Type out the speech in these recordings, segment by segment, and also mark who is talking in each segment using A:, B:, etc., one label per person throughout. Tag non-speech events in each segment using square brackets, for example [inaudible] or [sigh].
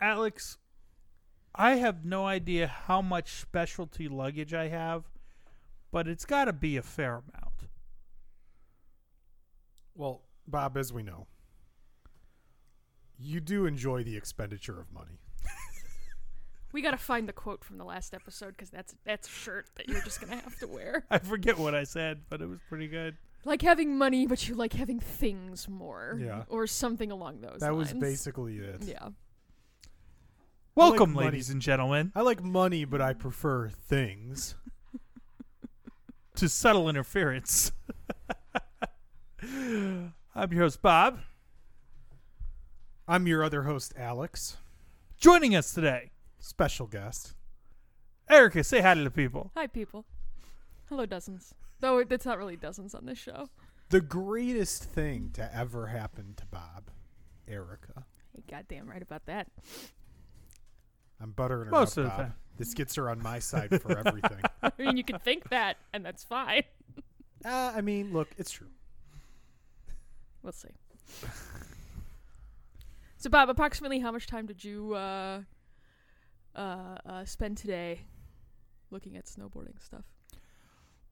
A: Alex, I have no idea how much specialty luggage I have, but it's got to be a fair amount. [laughs]
B: Well, Bob, as we know, you do enjoy the expenditure of money.
C: We gotta find the quote from the last episode because that's that's a shirt that you're just gonna have to wear.
A: I forget what I said, but it was pretty good.
C: like having money, but you like having things more.
B: Yeah.
C: Or something along those
B: that was
C: lines.
B: basically it.
C: Yeah.
B: like
A: Welcome,
B: money.
A: ladies and gentlemen,
B: I like money, but I prefer things.
A: to subtle interference. [laughs] I'm your host, Bob.
B: I'm your other host, Alex.
A: Joining us today,
B: Special guest.
A: Erica, say hi to the people.
C: Hi, people. Hello, dozens. Though it- it's not really dozens on this show.
B: The greatest thing to ever happen to Bob, Erica.
C: you goddamn right about that. [laughs]
B: I'm buttering her
A: Most
B: up,
A: of the
B: Bob.
A: time.
B: This gets her on my
A: [laughs]
B: side for everything.
C: I mean, you can think that, and that's fine.
B: uh, I mean, look, it's true.
C: We'll see. So, Bob, approximately how much time did you uh, uh, uh, spend today looking at snowboarding stuff?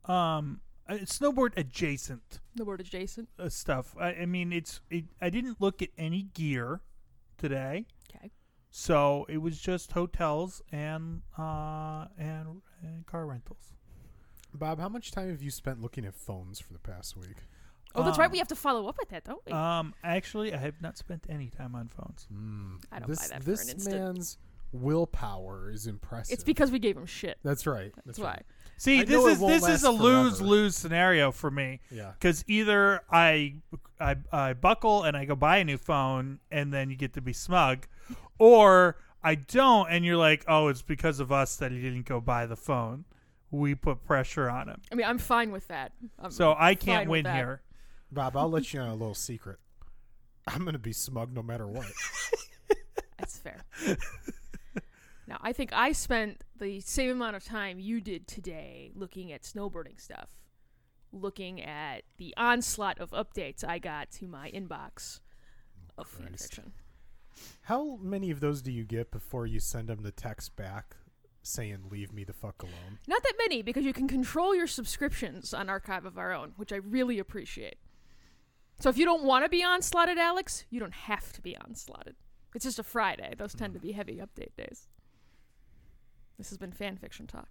A: Um, uh, snowboard adjacent
C: Snowboard adjacent.
A: uh, stuff. I, I mean, it's. It, I didn't look at any gear today.
C: Okay.
A: So it was just hotels and uh, and, and car rentals.
B: Bob, how much time have you spent looking at phones for the past week?
C: Oh, that's right.
A: Um,
C: We have to follow up with that, don't we?
A: Um, actually, I have not spent any time on phones.
B: Mm.
C: I don't
B: this,
C: buy that for
B: This
C: an instant.
B: man's willpower is impressive.
C: it's because we gave him shit.
B: that's right. That's
C: That's why.
B: right.
A: See,
B: I
A: this
B: know it
A: is
B: won't
A: this is
B: last
A: a
B: forever.
A: lose lose scenario for me
B: Yeah.
A: because either I, I I buckle and I go buy a new phone and then you get to be smug, or I don't and you're like, oh, it's because of us that he didn't go buy the phone. We put pressure on him,
C: I mean, I'm fine with that. I'm
A: so I
C: fine
A: can't
C: with
A: win
C: that.
A: here.
B: Bob, I'll let you know a little secret. I'm gonna be smug no matter what.
A: [laughs]
C: That's fair. now, I think I spent the same amount of time you did today looking at snowboarding stuff, looking at the onslaught of updates I got to my inbox of
B: Christ.
C: fanfiction.
B: How many of those do you get before you send them the text back saying "Leave me the fuck alone"?
C: Not that many, because you can control your subscriptions on Archive of Our Own, which I really appreciate. So if you don't want to be onslaughted, Alex, you don't have to be onslaughted. It's just a Friday. Those tend to be heavy update days. This has been fan fiction talk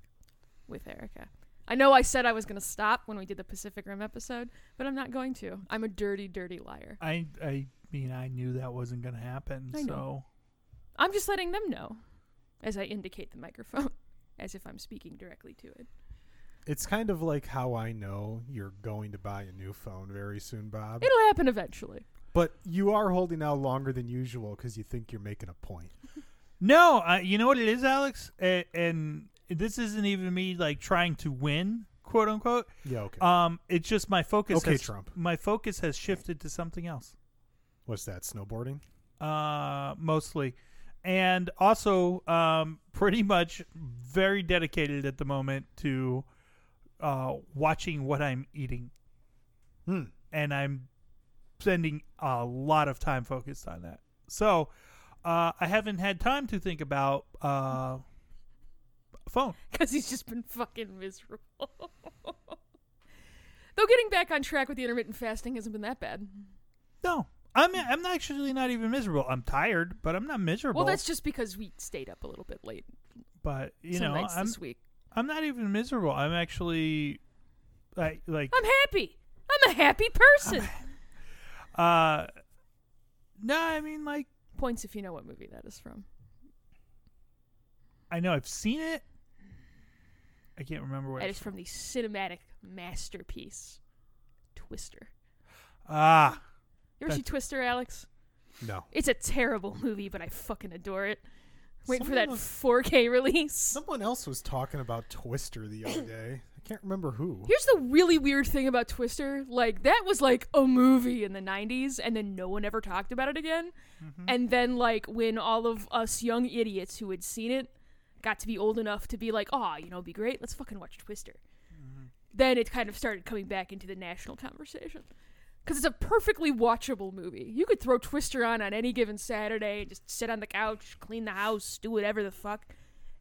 C: with Erica. I know I said I was going to stop when we did the Pacific Rim episode, but I'm not going to. I'm a dirty, dirty liar.
A: I I mean I knew that wasn't gonna happen.
C: I
A: so
C: know. I'm just letting them know as I indicate the microphone, [laughs] as if I'm speaking directly to it.
B: It's kind of like how I know you're going to buy a new phone very soon, Bob.
C: It'll happen eventually.
B: but you are holding out longer than usual because you think you're making a point.
A: no, I, you know what it is, Alex, A- and this isn't even me like trying to win, quote unquote.
B: Yeah. Okay.
A: Um, it's just my focus.
B: Okay,
A: has,
B: Trump.
A: My focus has shifted to something else,
B: What's that? Snowboarding?
A: uh, mostly, and also um, pretty much very dedicated at the moment to uh, watching what I'm eating,
B: Hmm.
A: and I'm spending a lot of time focused on that. So uh, I haven't had time to think about uh, phone.
C: [laughs] because he's just been fucking miserable. [laughs] Though getting back on track with the intermittent fasting hasn't been that bad.
A: No, I'm I'm not actually not even miserable. I'm tired, but I'm not miserable.
C: Well, that's just because we stayed up a little bit late
A: but you
C: some
A: know
C: nights
A: I'm
C: this week.
A: I'm not even miserable. I'm actually I,
C: [laughs]
A: like
C: I'm happy. I'm a happy person.
A: uh no, I mean like
C: Points if you know what movie that is from.
A: I know I've seen it. I can't remember what.
C: That
A: it's
C: is from the cinematic masterpiece, Twister.
A: from. Ah,
C: You ever see
A: That's-
C: Twister, Alex?
B: No.
C: It's a terrible [laughs] movie, but I fucking adore it. Waiting for
B: Someone
C: that
B: was-
C: 4K release.
B: Someone else was talking about Twister the other day. I can't remember who.
C: Here's the really weird thing about Twister. Like, that was like a movie in the 90s, and then no one ever talked about it again. And then, like, when all of us young idiots who had seen it got to be old enough to be like, oh, you know, it'd be great. Let's fucking watch Twister. Then it kind of started coming back into the national conversation. because it's a perfectly watchable movie. You could throw Twister on on any given Saturday, and just sit on the couch, clean the house, do whatever the fuck,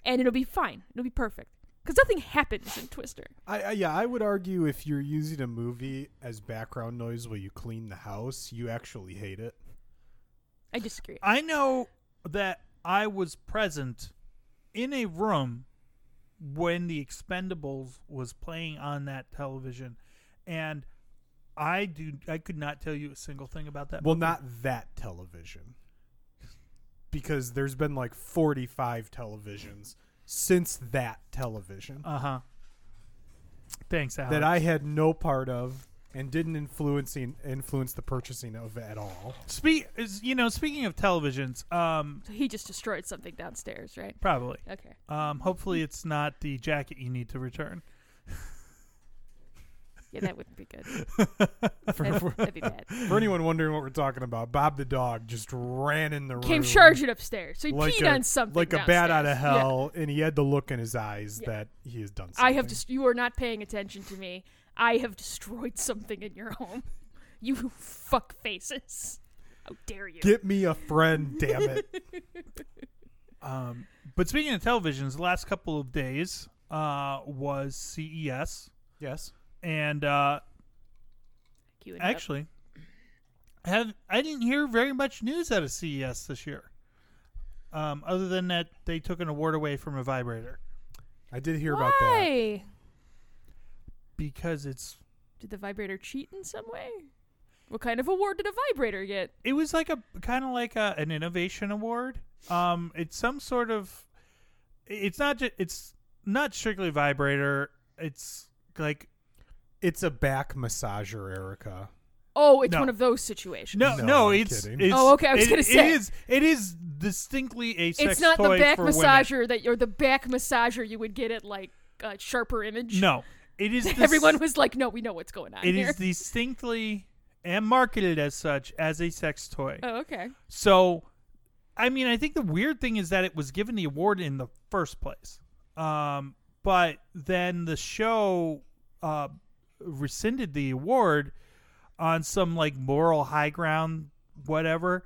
C: and it'll be fine. It'll be perfect because nothing happens in Twister.
B: I, I yeah, I would argue if you're using a movie as background noise while you clean the house, you actually hate it.
C: I disagree.
A: I know that I was present in a room when The Expendables was playing on that television, and I do I could not tell you a single thing about that.
B: Well,
A: movie.
B: not that television. Because there's been like 45 televisions since that television
A: Uh huh. Thanks, Alex.
B: that I had no part of and didn't influence influence the purchasing of at all.
A: speak is you know speaking of televisions, um,
C: So he just destroyed something downstairs, right?
A: probably.
C: Okay.
A: Um, hopefully it's not the jacket you need to return.
C: Yeah, that wouldn't be
B: [laughs]
C: good.
B: For,
C: That'd,
B: for-
C: that'd be bad.
B: for anyone wondering what we're talking about, Bob the dog just ran in the room.
C: Came charging upstairs, so he
B: like
C: peed
B: a,
C: on something.
B: Like a bat out of
C: downstairs. Yeah.
B: hell, and he had the look in his eyes
C: Yeah.
B: that he has done something.
C: I have just. You are not paying attention to me. I have destroyed something in your home. [laughs] You fuck faces. How dare you?
B: Get me a friend, damn
C: [laughs]
B: it.
A: Um, but speaking of televisions, the last couple of days uh, was CES,
B: yes.
A: and uh,
C: Queuing it up.
A: actually, I have I didn't hear very much news out of CES this year, um, other than that they took an award away from a vibrator
B: I did hear about that.
C: Why?
A: because it's
C: Did the vibrator cheat in some way? What kind of award did a vibrator get?
A: it was like a kind of like a, an innovation award. Um, it's some sort of. It's not. Ju- it's not strictly vibrator. It's like
B: It's a back massager, Erica.
C: Oh, it's
A: No.
C: one of those situations.
A: no,
B: No,
A: no.
B: I'm
A: it's,
B: kidding.
A: it's
C: Oh, okay, I was
A: it-
C: gonna say.
A: it is. It is distinctly a sex
C: it's not the
A: toy
C: back
A: for women.
C: massager that or the back massager you would get at like uh, sharper image.
A: No, it is. Dis-
C: [laughs] Everyone was like, "No, we know what's going on
A: It
C: here."
A: is distinctly and marketed as such as a sex toy.
C: [laughs] oh, okay.
A: So, I mean, I think the weird thing is that it was given the award in the first place. Um, but then the show uh, rescinded the award on some like moral high ground, whatever.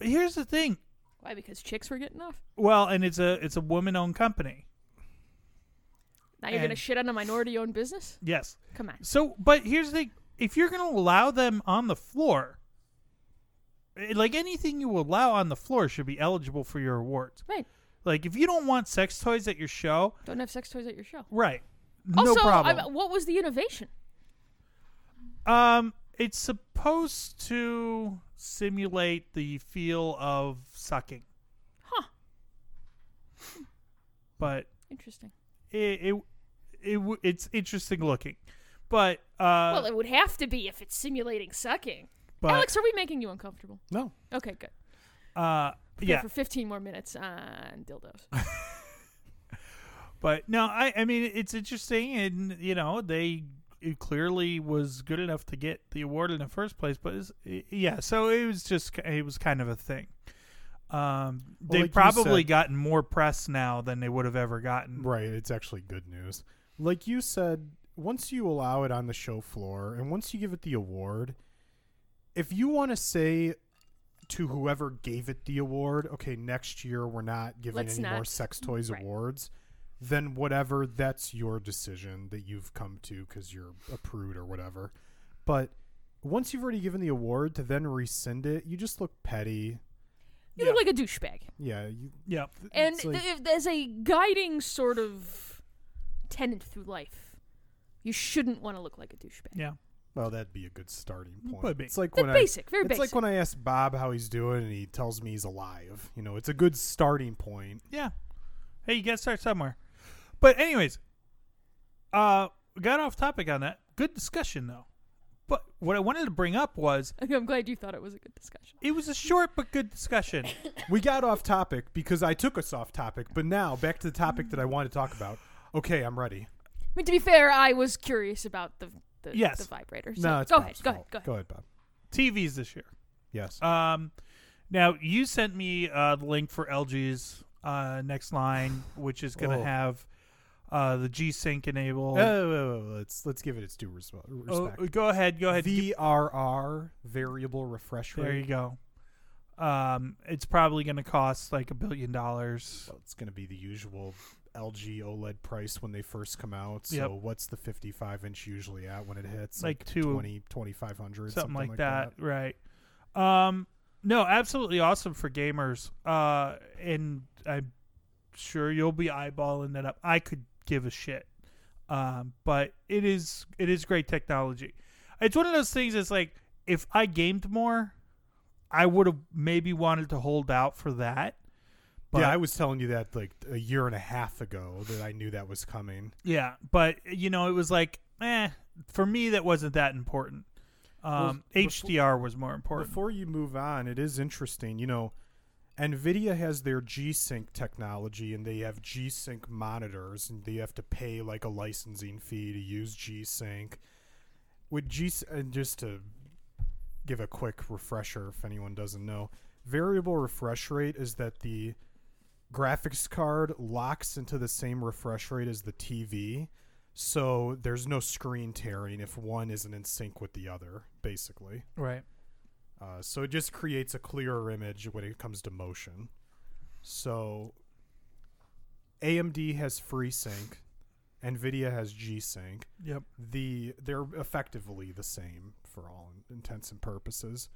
A: Here's the thing.
C: Why? Because chicks were getting off.
A: Well, and it's a it's a woman owned company.
C: Now you're gonna
A: And-
C: shit on a minority-owned business?
A: Yes.
C: Come on.
A: So, but here's the thing: if you're going to allow them on the floor, eh, like anything you allow on the floor should be eligible for your awards.
C: Right.
A: Like if you don't want sex toys at your show,
C: Don't have sex toys at your show.
A: right? No
C: also,
A: problem.
C: I'm- what was the innovation?
A: Um, it's supposed to simulate the feel of sucking,
C: Huh.
A: but
C: Interesting.
A: it it, it w- it's interesting looking. But uh,
C: well, it would have to be if it's simulating sucking.
A: but
C: Alex, are we making you uncomfortable?
B: No.
C: Okay, good.
A: uh,
C: Prepare
A: yeah,
C: For 15 more minutes on dildos.
A: But no, I I mean it's interesting, and you know they it clearly was good enough to get the award in the first place. But it's, yeah, so it was just it was kind of a thing. Um,
B: Well,
A: they've
B: like you
A: probably
B: said-
A: gotten more press now than they would have ever gotten.
B: Right. It's actually good news. Like you said, once you allow it on the show floor and once you give it the award, if you want to say to whoever gave it the award, okay, next year we're not giving
C: Let's
B: any more
C: not-
B: sex toys
C: right.
B: awards, then whatever, that's your decision that you've come to because you're a prude or whatever. But once you've already given the award to then rescind it, you just look petty.
A: Yeah.
C: You look like a douchebag.
B: Yeah. You,
A: Yeah.
C: And
B: it's like-
C: th- if there's a guiding sort of tenet through life. You shouldn't want to look like a douchebag.
A: Yeah.
B: Well, that'd be a good starting point.
A: Would be.
B: It's like
C: The
B: when
C: basic,
B: I,
C: very
B: it's like
C: basic.
B: when I ask Bob how he's doing, and he tells me he's alive. You know, it's a good starting point.
A: Yeah. Hey, you got to start somewhere. But anyways, uh, got off topic on that. Good discussion though. But what I wanted to bring up was
C: [laughs] I'm glad you thought it was a good discussion.
A: it was a short but good discussion.
B: We got off topic because I took us off topic, but now back to the topic that I want to talk about. Okay, I'm ready.
C: I mean, to be fair, I was curious about the the,
A: Yes.
C: the vibrator. So
B: No, it's
C: go ahead,
B: Bob's
C: go ahead,
B: fault.
C: go ahead.
B: Go ahead, Bob.
A: TVs this year.
B: Yes.
A: Um, now you sent me uh, the link for LG's uh, next line, which is going to
B: Oh.
A: have uh, the G Sync enable.
B: Oh, wait, wait, wait, let's let's give it its due respe-
A: Uh, Oh,
B: respect.
A: go ahead, go ahead. Keep-
B: VRR variable refresh
A: there
B: rate.
A: you go. Um, it's probably going to cost like a billion dollars.
B: Well, it's going to be the usual LG OLED E price when they first come out. So
A: Yep.
B: what's the 55 inch usually at when it hits?
A: Like two-
B: 20, 2500,
A: something, like, that. right um no absolutely awesome for gamers uh and i'm sure you'll be eyeballing that up i could give a shit um but it is it is great technology it's one of those things that's like if i gamed more i would have maybe wanted to hold out for that but
B: yeah, I was telling you that like a year and a half ago that I knew that was coming.
A: yeah but you know it was like eh for me that wasn't that important um
B: befo-
A: hdr was more important
B: Before you move on, it is interesting. You know, NVIDIA has their G Sync technology and they have G Sync monitors, and they have to pay like a licensing fee to use G Sync. With G, and just to give a quick refresher if anyone doesn't know, variable refresh rate is that the graphics card locks into the same refresh rate as the TV. So there's no screen tearing if one isn't in sync with the other, basically.
A: right
B: Uh, so it just creates a clearer image when it comes to motion. So AMD has FreeSync, Nvidia has G-Sync.
A: yep
B: The they're effectively the same for all intents and purposes.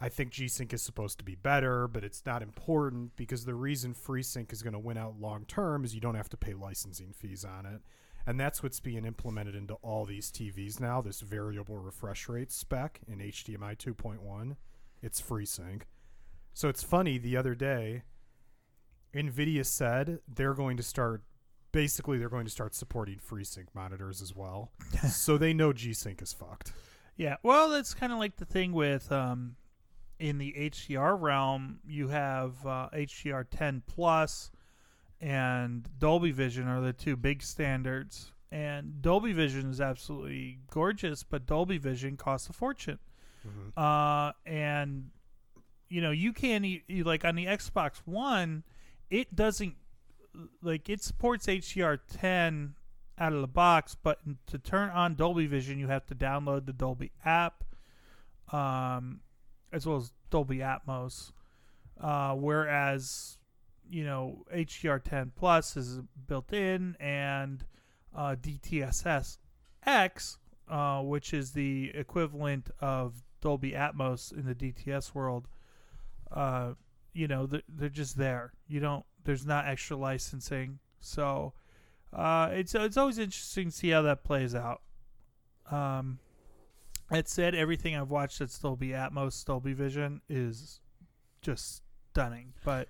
B: I think G-Sync is supposed to be better, but it's not important because the reason FreeSync is going to win out long term is you don't have to pay licensing fees on it. And that's what's being implemented into all these TVs now, this variable refresh rate spec in HDMI 2.1. It's FreeSync. So it's funny, the other day, NVIDIA said they're going to start, basically, they're going to start supporting FreeSync monitors as well. so they know G-Sync is fucked.
A: Yeah, well, that's kind of like the thing with um, in the HDR realm, you have uh, HDR 10 plus and Dolby Vision are the two big standards. And Dolby Vision is absolutely gorgeous, but Dolby Vision costs a fortune. Uh, and you know, you can't e- you, like on the Xbox One, it doesn't like it supports HDR 10 out of the box, but to turn on Dolby Vision, you have to download the Dolby app, um, as well as Dolby Atmos. Uh, whereas, you know, HDR10 Plus is built in, and uh, DTSS X, uh, which is the equivalent of Dolby Atmos in the DTS world, uh, you know, they're, they're just there. You don't. There's not extra licensing, so uh, it's it's always interesting to see how that plays out. Um, that said, everything I've watched that's Dolby Atmos, Dolby Vision is just stunning. But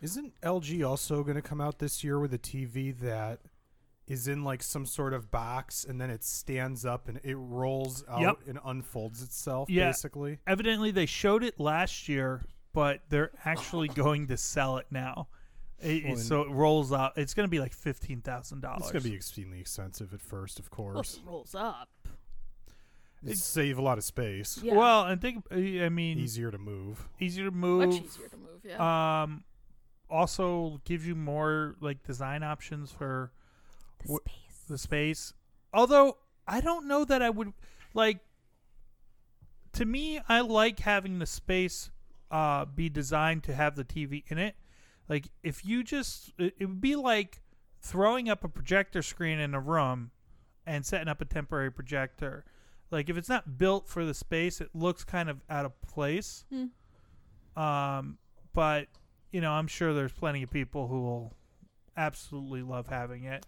B: Isn't LG also going to come out this year with a TV that is in like some sort of box and then it stands up and it rolls out
A: Yep.
B: and unfolds itself
A: Yeah.
B: basically?
A: evidently, they showed it last year, but they're
B: [laughs]
A: actually going to sell it now. It- it- so it rolls out. It's going to be like fifteen thousand dollars.
B: It's going to be extremely expensive at first, of
C: Well, if
B: course. [laughs]
C: it rolls up.
B: It'd save a lot of space,
C: Yeah.
A: well, and think. I mean,
B: easier to move.
A: easier to move.
C: much easier to move.
B: uh,
C: Yeah.
A: Um, also gives you more like design options for
C: the
A: what-
C: space.
A: the space. Although I don't know that I would like. To me, I like having the space uh, be designed to have the TV in it. Like if you just, it, it would be like throwing up a projector screen in a room and setting up a temporary projector. Like if it's not built for the space, it looks kind of out of place. Um, but you know, I'm sure there's plenty of people who will absolutely love having it.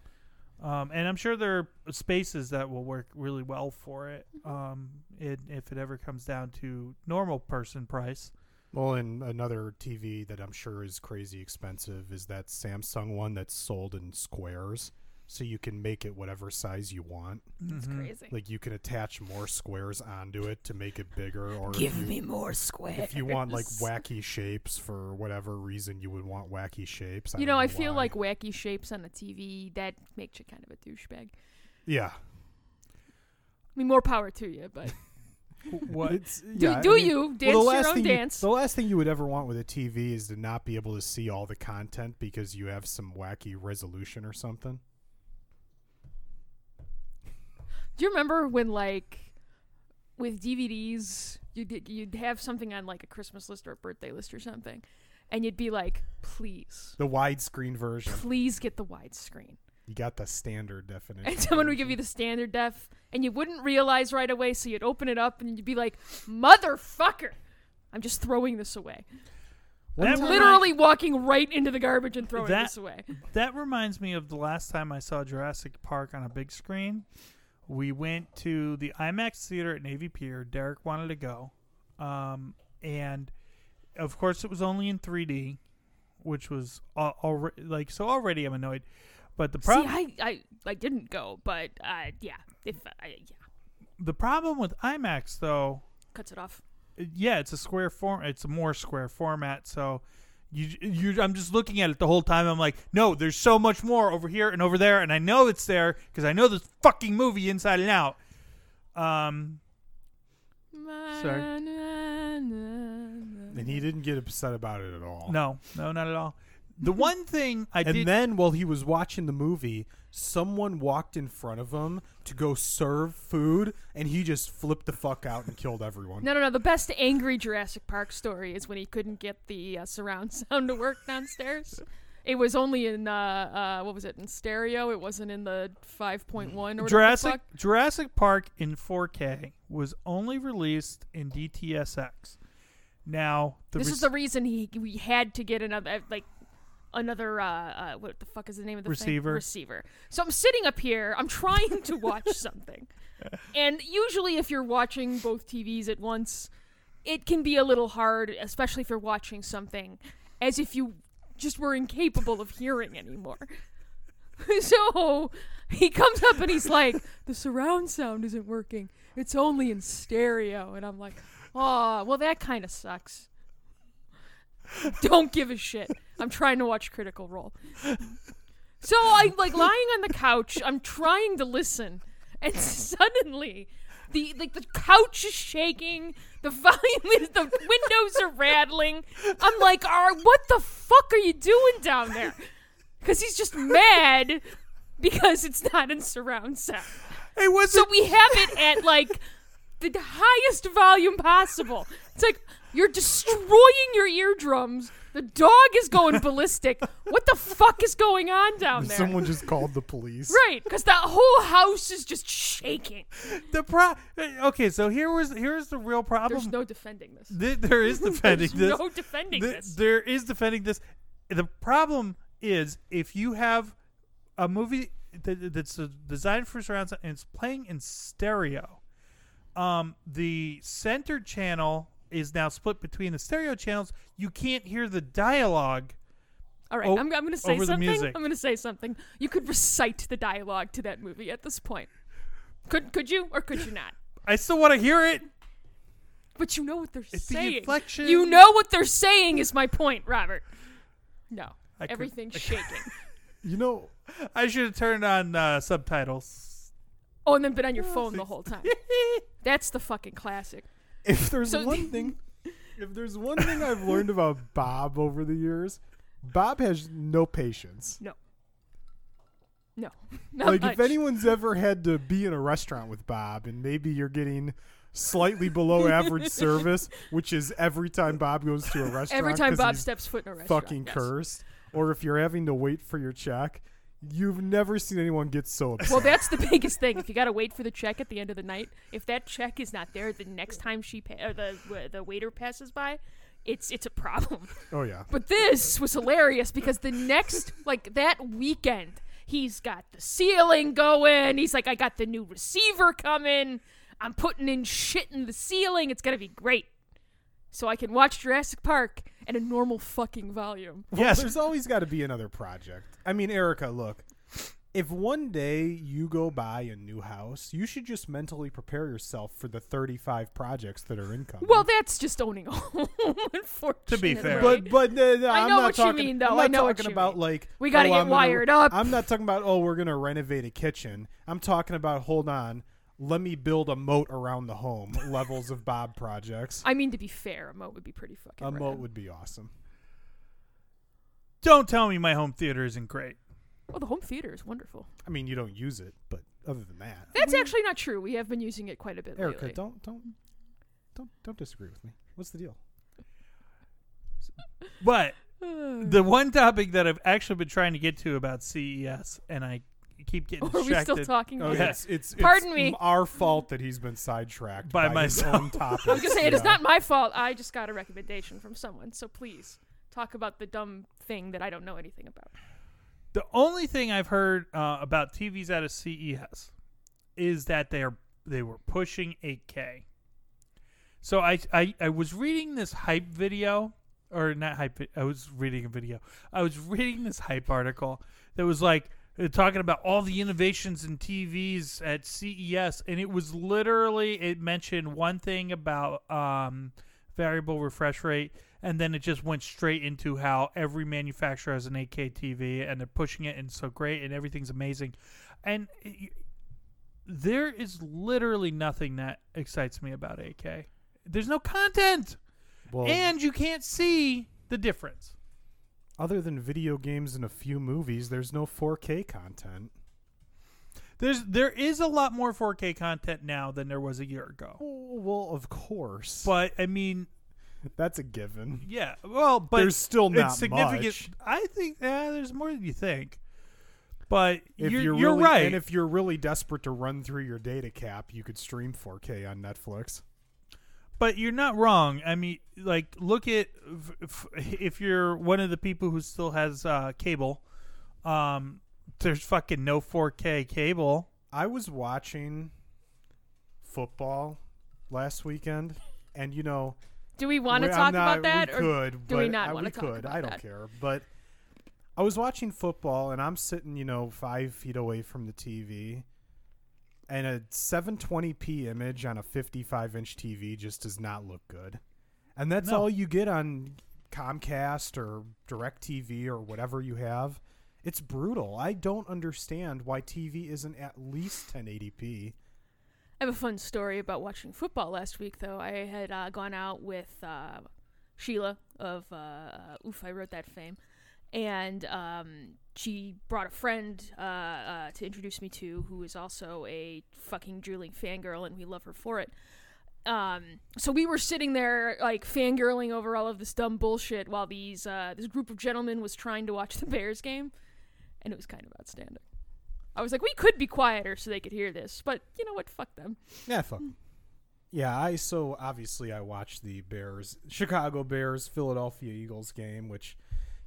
A: Um, and I'm sure there are spaces that will work really well for it.
C: Mm-hmm.
A: Um, it if it ever comes down to normal person price.
B: Well, and another TV that I'm sure is crazy expensive is that Samsung one that's sold in squares. So you can make it whatever size you want.
C: It's crazy.
B: mm-hmm. Like you can attach more squares onto it to make it bigger, or if you-
C: me more squares.
B: if you want like wacky shapes for whatever reason you would want wacky shapes.
C: You
B: don't
C: know, I feel
B: why.
C: like wacky shapes on a TV that makes you kind of a douchebag. I
B: yeah,
C: mean, more power to you, but
A: What?
B: It's-
C: do,
B: [laughs] yeah, I
C: do
B: mean-
C: you
B: Well, the
C: dance your
B: last
C: own
B: thing you-
C: dance?
B: the last thing you would ever want with a TV is to not be able to see all the content because you have some wacky resolution or something.
C: Do you remember when like with DVDs you'd you'd have something on like a Christmas list or a birthday list or something, and you'd be like, please,
B: The widescreen version.
C: please get the widescreen.
B: You got the standard definition.
C: [laughs] And someone would give you the standard def, and you wouldn't realize right away, so you'd open it up and you'd be like, motherfucker, I'm just throwing this away.
A: That remi-
C: [laughs] Literally walking right into the garbage and throwing
A: That-
C: this away.
A: That reminds me of the last time I saw Jurassic Park on a big screen. We went to the IMAX theater at Navy Pier. Derek wanted to go. Um, and of course, it was only in 3D, which was already like so already I'm annoyed. But the problem
C: See, I, I, I didn't go, but uh, yeah, if I, yeah,
A: the problem with IMAX though
C: cuts it off.
A: yeah, it's a square form. It's a more square format. So you, you, I'm just looking at it the whole time. I'm like, no, there's so much more over here and over there, and I know it's there because I know this fucking movie inside and out. Um, Sorry.
B: And he didn't get upset about it at all.
A: no, no, not at all. [laughs] The one thing I
B: And
A: did,
B: then while he was watching the movie, someone walked in front of him to go serve food, and he just flipped the fuck out and killed everyone.
C: No, no, no. The best angry Jurassic Park story is when he couldn't get the uh, surround [laughs] sound to work downstairs. It was only in uh, uh, what was it in stereo? It wasn't in the five point one or whatever the
A: Jurassic
C: fuck.
A: Jurassic Park in 4K was only released in DTSX. Now, the
C: This
A: res-
C: is the reason he we had to get another uh, like another uh, uh what the fuck is the name of the thing?
A: Receiver.
C: receiver. So I'm sitting up here. I'm trying
A: [laughs]
C: to watch something, and usually if you're watching both TVs at once, it can be a little hard, especially if you're watching something as if you just were incapable of hearing anymore. [laughs] so he comes up and he's like, "The surround sound isn't working. It's only in stereo." And I'm like, "Oh, well, that kind of sucks." Don't give a shit. I'm trying to watch Critical Role. So I like lying on the couch. I'm trying to listen, and suddenly, the like the couch is shaking. The volume is the windows are rattling. I'm like, "Are what the fuck are you doing down there?" Because he's just mad because it's not in surround sound.
A: it was
C: So we have it at like the highest volume possible. It's like you're destroying your eardrums. The dog is going ballistic. What the fuck is going on down there?
B: Someone just called the police.
C: Right, because that whole house is just shaking.
A: the pro. Okay, so here was here's the real problem.
C: There's no defending this.
A: Th- there is defending
C: [laughs] There's
A: this.
C: no defending
A: Th-
C: this.
A: There is defending this. The problem is if you have a movie that, that's uh, designed for surround sound and it's playing in stereo, um, the center channel is now split between the stereo channels. You can't hear the dialogue.
C: All right,
A: o-
C: I'm, I'm going to say
A: Oh, over the
C: something.
A: music.
C: I'm going to say something. You could recite the dialogue to that movie at this point. Could could you or could you not?
A: I still want to hear it.
C: But you know what they're
A: It's the
C: saying.
A: inflection.
C: You know what they're saying is my point, Robert. No,
A: I could-
C: everything's shaking.
B: You know,
A: I should have turned on uh,
C: [laughs]
A: subtitles.
C: Oh, and then been on your phone the whole time. That's the fucking classic.
B: if there's
C: So-
B: one thing, if there's one thing I've learned about Bob over the years, Bob has no patience.
C: No. No. [laughs] Not
B: like
C: much.
B: if anyone's ever had to be in a restaurant with Bob and maybe you're getting slightly below
C: [laughs]
B: average service, which is every time Bob goes to a restaurant.
C: Every time
B: 'cause
C: Bob
B: he's
C: steps foot in a restaurant.
B: fucking
C: yes.
B: cursed, or if you're having to wait for your check, you've never seen anyone get so
C: [laughs]
B: upset. [laughs]
C: Well, that's the biggest thing. If you gotta wait for the check at the end of the night, if that check is not there the next time she pa- or the wh- the waiter passes by, it's it's a problem.
B: oh yeah.
C: But this was hilarious because the next, like that weekend, he's got the ceiling going. He's like, I got the new receiver coming. I'm putting in shit in the ceiling. It's going to be great. So I can watch Jurassic Park at a normal fucking volume.
A: yes.
B: There's always got to be another project. I mean, Erica, look. If one day you go buy a new house, you should just mentally prepare yourself for the 35 projects that are incoming.
C: Well, that's just owning a [laughs] home, unfortunately.
A: fair.
B: But but uh,
C: I
B: I'm
C: know
B: not
C: what you
B: talking,
C: mean, though.
B: I'm not
C: I know what
B: talking
C: you
B: about
C: mean.
B: like
C: We gotta
B: oh,
C: get
B: I'm gonna-
C: wired up.
B: I'm not talking about oh we're gonna renovate a kitchen. I'm talking about hold on, let me build a moat around the home. levels of Bob projects.
C: I mean, to be fair, a moat would be pretty fucking
B: A
C: rad.
B: moat would be awesome.
A: Don't tell me my home theater isn't great.
C: Well, Oh, the home theater is wonderful.
B: I mean, you don't use it, but other than that.
C: That's actually not true. We have been using it quite a bit
B: Erica,
C: lately.
B: don't don't don't don't disagree with me. What's the deal?
A: But the one topic that I've actually been trying to get to about CES, and I keep getting
C: [laughs] Or are we
A: distracted
C: still
A: [laughs]
C: talking
B: Oh,
C: about
A: yeah.
C: it?
B: it's, it's it's
C: Pardon me.
B: Our fault that he's been sidetracked
A: By
B: by, his
A: [laughs] myself.
B: own topics.
C: I was gonna say it
B: you
C: is
B: know?
C: not my fault. I just got a recommendation from someone, so please talk about the dumb thing that I don't know anything about.
A: The only thing I've heard uh, about TVs out of CES is that they are they were pushing 8K. So I, I I was reading this hype video or not hype vi- I was reading a video. I was reading this hype article that was like uh, talking about all the innovations in TVs at CES and it was literally it mentioned one thing about um variable refresh rate and then it just went straight into how every manufacturer has an 8K TV and they're pushing it and it's so great and everything's amazing. And it, there is literally nothing that excites me about 8K. There's no content,
B: Well,
A: and you can't see the difference.
B: other than video games and a few movies, there's no 4K content.
A: There's there is a lot more 4K content now than there was a year ago.
B: Oh, well, of course,
A: But I mean,
B: that's a given.
A: yeah, well, but
B: There's still not
A: it's significant.
B: much.
A: I think yeah, there's more than you think. But
B: If
A: you're,
B: you're,
A: you're,
B: really,
A: right.
B: and if you're really desperate to run through your data cap, you could stream 4K on Netflix.
A: But you're not wrong. I mean, like, look at if, if you're one of the people who still has uh, cable. Um, there's fucking no 4K cable.
B: I was watching football last weekend, and you know,
C: Do we want to
B: Wait,
C: talk
B: I'm not-
C: about that,
B: we
C: or
B: could,
C: do we
B: but
C: not
B: I-
C: wanna
B: we
C: talk
B: could.
C: about
B: I don't
C: that?
B: care. But I was watching football, and I'm sitting, you know, five feet away from the TV, and a 720p image on a 55 inch TV just does not look good. And that's
A: No.
B: all you get on Comcast or DirecTV or whatever you have. It's brutal. I don't understand why TV isn't at least 1080p.
C: I have a fun story about watching football last week, though. I had uh, gone out with uh, Sheila of uh, Oof, I Wrote That Fame. And um, she brought a friend uh, uh, to introduce me to, who is also a fucking drooling fangirl, and we love her for it. Um, so we were sitting there, like, fangirling over all of this dumb bullshit while these uh, this group of gentlemen was trying to watch the Bears game. And it was kind of outstanding. I was like, we could be quieter so they could hear this, but you know what? Fuck them.
B: Yeah, fuck. 'em. Yeah, I so obviously I watched the Bears, Chicago Bears, Philadelphia Eagles game, which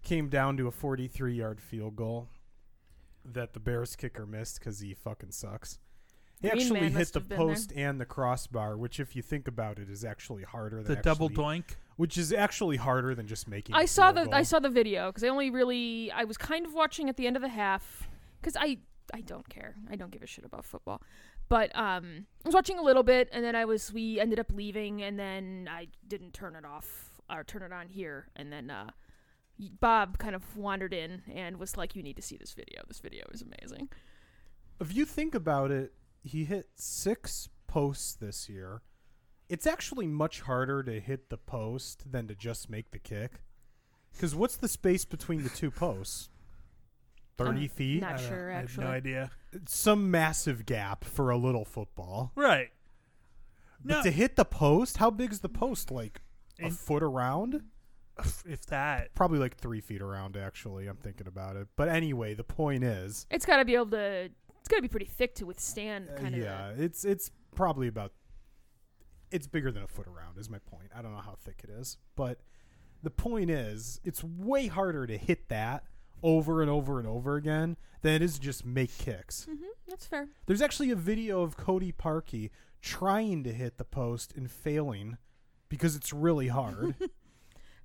B: came down to a 43 yard field goal that the Bears kicker missed because he fucking sucks. He
C: Green
B: actually
C: Man
B: hit
C: must
B: the
C: have been there.
B: post and the crossbar, which, if you think about it, is actually harder than
A: The double
B: actually-
A: doink.
B: which is actually harder than just making.
C: I
B: a
C: saw
B: field
C: the
B: goal.
C: I saw the video because I only really I was kind of watching at the end of the half because I I don't care I don't give a shit about football, but um I was watching a little bit and then I was we ended up leaving and then I didn't turn it off or turn it on here and then uh y- Bob kind of wandered in and was like you need to see this video this video is amazing
B: If you think about it, he hit six posts this year. It's actually much harder to hit the post than to just make the kick. Because what's the space between the two posts? 30
C: I'm
B: feet?
A: I
C: not
A: don't-
C: sure
A: I have
C: actually
A: no idea.
B: Some massive gap for a little football.
A: Right.
B: But
A: No,
B: to hit the post, how big is the post? Like a
A: In-
B: foot around?
A: [sighs] if that.
B: Probably like three feet around, actually. I'm thinking about it. But anyway, the point is
C: it's got to be able to it's got to be pretty thick to withstand
B: Uh,
C: kind of the-
B: yeah it's it's probably about it's bigger than a foot around is my point i don't know how thick it is but the point is it's way harder to hit that over and over and over again than it is to just make kicks
C: that's fair
B: there's actually a video of cody parkey trying to hit the post and failing because it's really
C: [laughs]
B: hard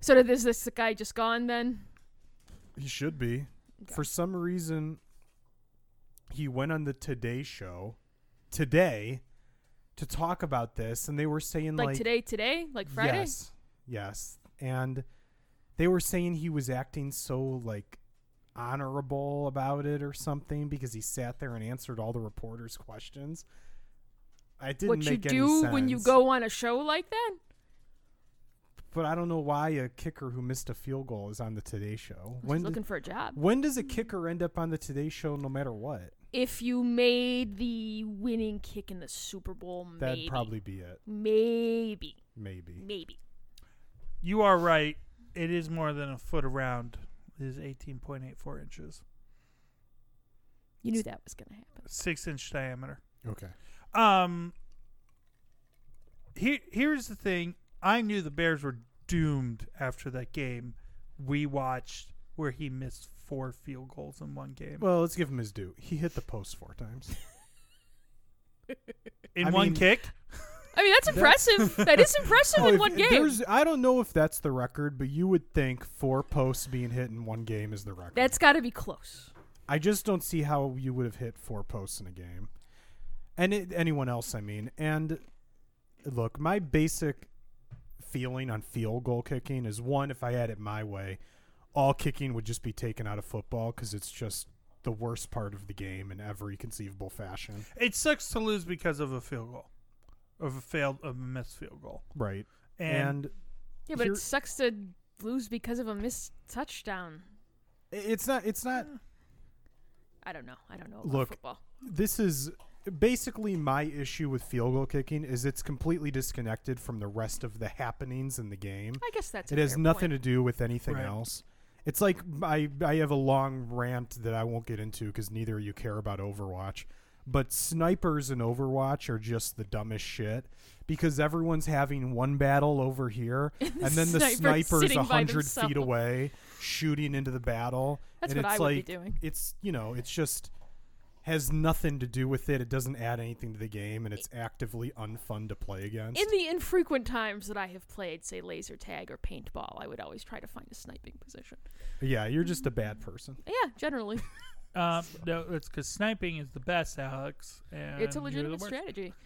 C: so did this this guy just gone then
B: He should be.
C: Okay.
B: For some reason, he went on the Today Show today to talk about this, and they were saying
C: like,
B: like,
C: today today like Friday
B: Yes, yes, and they were saying he was acting so like honorable about it or something because he sat there and answered all the reporters' questions. I didn't
C: what you
B: make any
C: do when you
B: sense,
C: go on a show like that.
B: but I don't know why a kicker who missed a field goal is on the Today Show.
C: When
B: When d-
C: looking for a job.
B: when does a kicker end up on the Today Show, no matter what?
C: if you made the winning kick in the Super Bowl, maybe.
B: That'd probably be it.
C: Maybe.
B: Maybe.
C: Maybe.
A: You are right. It is more than a foot around. It is 18.84 inches,
C: You knew that was going to happen.
A: six inch diameter.
B: Okay.
A: Um. Here, here's the thing. I knew the Bears were doomed after that game we watched, where he missed four field goals in one game.
B: Well, let's give him his due. He hit the post four times.
A: in
B: I
A: one
B: mean-
A: kick,
C: I mean, that's
B: [laughs]
C: impressive. that is impressive
B: Oh,
C: in
B: if-
C: one game.
B: there's- I don't know if that's the record, but you would think four posts being hit in one game is the record.
C: That's got to be close.
B: I just don't see how you would have hit four posts in a game. And it, anyone else, I mean. And look, my basic feeling on field goal kicking is one, if I had it my way, all kicking would just be taken out of football because it's just the worst part of the game in every conceivable fashion.
A: it sucks to lose because of a field goal, of a failed, of a missed field goal.
B: Right.
A: And,
B: and
C: Yeah, but
B: Here-
C: it sucks to lose because of a missed touchdown.
B: it's not, it's not,
C: I don't know. I don't know. About
B: Look,
C: football.
B: this is basically my issue with field goal kicking is it's completely disconnected from the rest of the happenings in the game.
C: I guess that's. a
B: It has
C: fair
B: nothing
C: point.
B: to do with anything
A: Right.
B: else. It's like I I have a long rant that I won't get into because neither of you care about Overwatch. But snipers in Overwatch are just the dumbest shit because everyone's having one battle over
C: [laughs]
B: here, and,
C: the
B: then the
C: sniper's
B: sniper's
C: sitting
B: a
C: by
B: hundred
C: themselves.
B: feet away shooting into the battle.
C: That's
B: and
C: what
B: it's
C: I would be
B: like,
C: doing.
B: It's you know, it's just has nothing to do with it. It doesn't add anything to the game, and it's actively unfun to play against.
C: In the infrequent times that I have played, say laser tag or paintball, I would always try to find a sniping position.
B: yeah, you're just a bad person.
C: Yeah, generally,
A: um, no, it's because sniping is the best, Alex. And
C: it's a
A: you're the
C: legitimate
A: worst.
C: strategy. [laughs]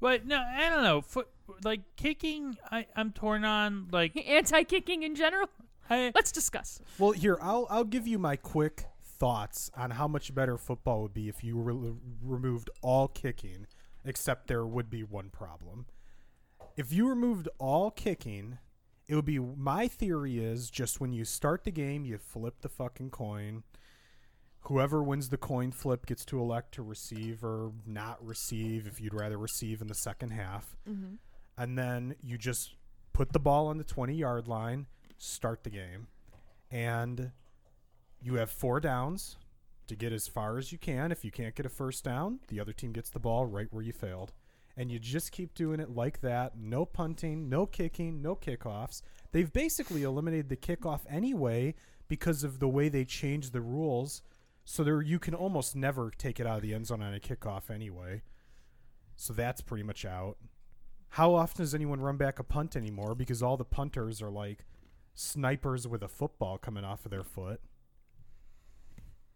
A: But no, I don't know. Foot, like kicking, I, I'm torn on.
C: [laughs]
A: Like
C: Anti-kicking in general.
A: I,
C: Let's discuss.
B: Well, here I'll I'll give you my quick thoughts on how much better football would be if you re- removed all kicking, except there would be one problem. If you removed all kicking, it would be my theory is just when you start the game, you flip the fucking coin. Whoever wins the coin flip gets to elect to receive or not receive if you'd rather receive in the second half. And then you just put the ball on the 20 yard line, start the game and you have four downs to get as far as you can. If you can't get a first down, the other team gets the ball right where you failed. And you just keep doing it like that. No punting, no kicking, no kickoffs. They've basically eliminated the kickoff anyway because of the way they changed the rules. So there you can almost never take it out of the end zone on a kickoff anyway. So that's pretty much out. How often does anyone run back a punt anymore? Because all the punters are like snipers with a football coming off of their foot.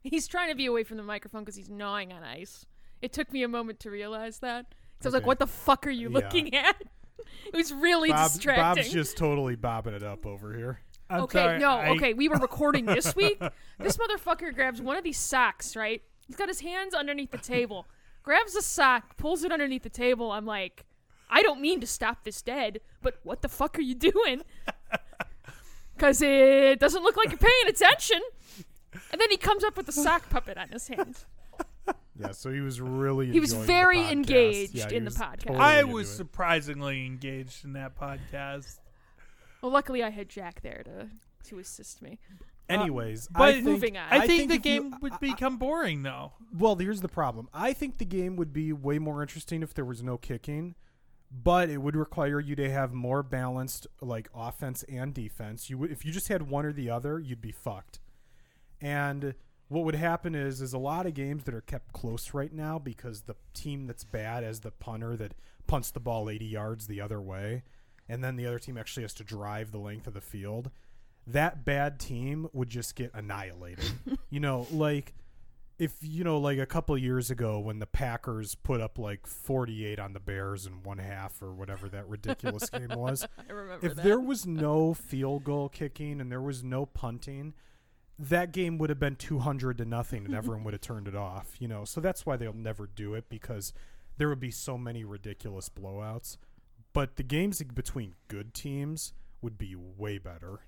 C: He's trying to be away from the microphone because he's gnawing on ice. It took me a moment to realize that. 'Cause I was like,
B: Okay.
C: "What the fuck are you
B: Yeah.
C: looking at?" [laughs] It was really
B: Bob-
C: distracting.
B: Bob's just totally bobbing it up over here.
A: I'm
C: okay,
A: sorry,
C: no,
A: I-
C: okay, we were recording
A: [laughs]
C: this week. This motherfucker grabs one of these socks, right? He's got his hands underneath the table, grabs a sock, pulls it underneath the table. I'm like, I don't mean to stop this dead, but what the fuck are
A: [laughs]
C: you doing? Because it doesn't look like you're paying attention. And then he comes up with the sock puppet on his hand.
B: Yeah, so he was really
C: He was
B: enjoying the
C: very
B: podcast.
C: engaged
B: Yeah, he
C: in the
B: was
C: podcast.
B: totally
A: I
B: into
A: was uh,
B: it.
A: surprisingly engaged in that podcast.
C: Well, luckily I had Jack there to to assist me.
B: Anyways,
A: but
B: I think,
C: moving on.
A: I,
B: I
A: think,
B: think
A: the
B: if you-
A: game would become boring though.
B: Well, here's the problem. I think the game would be way more interesting if there was no kicking, but it would require you to have more balanced like offense and defense. You would if you just had one or the other, you'd be fucked. And what would happen is is a lot of games that are kept close right now because the team that's bad as the punter that punts the ball 80 yards the other way and then the other team actually has to drive the length of the field. That bad team would just get annihilated. you know, like if you know like a couple years ago when the packers put up like 48 on the bears in one half or whatever that ridiculous
C: [laughs]
B: game was
C: I remember
B: if
C: that.
B: there was no field goal kicking and there was no punting that game would have been 200 to nothing and everyone would have turned it off you know so that's why they'll never do it because there would be so many ridiculous blowouts but the games between good teams would be way better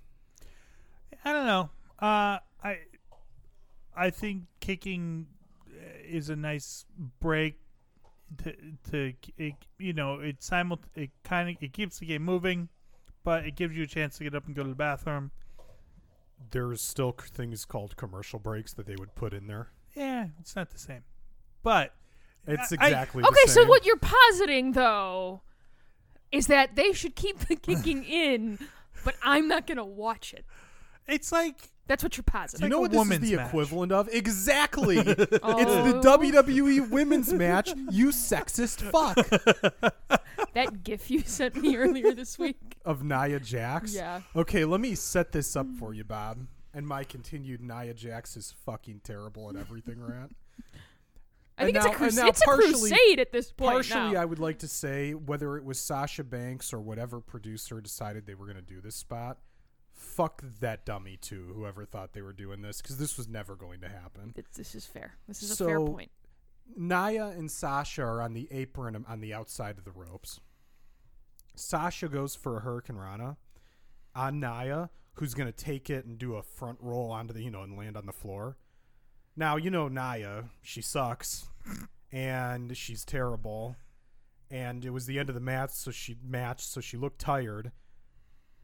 A: I don't know. Uh, I I think kicking is a nice break to to it, you know it simul it kind of it keeps the game moving, but it gives you a chance to get up and go to the bathroom.
B: There's still c- things called commercial breaks that they would put in there.
A: Yeah, it's not the same, but
B: It's
A: I- I-
B: exactly the
C: Okay, so
B: same.
C: what you're positing though is that they should keep
B: [laughs]
C: the kicking in, but I'm not gonna watch it.
A: it's like
C: That's what you're
B: Do you
C: positing.
A: like
B: know
A: a
B: what this is
A: women's
B: the
A: match.
B: equivalent of?
A: [laughs]
B: Exactly. It's the
C: Oh.
B: WWE women's match. You sexist fuck
C: that GIF you sent me earlier
B: [laughs]
C: this week.
B: of Nia Jax.
C: Yeah.
B: Okay, let me set this up for you, Bob. And my continued Nia Jax is fucking terrible at everything
C: [laughs]
B: rant.
C: I
B: And
C: think
B: now-
C: it's a crus-
B: and now
C: it's a
B: partially-
C: crusade at this point
B: Partially,
C: now.
B: I would like to say whether it was Sasha Banks or whatever producer decided they were going to do this spot. Fuck that dummy too. Whoever thought they were doing this because this was never going to happen.
C: Th- this is fair. This is a fair
B: So-
C: point.
B: Naya and Sasha are on the apron on the outside of the ropes. Sasha goes for a Hurricane Rana on Naya, who's going to take it and do a front roll onto the, you know, and land on the floor. Now, you know Naya, she sucks and she's terrible. And it was the end of the match, so she matched, so she looked tired.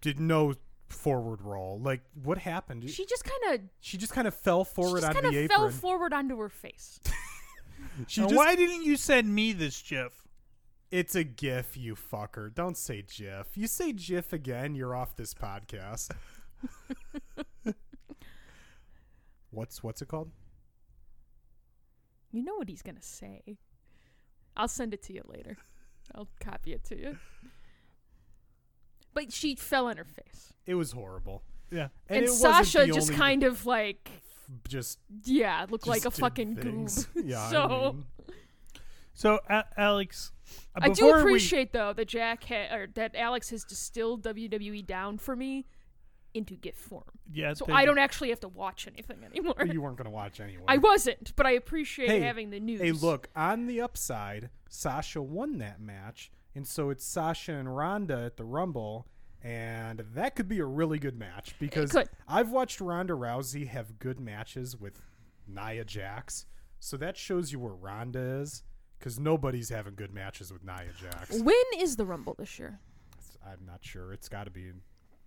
B: Did no forward roll. Like, what happened? She,
C: She just kind of
B: just kind of fell
C: she
B: forward
C: just
B: onto
C: kind
B: the
C: of fell
B: apron.
C: forward onto her face.
B: she
A: now,
B: just
A: why didn't you send me this GIF?
B: It's a GIF, you fucker. Don't say GIF. You say GIF again, you're off this
C: [laughs]
B: podcast. what's what's it called?
C: You know what he's gonna say. I'll send it to you later. I'll copy it to you. But she fell on her face,
B: It was horrible.
A: Yeah,
B: And,
C: and,
B: it wasn't
C: Sasha
B: the
C: just
B: only-
C: kind of like,
B: just
C: yeah,
B: just
C: looked like a
B: did
C: fucking
B: things.
C: [laughs] goob.
B: [laughs] Yeah. I
C: so
B: mean,
A: So, A- Alex, uh,
C: I do
A: before we-
C: appreciate though that Jack ha- or that Alex has distilled WWE down for me into GIF form,
A: yeah,
C: so
A: thank
C: I
A: you.
C: don't actually have to watch anything [laughs] anymore.
B: you weren't gonna watch anyway.
C: I wasn't, but I appreciate
B: Hey,
C: having the news.
B: Hey, look, on the upside, Sasha won that match, and so it's Sasha and Ronda at the Rumble, and that could be a really good match because
C: could.
B: I've watched Ronda Rousey have good matches with Nia Jax, so that shows you where Ronda is because nobody's having good matches with Nia Jax.
C: when is the Rumble this year?
B: I'm not sure. It's got to be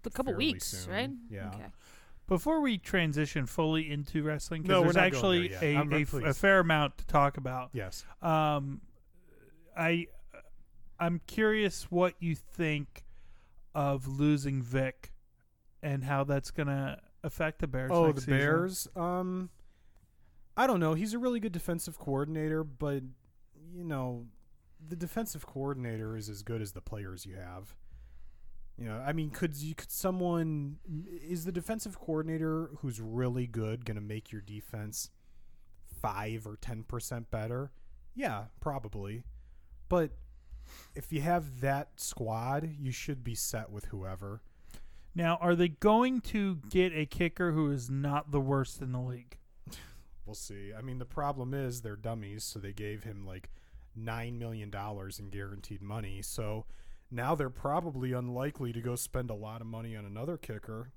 C: A couple
B: fairly
C: weeks,
B: soon.
C: right?
B: Yeah.
C: Okay.
A: Before we transition fully into wrestling, because
B: No, we're
A: there's
B: not going
A: actually
B: there
A: a,
B: yet. I'm-
A: a f-
B: please.
A: a fair amount to talk about.
B: yes.
A: Um, I, I'm curious what you think of losing Vic, and how that's gonna affect the Bears.
B: Oh,
A: next
B: the
A: season.
B: Bears. Um, I don't know. He's a really good defensive coordinator, but you know, the defensive coordinator is as good as the players you have. You know, I mean, could you could someone is the defensive coordinator who's really good going to make your defense five or ten percent better? Yeah, probably. But if you have that squad, you should be set with whoever.
A: Now, are they going to get a kicker who is not the worst in the league?
B: We'll see. I mean, the problem is they're dummies, so they gave him like nine million dollars in guaranteed money. So now they're probably unlikely to go spend a lot of money on another kicker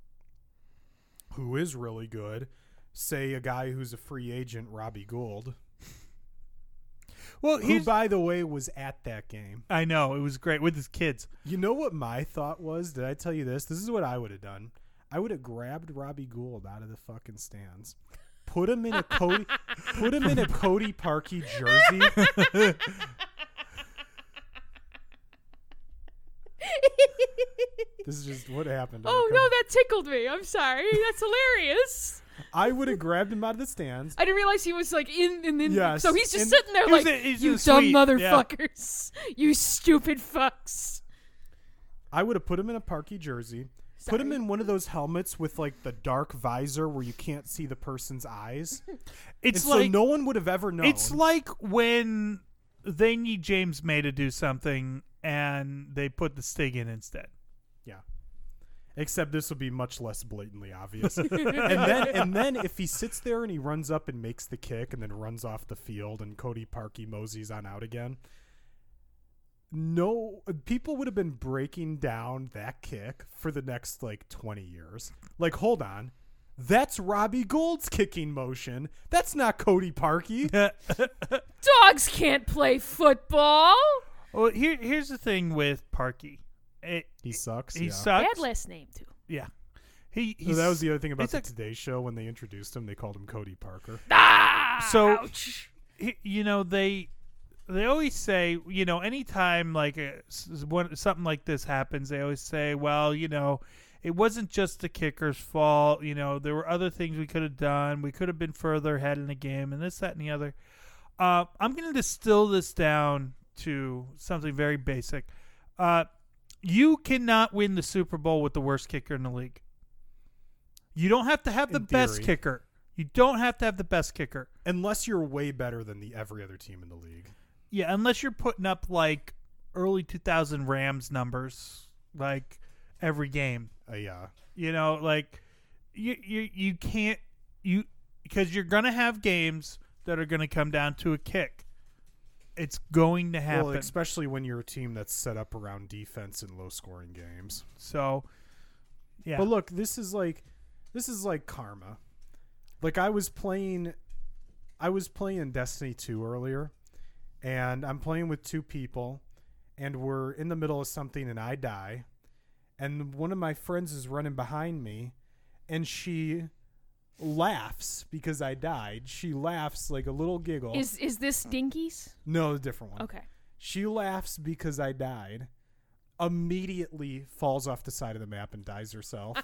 B: who is really good. Say a guy who's a free agent, Robbie Gould,
A: Well,
B: who, by the way, was at that game.
A: I know it was great with his kids.
B: You know what my thought was? Did I tell you this? This is what I would have done. I would have grabbed Robbie Gould out of the fucking stands, put him in a Cody, put him in a Cody Parkey jersey, This is just what happened. to
C: [laughs] oh
B: our
C: no,
B: com-
C: that tickled me. I'm sorry.
B: [laughs]
C: That's hilarious.
B: I would have grabbed him out of the stands.
C: I didn't realize he was like in and then
B: Yes,
C: so he's just
B: and-
C: sitting there
A: He was
C: like
A: in- he's in
C: you
A: the
C: dumb
A: suite, yeah.
C: motherfuckers. [laughs] You stupid fucks.
B: I would have put him in a Parky jersey, put him
C: Sorry.
B: in one of those helmets with like the dark visor where you can't see the person's eyes.
A: It's
B: and
A: like
B: so no one would have ever known.
A: It's like when they need James May to do something and they put the Stig in instead.
B: yeah. Except this would be much less blatantly obvious. and then and then if he sits there and he runs up and makes the kick and then runs off the field and Cody Parkey moseys on out again. No people would have been breaking down that kick for the next like 20 years. Like hold on. That's Robbie Gold's kicking motion. That's not Cody Parkey.
C: Dogs can't play football.
A: Well, here here's the thing with Parky. It,
B: He sucks.
A: he
B: yeah.
A: sucks.
C: Bad last name too.
A: Yeah. He,
B: So
A: he's,
B: that was the other thing about
A: he's
B: the
A: a-
B: Today Show when they introduced him. They called him Cody Parker.
C: Ah,
A: So-
C: ouch.
A: he- you know they they always say you know anytime like a, s- s- when something like this happens they always say well you know it wasn't just the kicker's fault you know there were other things we could have done we could have been further ahead in the game and this that and the other uh, i'm going to distill this down to something very basic uh, you cannot win the super bowl with the worst kicker in the league you don't have to have the
B: In
A: best
B: theory.
A: kicker you don't have to have the best kicker
B: Unless you're way better than the every other team in the league.
A: Yeah, unless you're putting up like early 2000 Rams numbers, like every game.
B: Uh, yeah.
A: You know, like you you you can't you because you're gonna have games that are gonna come down to a kick. It's going to happen.
B: Well, especially when you're a team that's set up around defense and low scoring games.
A: so, yeah,
B: But look, this is like this is like karma. Like I was playing I was playing Destiny 2 earlier and I'm playing with two people and we're in the middle of something and I die and one of my friends is running behind me and she laughs because I died. She laughs like a little giggle.
C: Is is this Dinkies?
B: no, a different one.
C: Okay.
B: She laughs because I died. Immediately falls off the side of the map and dies herself.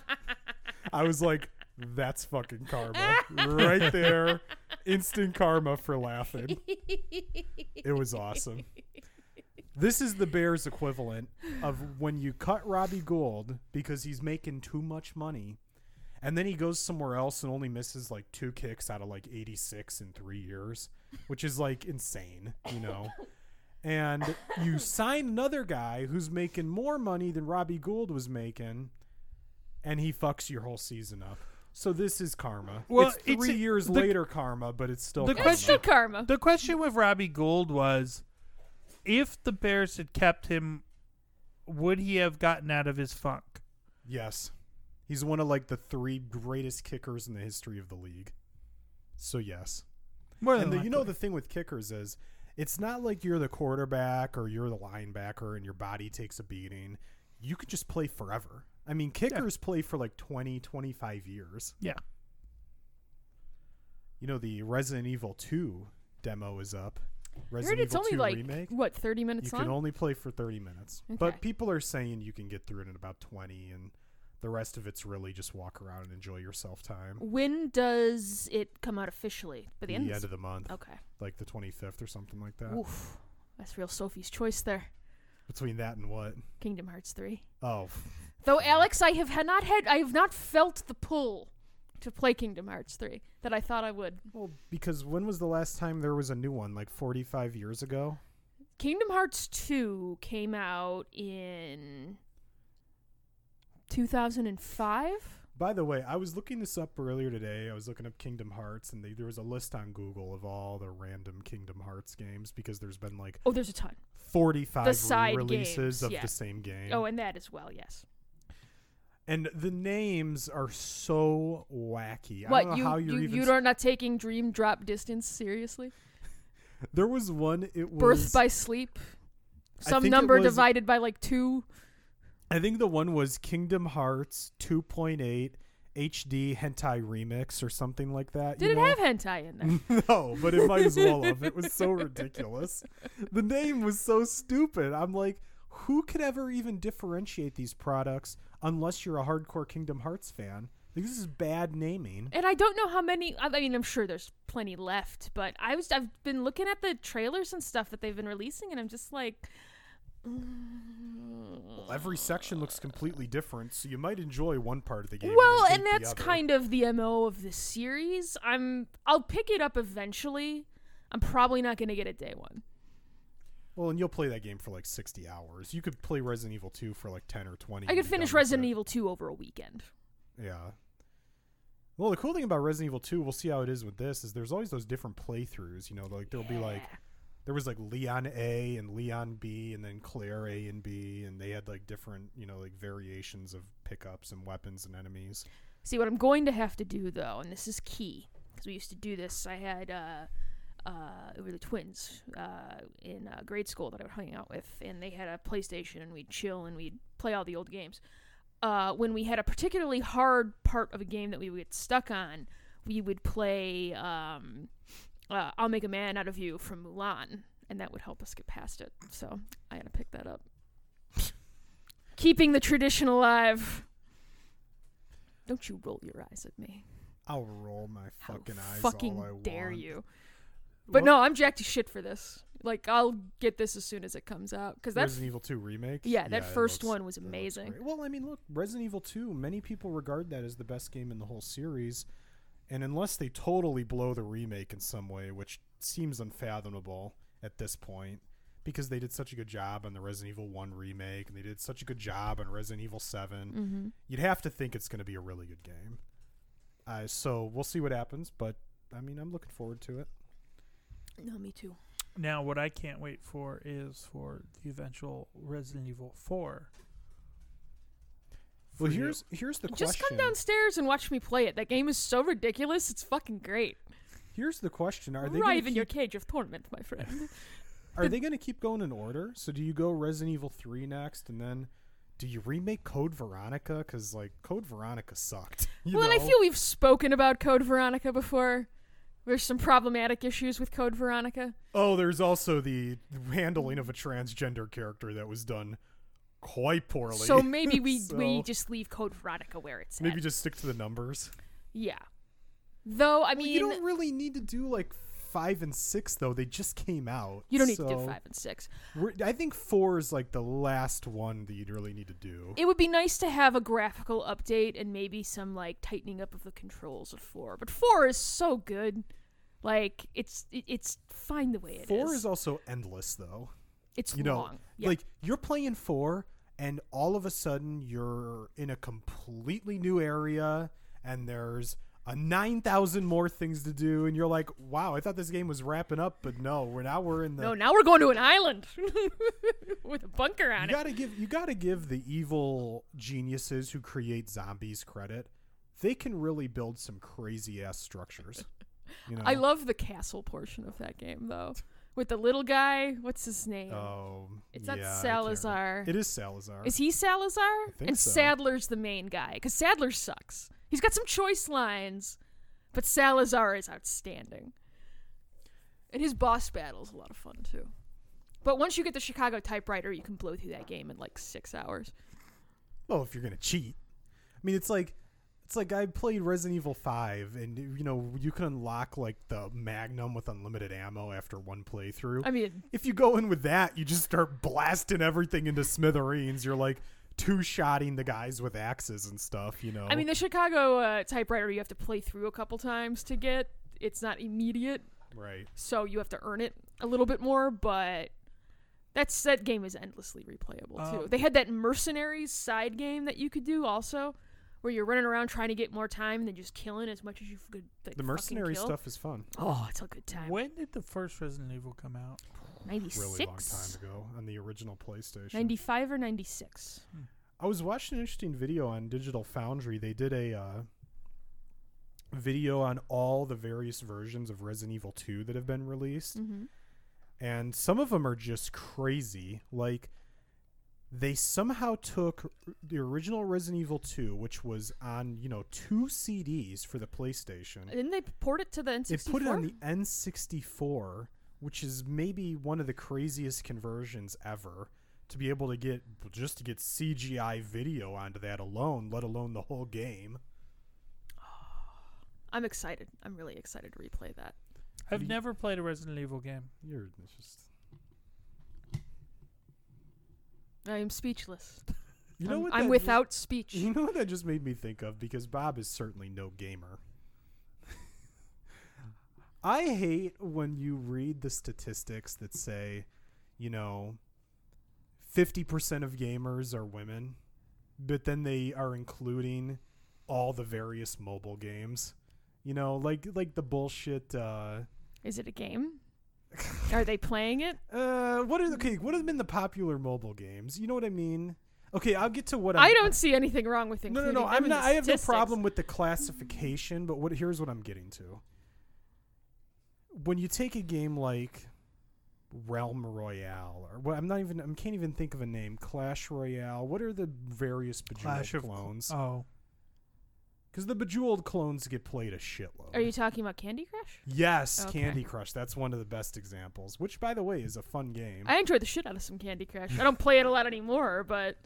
B: I was like, that's fucking karma. Right there. Instant karma for laughing. It was awesome. This is the Bears equivalent of when you cut Robbie Gould because he's making too much money. And then he goes somewhere else and only misses like two kicks out of like 86 in three years, which is like insane, you know? and you sign another guy who's making more money than Robbie Gould was making, and he fucks your whole season up. So this is karma.
A: Well,
B: it's
A: it's
B: three
A: a-
B: years
A: the-
B: later karma, but it's still
A: the
B: karma.
C: That's
A: question-
C: good karma.
A: the question with Robbie Gould was, if the Bears had kept him, would he have gotten out of his funk?
B: Yes, he's one of like the three greatest kickers in the history of the league. So yes.
A: More
B: and
A: than
B: the, you know
A: likely.
B: the thing with kickers is it's not like you're the quarterback or you're the linebacker and your body takes a beating you could just play forever i mean kickers play for like 20 25 years
A: yeah.
B: you know the resident evil 2 demo is up
C: I heard
B: resident
C: it's
B: evil
C: only
B: 2
C: like
B: remake
C: what thirty minutes
B: you
C: long.
B: can only play for 30 minutes
C: Okay.
B: but people are saying you can get through it in about 20 and the rest of it's really just walk around and enjoy yourself time
C: when does it come out officially? By the end. of
B: of the month
C: the- okay.
B: like the 25th or something like that
C: Oof. That's real Sophie's choice there.
B: between that and what
C: Kingdom Hearts three.
B: oh
C: [laughs] Though Alex, I have had not had I have not felt the pull to play Kingdom Hearts three that I thought I would.
B: Well, because when was the last time there was a new one? Like 45 years ago?
C: Kingdom Hearts two came out in two thousand and five.
B: By the way, I was looking this up earlier today. I was looking up Kingdom Hearts, and they, there was a list on Google of all the random Kingdom Hearts games because there's been like
C: Oh, there's a ton.
B: 45
C: The side
B: releases
C: games,
B: of
C: yeah.
B: the same game.
C: Oh, and that as well. Yes.
B: and the names are so wacky. I
C: what
B: don't know
C: you
B: how you're
C: you
B: even.
C: you
B: s-
C: are not taking Dream Drop Distance seriously?
B: there was one. It was.
C: Birth by sleep.
B: I
C: Some
B: think it
C: number
B: was-
C: divided by like two.
B: I think the one was Kingdom Hearts 2.8 HD Hentai Remix or something like that.
C: Did
B: you
C: it
B: know?
C: have hentai in there?
B: [laughs] No, but it might as well have. It was
C: [laughs]
B: so ridiculous. The name was so stupid. I'm like, who could ever even differentiate these products unless you're a hardcore Kingdom Hearts fan? Like, this is bad naming.
C: and I don't know how many. I mean, I'm sure there's plenty left, but I was I've been looking at the trailers and stuff that they've been releasing, and I'm just like,
B: Every section looks completely different, so you might enjoy one part of the game.
C: well, and that's kind of the mo of the series. I'm I'll pick it up eventually. I'm probably not gonna get it day one.
B: Well, and you'll play that game for like 60 hours. You could play Resident Evil 2 for like 10 or 20.
C: I
B: and
C: could
B: be
C: finish
B: done with
C: Resident
B: it.
C: Evil 2 over a weekend.
B: Yeah. Well, the cool thing about Resident Evil 2, we'll see how it is with this, is there's always those different playthroughs. You know, like there'll be like there was like Leon A and Leon B and then Claire A and B and they had like different, you know, like variations of pickups and weapons and enemies.
C: See, what I'm going to have to do though, and this is key, because we used to do this. I had uh, uh, it were the twins uh, in uh, grade school that I would hang out with, and they had a PlayStation, and we'd chill and we'd play all the old games. Uh, when we had a particularly hard part of a game that we would get stuck on, we would play um, uh, "I'll Make a Man Out of You" from Mulan, and that would help us get past it. So I gotta pick that up. [laughs] Keeping the tradition alive. Don't you roll your eyes at me.
B: I'll roll my
C: How
B: fucking eyes.
C: fucking
B: all I
C: dare
B: want.
C: you. But
B: What-
C: no, I'm jacked to shit for this. Like I'll get this as soon as it comes out cuz that's
B: Resident Evil 2 remake.
C: yeah, that
B: it
C: first
B: looks-
C: one was
B: it looks
C: amazing.
B: great. Well, I mean, look, Resident Evil 2, many people regard that as the best game in the whole series. And unless they totally blow the remake in some way, which seems unfathomable at this point, because they did such a good job on the Resident Evil 1 remake and they did such a good job on Resident Evil 7,
C: Mm-hmm.
B: you'd have to think it's going to be a really good game. Uh, so we'll see what happens, but I mean, I'm looking forward to it.
C: No, me too.
A: Now, what I can't wait for is for the eventual Resident Evil 4.
B: Well,
A: For you.
B: here's here's the
C: Just
B: question.
C: come downstairs and watch me play it. That game is so ridiculous. It's fucking great.
B: Here's the question: Are they gonna
C: Arrive in
B: keep
C: your cage of torment, my friend.
B: Are they going to keep going in order? So do you go Resident Evil 3 next and then do you remake Code Veronica cuz like Code Veronica sucked. [laughs] [laughs] you
C: well, and I
B: know?
C: feel we've spoken about Code Veronica before. There's some problematic issues with Code Veronica.
B: Oh, there's also the handling of a transgender character that was done quite poorly.
C: So
B: [laughs]
C: maybe we we
B: So
C: just leave Code Veronica where it's
B: maybe
C: at.
B: just stick to the numbers.
C: yeah. Though I
B: Well,
C: mean
B: you don't really need to do like 5 and 6 though. They just came out.
C: you don't need to do
B: so
C: 5 and 6.
B: we're- I think 4 is like the last one that you'd really need to do.
C: It would be nice to have a graphical update and maybe some like tightening up of the controls of four. But four is so good, like it's it, it's fine the way it is.
B: 4 is also endless though.
C: it's
B: you know,
C: long. Yeah.
B: like you're playing four, and all of a sudden you're in a completely new area, and there's a nine thousand more things to do, and you're like, "Wow, I thought this game was wrapping up, but no, we're now we're in the."
C: no, now we're going to an island [laughs] with a bunker on
B: you
C: it.
B: gotta give you gotta give the evil geniuses who create zombies credit. They can really build some crazy ass structures. You know,
C: [laughs] I love the castle portion of that game though, with the little guy. What's his name?
B: Oh,
C: It's not
B: yeah, I can't
C: Salazar.
B: remember. It is Salazar.
C: Is he Salazar?
B: think
C: and
B: so.
C: Sadler's the main guy because Sadler sucks. He's got some choice lines, but Salazar is outstanding. And his boss battle's a lot of fun too. But once you get the Chicago typewriter, you can blow through that game in like six hours.
B: Well, Oh, if you're gonna cheat, I mean, it's like it's like I played Resident Evil Five, and you know you can unlock like the Magnum with unlimited ammo after one playthrough.
C: I mean,
B: if you go in with that, you just start blasting everything into smithereens. You're like two shotting the guys with axes and stuff. You know.
C: I mean the Chicago uh, typewriter you have to play through a couple times to get. It's not immediate,
B: right?
C: so you have to earn it a little bit more. But that's that game is endlessly replayable too.
A: Um,
C: they had that mercenaries side game that you could do also, where you're running around trying to get more time and then just killing as much as you could. Like,
B: The
C: fucking
B: mercenary
C: kill.
B: stuff is fun.
C: Oh, it's a good time.
A: When did the first Resident Evil come out?
C: Ninety
B: Really long
C: six.
B: time ago on the original PlayStation.
C: 95 or 96.
B: I was watching an interesting video on Digital Foundry. They did a uh, video on all the various versions of Resident Evil 2 that have been released,
C: Mm-hmm.
B: and some of them are just crazy. Like they somehow took r- the original Resident Evil 2, which was on you know two CDs for the PlayStation.
C: Didn't they port it to the N64?
B: They put it on the N64, which is maybe one of the craziest conversions ever to be able to get just to get CGI video onto that alone, let alone the whole game.
C: I'm excited. I'm really excited to replay that.
A: I've
B: Ye-
A: never played a Resident Evil game.
B: You're it's just
C: I am speechless.
B: you know
C: I'm,
B: what
C: I'm
B: that
C: without speech.
B: just- you know what that just made me think of because Bob is certainly no gamer. [laughs] I hate when you read the statistics that say, you know, 50% of gamers are women, but then they are including all the various mobile games. You know, like like the bullshit uh [laughs]
C: Is it a game? Are they playing it?
B: uh what are the okay, what have been the popular mobile games? You know what I mean? Okay, I'll get to what I'm,
C: I don't see anything wrong with
B: No, no,
C: including
B: no.
C: them
B: I'm
C: in
B: not.
C: the
B: I have no
C: statistics.
B: problem with the classification, but what here's what I'm getting to. When you take a game like Realm Royale, or what I'm not even, I can't even think of a name. Clash Royale. What are the various bejeweled
A: Clash of
B: clones?
A: Oh,
B: Because the bejeweled clones get played a shitload.
C: Are you talking about Candy Crush?
B: yes,
C: Okay.
B: Candy Crush. That's one of the best examples. Which, by the way, is a fun game.
C: I enjoyed the shit out of some Candy Crush. I don't play it a lot anymore, but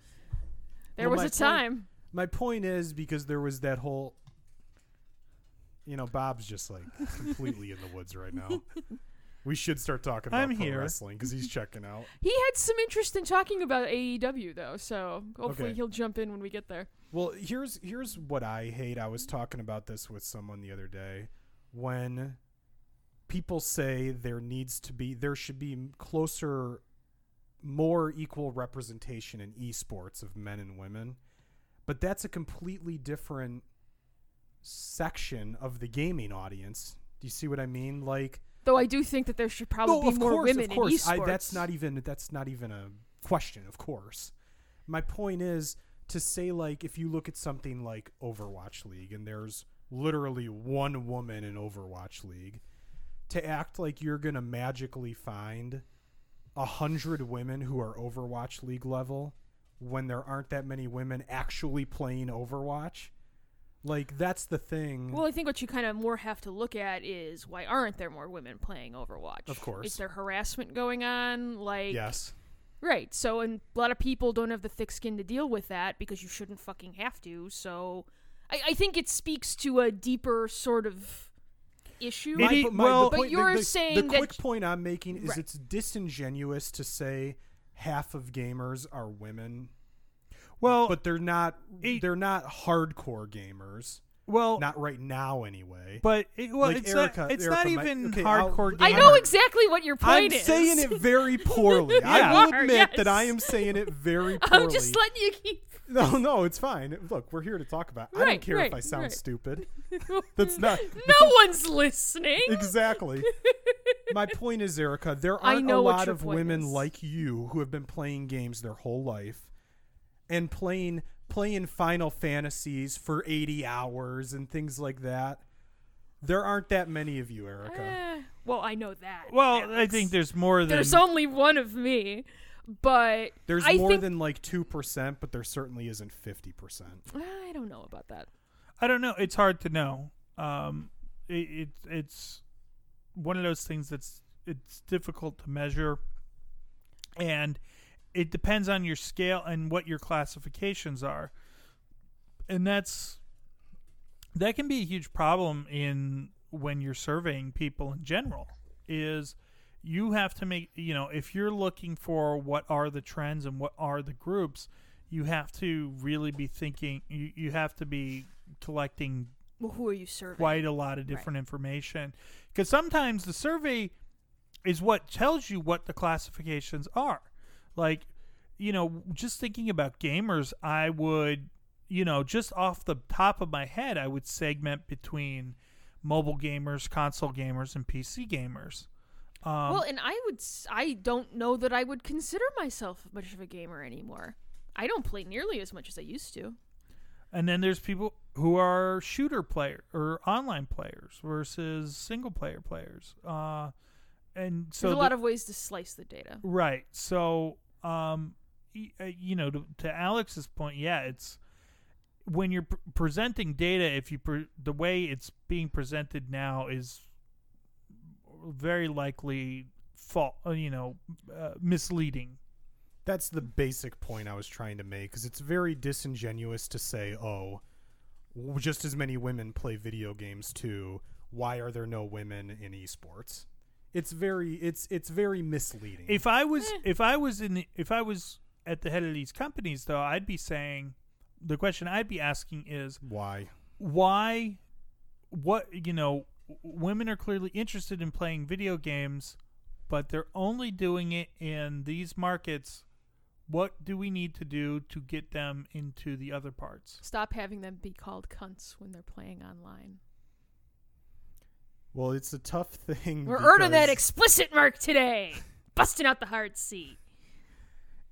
C: there
B: Well, my
C: was a
B: point-
C: time.
B: My point is because there was that whole. You know, Bob's
A: [laughs]
B: just like completely in the woods right now. We should start talking about
A: I'm
B: pro
A: here.
B: wrestling because he's checking out.
C: He had some interest in talking about AEW though, so hopefully
B: Okay.
C: he'll jump in when we get there.
B: Well, here's here's what I hate. I was talking about this with someone the other day when people say there needs to be there should be closer more equal representation in esports of men and women. But that's a completely different section of the gaming audience. Do you see what I mean? Like
C: Though I do think that there should probably
B: no,
C: be
B: of
C: more
B: course,
C: women
B: of course.
C: in esports.
B: I, that's not even that's not even a question. Of course, my point is to say like if you look at something like Overwatch League and there's literally one woman in Overwatch League, to act like you're gonna magically find a hundred women who are Overwatch League level when there aren't that many women actually playing Overwatch. Like that's the thing.
C: Well, I think what you kind of more have to look at is why aren't there more women playing Overwatch?
B: Of course.
C: Is there harassment going on? Like
B: yes.
C: Right. So, and a lot of people don't have the thick skin to deal with that because you shouldn't fucking have to. So, I, I think it speaks to a deeper sort of issue.
A: It is-
B: but
A: well-
B: the
C: But you're
B: the, the, the
C: saying that-
B: quick point I'm making is
C: Right.
B: it's disingenuous to say half of gamers are women,
A: well,
B: but they're not.
A: It-
B: they're not hardcore gamers,
A: well,
B: not right now anyway.
A: but it, well,
B: Like
A: it's not.
B: Erica-
A: It's
B: Erica
A: not
B: might-
A: even
B: okay, I'll-
A: hardcore.
B: I
C: I
A: gamer.
C: know exactly what your point
B: I'm
C: is.
B: saying it
A: [laughs]
B: very poorly.
A: Yeah.
B: I will
C: You are,
B: admit that I
C: yes.
B: am saying it very poorly.
C: [laughs] [laughs] I'm just letting you keep.
B: no, no, it's fine. Look, we're here to talk about. I
C: Right,
B: don't care
C: right,
B: if I sound
C: right.
B: stupid. That's not
C: [laughs] No one's listening. [laughs]
B: exactly. My point is, Erica, there
C: I
B: aren't
C: know
B: a
C: what
B: lot
C: your
B: of
C: point
B: women
C: is.
B: like you who have been playing games their whole life and playing playing Final Fantasies for 80 hours and things like that. There aren't that many of you, Erica.
C: Eh, well, I know that.
A: Well, I
C: Alex.
A: think there's more than
C: there's only one of me, but
B: There's
C: I
B: more
C: think-
B: than like 2%, but there certainly isn't 50%.
C: [sighs] I don't know about that.
A: I don't know. It's hard to know. Um, it, it it's one of those things that's it's difficult to measure, and it depends on your scale and what your classifications are, and that's that can be a huge problem in when you're surveying people in general. Is you have to make you know if you're looking for what are the trends and what are the groups you have to really be thinking you, you have to be collecting
C: Well, who are you serving?
A: quite a lot of different information because sometimes the survey is what tells you what the classifications are like you know just thinking about gamers i would you know just off the top of my head i would segment between mobile gamers console gamers and pc gamers um,
C: well, and I would. s- I don't know that I would consider myself much of a gamer anymore. I don't play nearly as much as I used to.
A: And then there's people who are shooter player or online players versus single player players. Uh, and so
C: There's a lot
A: the-
C: of ways to slice the data.
A: right. So um, y- uh, you know, to, to Alex's point, yeah, it's when you're pr- presenting data. If you pre- the way it's being presented now is very likely fault. You know, uh, misleading.
B: That's the basic point I was trying to make because it's very disingenuous to say, oh, w- just as many women play video games too. Why are there no women in esports? It's very it's it's very misleading.
A: If I was
C: Eh.
A: if I was in the, if I was at the head of these companies though, I'd be saying the question I'd be asking is
B: Why?
A: why what you know w- women are clearly interested in playing video games but they're only doing it in these markets what do we need to do to get them into the other parts
C: Stop having them be called cunts when they're playing online.
B: Well, it's a tough
A: Mm,
B: thing.
C: We're earning that
B: because-
C: explicit mark today. Busting out the hard C.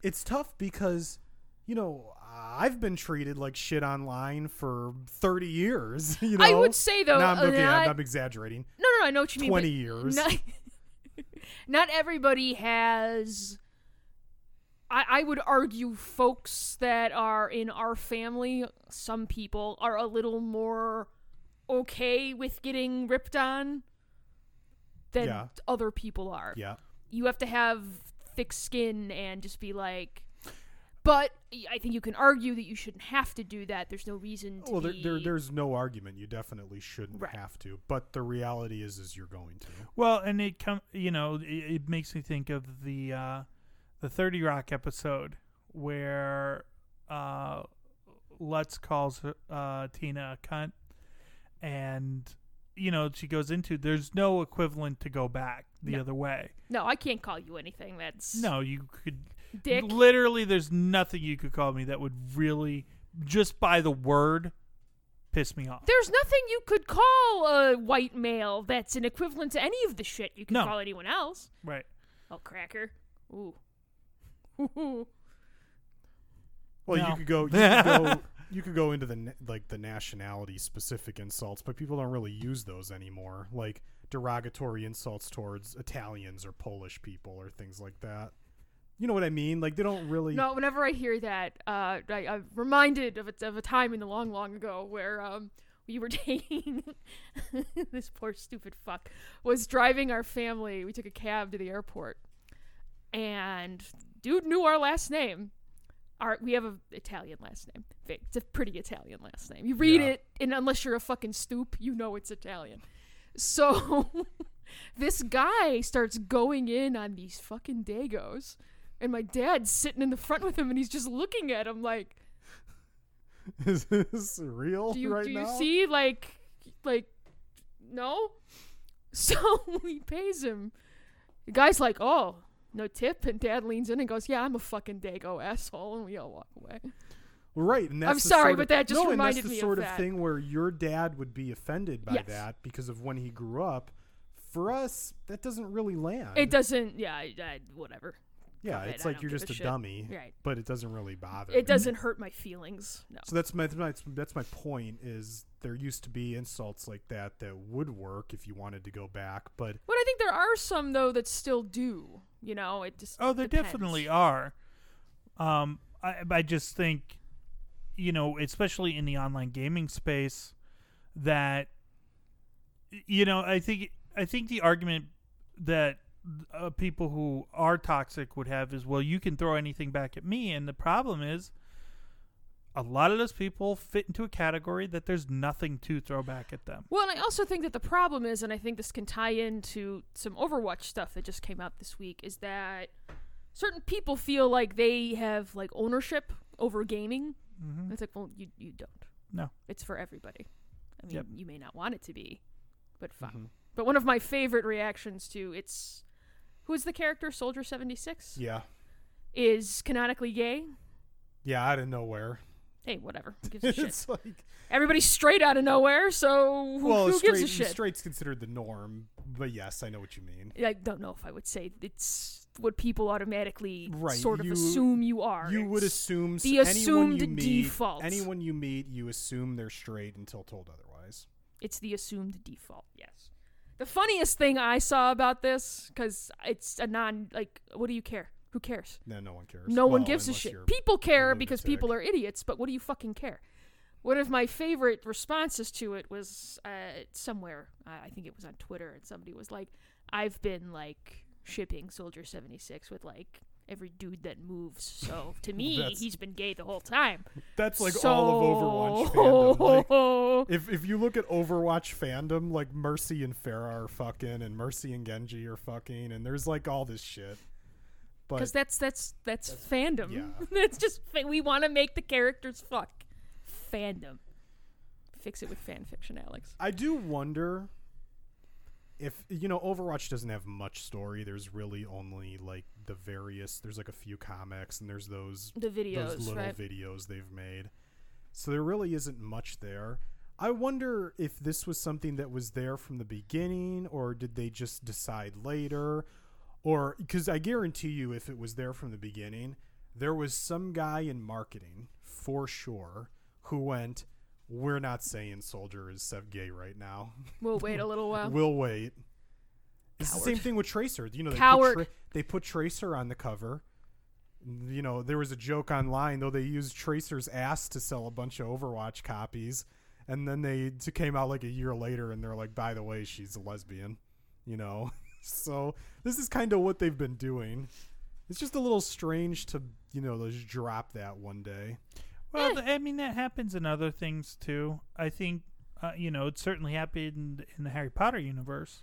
B: it's tough because you know, I've been treated like shit online for 30 years. [laughs] You know?
C: I would say, though,
B: No, I'm,
C: uh,
B: okay, I'm,
C: that-
B: I'm exaggerating.
C: No, no, no, I know what you mean. but
B: 20 years.
C: Not, [laughs] not everybody has. I, I would argue folks that are in our family, some people are a little more okay with getting ripped on than
B: Yeah.
C: other people are.
B: Yeah.
C: You have to have thick skin and just be like. But I think you can argue that you shouldn't have to do that. There's no reason to.
B: Well, there, there,
C: be-
B: there's no argument. You definitely shouldn't
C: Right.
B: have to. But the reality is, is you're going to.
A: Well, and it come you know it, it makes me think of the uh, the Thirty Rock episode where uh, Lutz calls uh, Tina a cunt, and you know she goes into there's no equivalent to go back the
C: No.
A: other way.
C: No, I can't call you anything. That's
A: No, you could
C: dick.
A: literally there's nothing you could call me that would really just by the word piss me off.
C: There's nothing you could call a white male that's an equivalent to any of the shit you can
A: No.
C: call anyone else.
A: right.
C: Oh, cracker. Ooh. Ooh.
B: Well,
A: No.
B: you could go. You could
C: [laughs]
B: go. You could go into the na- like the nationality specific insults, but people don't really use those anymore. Like derogatory insults towards Italians or Polish people or things like that. You know what I mean? Like they don't really.
C: No, whenever I hear that, uh, I, I'm reminded of a, of a time in the long, long ago where um, we were [laughs] taking this poor stupid fuck was driving our family. We took a cab to the airport, and dude knew our last name. Our, we have a Italian last name. Vic. It's a pretty Italian last name. You read
B: Yeah.
C: it, and unless you're a fucking stoop, you know it's Italian. So [laughs] this guy starts going in on these fucking Dagos. And my dad's sitting in the front with him and he's just looking at him like,
B: [laughs] is this
A: [laughs]
B: real
C: Do you
B: right
C: do you
B: now?
C: see like like no? [laughs] So he pays him. The guy's like, Oh, no tip and dad leans in and goes, Yeah, I'm a fucking Dago asshole and we all walk away.
B: Right, and that's
C: I'm
B: the
C: sorry,
B: sort of-
C: but that just
B: no, and that's
C: reminded
B: the
C: me of
B: sort
C: that.
B: thing where your dad would be offended by
C: Yes.
B: that because of when he grew up. For us, that doesn't really land.
C: It doesn't yeah, I, I, whatever.
B: Yeah,
C: Fuck it,
B: it's
C: I
B: like
C: don't
B: you're
C: give a
B: just a
C: shit.
B: dummy,
C: Right.
B: but it doesn't really
A: [clears throat]
B: bother. me.
C: It doesn't hurt my feelings. No.
B: So that's my, that's my that's my point is there used to be insults like that that would work if you wanted to go back, but
C: But I think there are some though that still do. You know, it just
A: Oh, there
C: depends.
A: definitely are. Um, I, I just think, you know, especially in the online gaming space, that, you know, I think I think the argument that uh, people who are toxic would have is, well, you can throw anything back at me, and the problem is. A lot of those people fit into a category that there's nothing to throw back at them.
C: Well, and I also think that the problem is, and I think this can tie into some Overwatch stuff that just came out this week, is that certain people feel like they have like ownership over gaming.
B: Mm-hmm.
A: Mhm.
C: It's like, well, you you don't.
A: No.
C: It's for everybody. I mean,
A: Yep.
C: you may not want it to be, but fine.
B: Mhm.
C: But one of my favorite reactions to it's who's the character Soldier seventy six
B: yeah,
C: is canonically gay.
B: yeah, out of nowhere,
C: Hey, whatever. Who gives a
B: [laughs]
C: shit?
B: it's like
C: Everybody's straight out of nowhere, so who,
B: well,
C: who
B: straight,
C: gives a shit?
B: straight's considered the norm, but yes, I know what you mean.
C: I don't know if I would say it's what people automatically
B: Right,
C: sort of
B: you-
C: assume you are.
B: You would
C: It's-
B: assume s-
C: the
B: anyone you
C: assumed
B: meet,
C: default.
B: Anyone you meet, you assume they're straight until told otherwise.
C: It's the assumed default. Yes. The funniest thing I saw about this, because it's a non like, what do you care? Who cares?
B: No, no one cares.
C: No one
B: Well,
C: gives a
B: unless
C: shit.
B: you're-
C: People care because
B: lunatic.
C: people are idiots, but what do you fucking care? One of my favorite responses to it was uh, somewhere, uh, I think it was on Twitter, and somebody was like, I've been like shipping Soldier 76 with like every dude that moves, so to me,
B: [laughs] That's-
C: he's been gay the whole time.
B: That's like all of Overwatch fandom. Like,
C: [laughs]
B: If if you look at Overwatch fandom, like Mercy and Farah are fucking, and Mercy and Genji are fucking, and there's like all this shit.
C: Because
B: But
C: that's that's that's fandom.
B: yeah.
C: [laughs] that's just fa- we want to make the characters fuck fandom. Fix it with fan fiction, Alex.
B: I do wonder if you know Overwatch doesn't have much story. There's really only like the various. There's like a few comics, and there's those
C: The videos,
B: those little
C: right?
B: videos they've made. So there really isn't much there. I wonder if this was something that was there from the beginning, or did they just decide later? Or because I guarantee you, if it was there from the beginning, there was some guy in marketing for sure who went, "We're not saying Soldier is Sev gay right now. [laughs]
C: We'll wait a little while.
B: We'll wait." It's the same
C: Coward.
B: thing with Tracer. You know, they put,
C: Coward.
B: tra- they put Tracer on the cover. You know, there was a joke online though they used Tracer's ass to sell a bunch of Overwatch copies, and then they t- came out like a year later and they're like, "By the way, she's a lesbian." You know, [laughs] so this is kind of what they've been doing. It's just a little strange to you know just drop that one day.
A: Well,
C: Eh.
A: th- I mean that happens in other things too. I think uh, you know it certainly happened in the Harry Potter universe.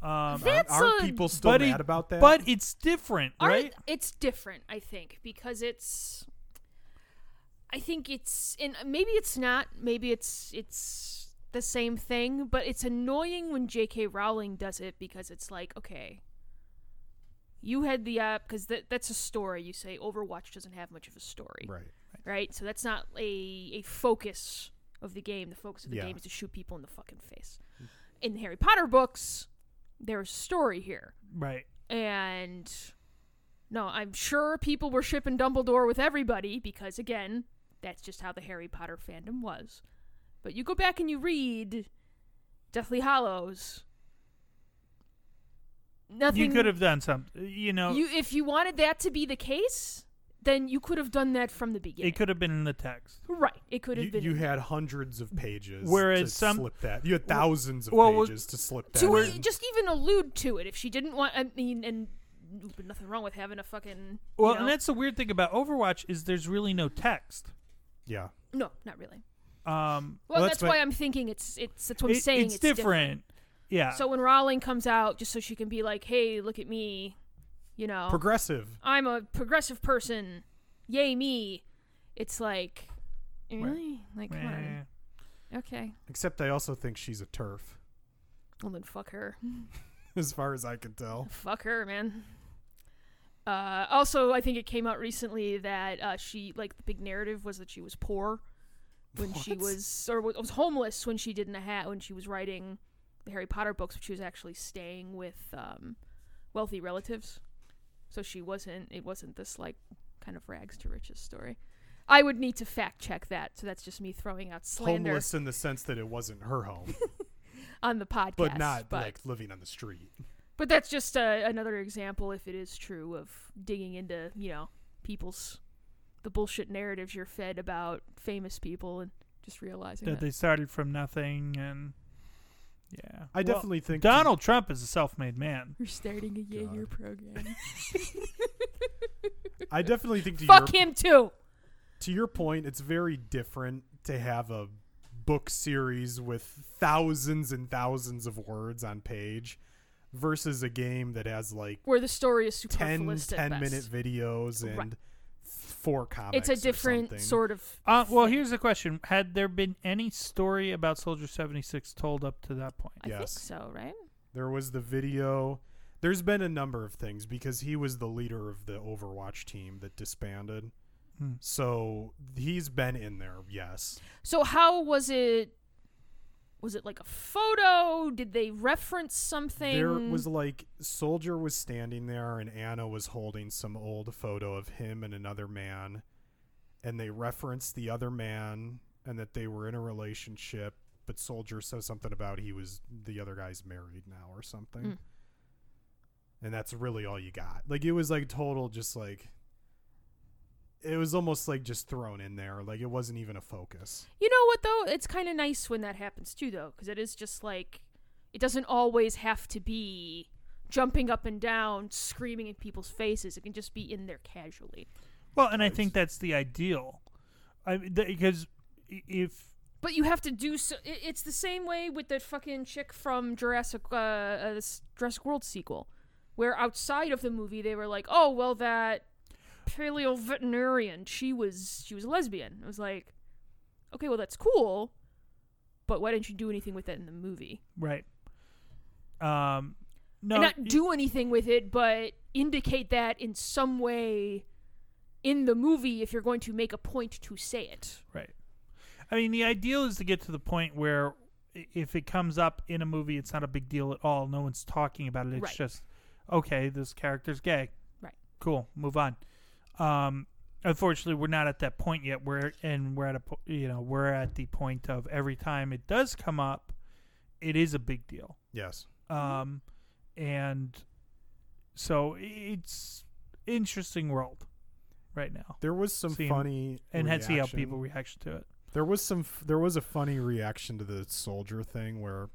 A: Um,
C: That- That's
B: Aren't
C: a-
B: people still
A: but it-
B: mad about that?
A: But it's different,
C: Art-
A: right?
C: It's different, I think, because it's. I think it's, and maybe it's not. Maybe it's it's the same thing, but it's annoying when J.K. Rowling does it because it's like, okay, you had the app because that that's a story. You say Overwatch doesn't have much of a story,
B: right,
C: right? So that's not a a focus of the game. The focus of the
B: Yeah.
C: game is to shoot people in the fucking face. In the Harry Potter books, there's a story here
A: Right.
C: and no, I'm sure people were shipping Dumbledore with everybody because again, that's just how the Harry Potter fandom was. But you go back and you read Deathly Hollows. Nothing
A: You could have done something. You know,
C: you if you wanted that to be the case, then you could have done that from the beginning.
A: it could have been in the text.
C: right. It could have
B: you,
C: been
B: you had hundreds of pages.
A: Whereas
B: to
A: some-
B: slip that you had thousands of
A: Well, well,
B: pages to slip that.
C: to
B: in.
C: e- just even allude to it if she didn't want I mean and nothing wrong with having a fucking
A: Well,
C: you know-
A: and that's the weird thing about Overwatch is there's really no text.
B: yeah,
C: no, not really.
A: Um,
C: Well,
A: that's
C: that's why I'm thinking it's it's that's what I'm
A: it-
C: saying.
A: it's, different. Yeah.
C: So when Rowling comes out, just so she can be like, "Hey, look at me," you know,
B: progressive.
C: I'm a progressive person. Yay me! It's like, really? Like, come
A: Eh.
C: on. Okay.
B: Except I also think she's a turf, [laughs]
C: Well then, fuck her.
B: as far as I can tell.
C: Fuck her, man. Uh, also, I think it came out recently that uh, she like the big narrative was that she was poor when she
B: What?
C: was or wa- was homeless when she didn't have when she was writing the Harry Potter books, but she was actually staying with um, wealthy relatives, so she wasn't. It wasn't this like kind of rags to riches story. I would need to fact check that, so that's just me throwing out slander
B: Homeless in the sense that it wasn't her home, [laughs]
C: on the podcast,
B: but not
C: but-
B: like living on the street.
C: But that's just uh, another example, if it is true, of digging into you know people's the bullshit narratives you're fed about famous people and just realizing
A: that
C: that.
A: they started from nothing and yeah.
B: I
A: Well,
B: definitely think
A: Donald Trump is a self-made man.
C: we're starting a Jaeger
B: [laughs]
C: program. [laughs]
B: I definitely think to your,
C: Fuck him too.
B: to your point, it's very different to have a book series with thousands and thousands of words on page versus a game that has like
C: Where the story is
B: 10,
C: superfluous
B: 10
C: at best.
B: minute videos and
C: Right.
B: four comics.
C: It's a
B: or
C: different
B: something.
C: sort of.
A: Uh, well, here's the question: Had there been any story about Soldier Seventy Six told up to that point?
C: I think
B: Yes.
C: so, right?
B: There was the video. There's been a number of things because he was the leader of the Overwatch team that disbanded.
A: Hmm.
B: So he's been in there, yes.
C: So how was it? Was it like a photo? Did they reference something?
B: There was like Soldier was standing there and Anna was holding some old photo of him and another man and they referenced the other man and that they were in a relationship, but Soldier says something about he was the other guy's married now or something.
C: Mm.
B: And that's really all you got. Like it was like total just like it was almost like just thrown in there. Like it wasn't even a focus.
C: You know what though? It's kind of nice when that happens too, though, because it is just like it doesn't always have to be jumping up and down, screaming in people's faces. It can just be in there casually.
A: Well, and I think that's the ideal, I because if
C: But you have to do so. i- It's the same way with that fucking chick from Jurassic uh, uh, this Jurassic World sequel, where outside of the movie they were like, "Oh, well, that paleo veterinarian, she was she was a lesbian." I was like, "Okay, well, that's cool, but why didn't you do anything with that in the movie?"
A: right, um, no,
C: and not
A: y-
C: do anything with it, but indicate that in some way in the movie if you're going to make a point to say it.
A: Right. I mean, the ideal is to get to the point where i- if it comes up in a movie, it's not a big deal at all. No one's talking about it. It's
C: Right.
A: just, okay, this character's gay.
C: Right.
A: Cool. Move on. Um, unfortunately, we're not at that point yet. We're and we're at a po- you know we're at the point of every time it does come up, it is a big deal.
B: Yes.
A: Um, and so it's interesting world right now,
B: There was some
A: Seen-
B: funny
A: and had see how
B: reaction.
A: people reaction to it.
B: There was some. f- There was a funny reaction to the soldier thing where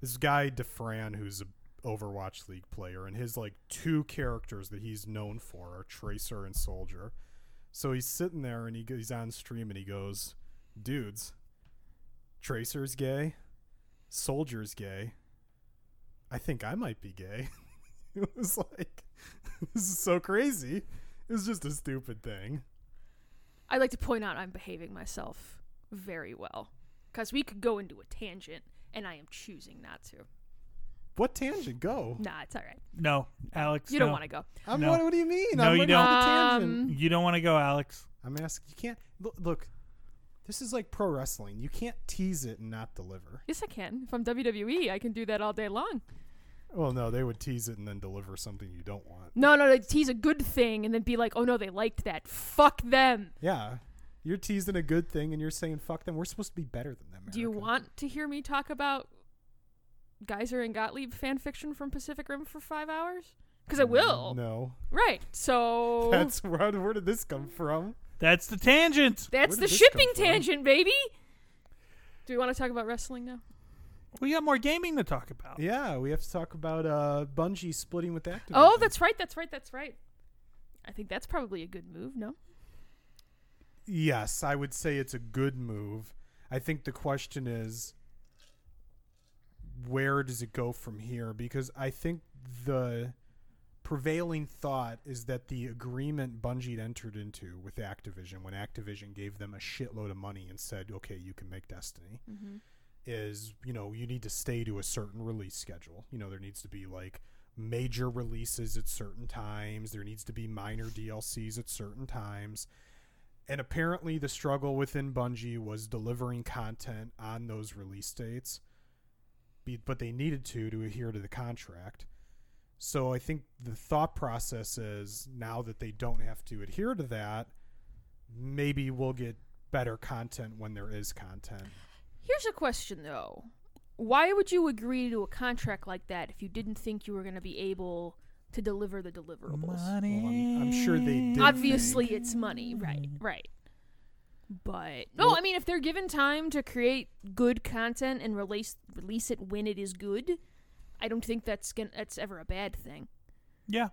B: this guy DeFran, who's a Overwatch League player, and his like two characters that he's known for are Tracer and Soldier. So he's sitting there and he, g- he's on stream and he goes, "Dudes, Tracer's gay, Soldier's gay. I think I might be gay." [laughs] it was like, [laughs] this is so crazy. It's just a stupid thing.
C: I'd like to point out I'm behaving myself very well because we could go into a tangent, and I am choosing not to.
B: What tangent? Go.
C: Nah, it's all right.
A: No, Alex,
C: You
A: no.
C: don't want to go.
B: I'm,
A: No.
B: what, what do you mean?
A: No,
B: I'm
A: you
B: running off
C: don't.
B: the tangent.
C: Um,
A: You don't want to go, Alex.
B: I'm asking. You can't look, look. This is like pro wrestling. You can't tease it and not deliver.
C: Yes, I can. If I'm WWE, I can do that all day long.
B: Well, no, they would tease it and then deliver something you don't want.
C: No, no, no. Tease a good thing and then be like, oh no, they liked that. Fuck them.
B: Yeah, you're teasing a good thing and you're saying fuck them. We're supposed to be better than them.
C: Do you
B: Erica.
C: want to hear me talk about Geyser and Gottlieb fanfiction from Pacific Rim for five hours? Because I will.
B: Mm, No,
C: Right. So
B: [laughs]
C: that's,
B: that's where. Where did this come from?
A: That's the tangent.
B: where
C: the
B: did this come
C: shipping
B: from?
C: tangent, baby. Do we want to talk about wrestling now?
A: We got more gaming to talk about.
B: Yeah, we have to talk about uh, Bungie splitting with Activision.
C: Oh, that's right. That's right. That's right. I think that's probably a good move. No.
B: Yes, I would say it's a good move. I think the question is where does it go from here? Because I think the prevailing thought is that the agreement Bungie entered into with Activision when Activision gave them a shitload of money and said, okay, you can make Destiny, is, you know, you need to stay to a certain release schedule. You know, there needs to be like major releases at certain times, there needs to be minor DLCs at certain times. And apparently, the struggle within Bungie was delivering content on those release dates, be- but they needed to to adhere to the contract. So I think the thought process is now that they don't have to adhere to that, maybe we'll get better content when there is content.
C: Here's a question though. Why would you agree to a contract like that if you didn't think you were going to be able to deliver the deliverables?
B: Well, I'm- I'm sure they did.
C: Obviously, it's money, right? Right. Mm-hmm. But no, I mean, if they're given time to create good content and release release it when it is good, I don't think that's gonna, that's ever a bad thing.
A: Yeah.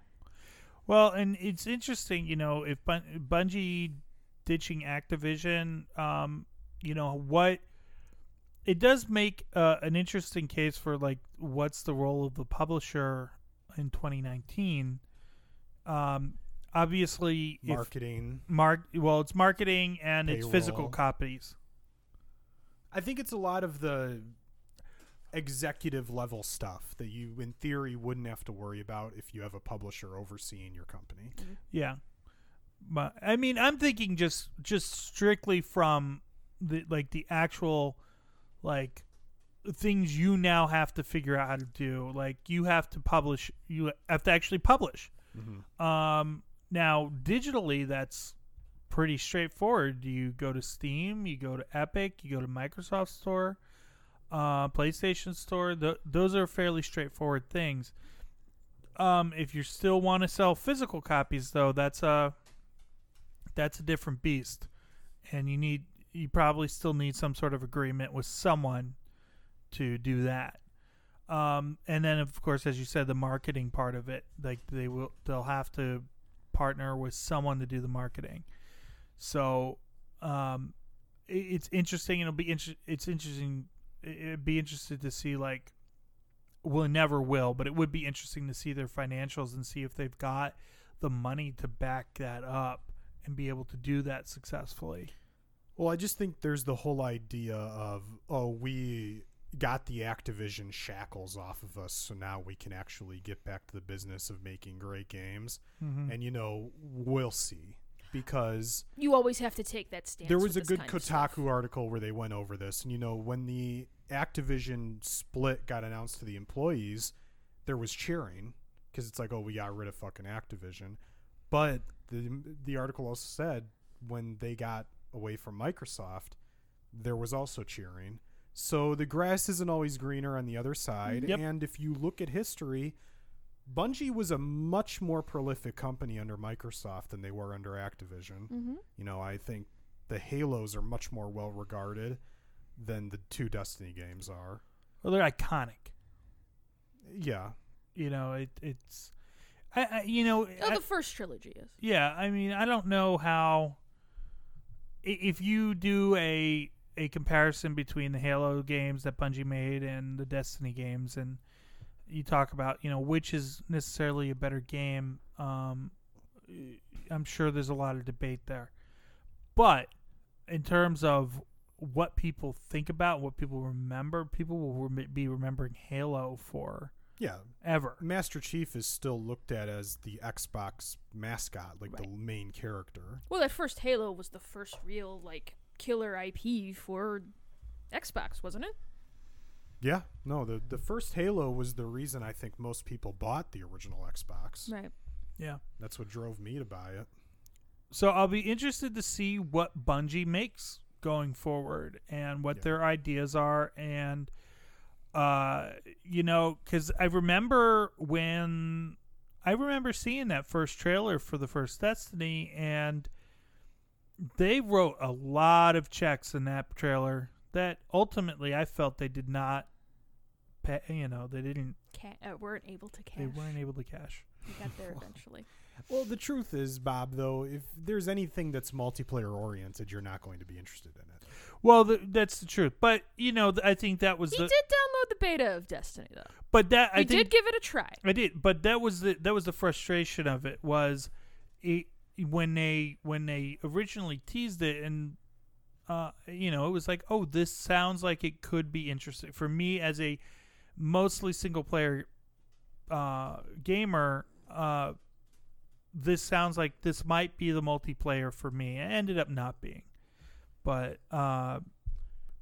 A: Well, and it's interesting, you know, if Bun- Bungie ditching Activision, um, you know, what it does make uh, an interesting case for like what's the role of the publisher in 2019. Um, obviously, if
B: Marketing.
A: mark well, it's marketing and it's physical
B: Payroll.
A: copies.
B: I think it's a lot of the executive level stuff that you, in theory, wouldn't have to worry about if you have a publisher overseeing your company.
A: Yeah. But I mean, I'm thinking just just strictly from the like the actual like things you now have to figure out how to do. Like you have to publish, you have to actually publish. Um now digitally that's pretty straightforward. You go to Steam, you go to Epic, you go to Microsoft Store, uh PlayStation Store. Th- those are fairly straightforward things um, if you still want to sell physical copies though that's a that's a different beast and you need you probably still need some sort of agreement with someone to do that um, and then of course as you said the marketing part of it like they will they'll have to partner with someone to do the marketing so um, it, it's interesting and it'll be inter- it's interesting it- it'd be interested to see like will never will, but it would be interesting to see their financials and see if they've got the money to back that up and be able to do that successfully.
B: Well, I just think there's the whole idea of oh, we got the Activision shackles off of us, so now we can actually get back to the business of making great games.
A: Mm-hmm.
B: And you know, we'll see because
C: You always have to take that stance.
B: there
C: with
B: was a
C: this
B: good
C: kind of stuff.
B: Kotaku article where they went over this, and you know, when the Activision split got announced to the employees, there was cheering because it's like, oh, we got rid of fucking Activision. But the the article also said when they got away from Microsoft, there was also cheering. So the grass isn't always greener on the other side.
A: Yep.
B: And if you look at history, Bungie was a much more prolific company under Microsoft than they were under Activision.
C: Mm-hmm.
B: You know, I think the Halos are much more well regarded than the two Destiny games are.
A: Well, they're iconic.
B: Yeah.
A: You know, it, it's, I, I you know,
C: Oh,
A: I-
C: the first trilogy is.
A: Yeah, I mean, I don't know how i- if you do a a comparison between the Halo games that Bungie made and the Destiny games, and you talk about you know which is necessarily a better game. Um, I'm sure there's a lot of debate there, but in terms of what people think about, what people remember, people will rem- be remembering Halo for
B: Yeah.
A: ever.
B: Master Chief is still looked at as the Xbox mascot, like the main character.
C: Well, that first Halo was the first real like killer IP for Xbox, wasn't it?
B: Yeah. No, the the first Halo was the reason I think most people bought the original Xbox.
C: Right.
A: Yeah.
B: That's what drove me to buy it.
A: So I'll be interested to see what Bungie makes going forward and what
B: Yeah.
A: their ideas are and uh you know cuz I remember when I remember seeing that first trailer for the first Destiny and they wrote a lot of checks in that trailer that ultimately I felt they did not pay, you know they didn't
C: Ca- uh, weren't able to cash.
A: they weren't able to cash
C: We got [laughs] there eventually.
B: Well, the truth is, Bob, though, if there's anything that's multiplayer oriented, you're not going to be interested in it.
A: well th that's the truth but you know th- I think that was
C: he
A: the
C: did download the beta of Destiny though.
A: but that
C: He
A: I think
C: did give it a try.
A: I did, but that was the that was the frustration of it was it when they when they originally teased it and uh you know it was like oh this sounds like it could be interesting for me as a mostly single player uh gamer uh this sounds like this might be the multiplayer for me. It ended up not being, but uh,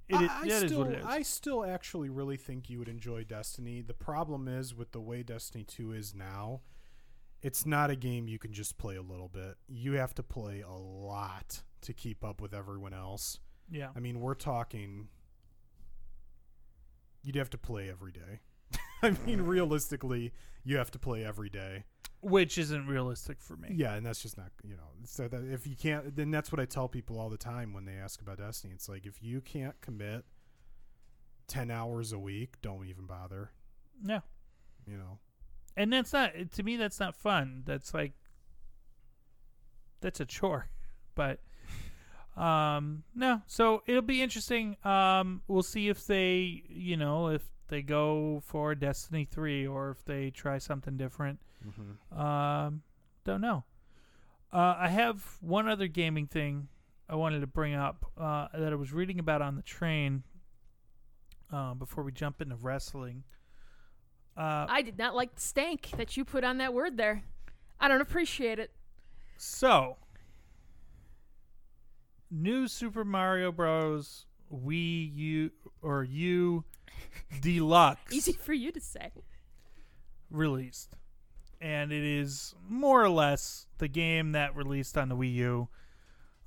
A: it,
B: I,
A: is-
B: I
A: that is
B: still,
A: what it is.
B: I still actually really think you would enjoy Destiny. The problem is with the way Destiny 2 is now, it's not a game you can just play a little bit. You have to play a lot to keep up with everyone else.
A: yeah,
B: I mean, we're talking. You'd have to play every day. [laughs] I mean, realistically, you have to play every day.
A: which isn't realistic for me.
B: Yeah, and that's just not you know. So that if you can't, then that's what I tell people all the time when they ask about Destiny. It's like if you can't commit ten hours a week, don't even bother.
A: Yeah.
B: You know.
A: and that's not to me that's not fun that's like that's a chore but um no so it'll be interesting um we'll see if they you know if they go for destiny 3 or if they try something different um don't know uh i have one other gaming thing i wanted to bring up uh that i was reading about on the train uh, before we jump into wrestling uh
C: I did not like the stank that you put on that word there. I don't appreciate
A: [laughs]
C: it.
A: So, new Super Mario Bros. Wii U or U Deluxe
C: Easy for you to say.
A: released, and it is more or less the game that released on the Wii U,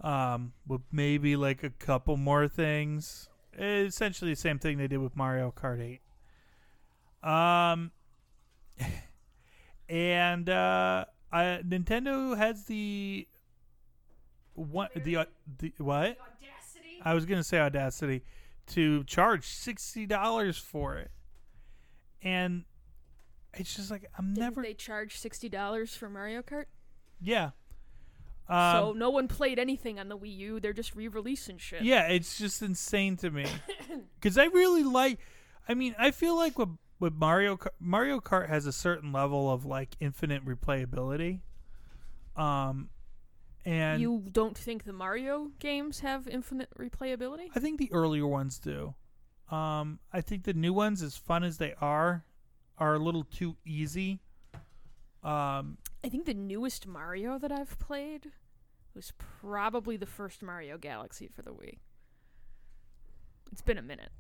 A: um, with maybe like a couple more things. Essentially, the same thing they did with Mario Kart 8. Um, [laughs] and uh, I, Nintendo has the what the, au- the what
C: Audacity.
A: I was gonna say Audacity to charge sixty dollars for it, and it's just like I'm never.
C: They charge sixty dollars for Mario Kart,
A: yeah.
C: so
A: Um,
C: no one played anything on the Wii U. They're just re-releasing shit.
A: yeah, it's just insane to
C: [coughs]
A: me because I really like. I mean, I feel like with with Mario Kart, Mario Kart has a certain level of like infinite replayability. Um, and
C: you don't think the Mario games have infinite replayability?
A: I think the earlier ones do. Um, I think the new ones, as fun as they are, are a little too easy. Um,
C: I think the newest Mario that I've played was probably the first Mario Galaxy for the Wii. It's been a minute.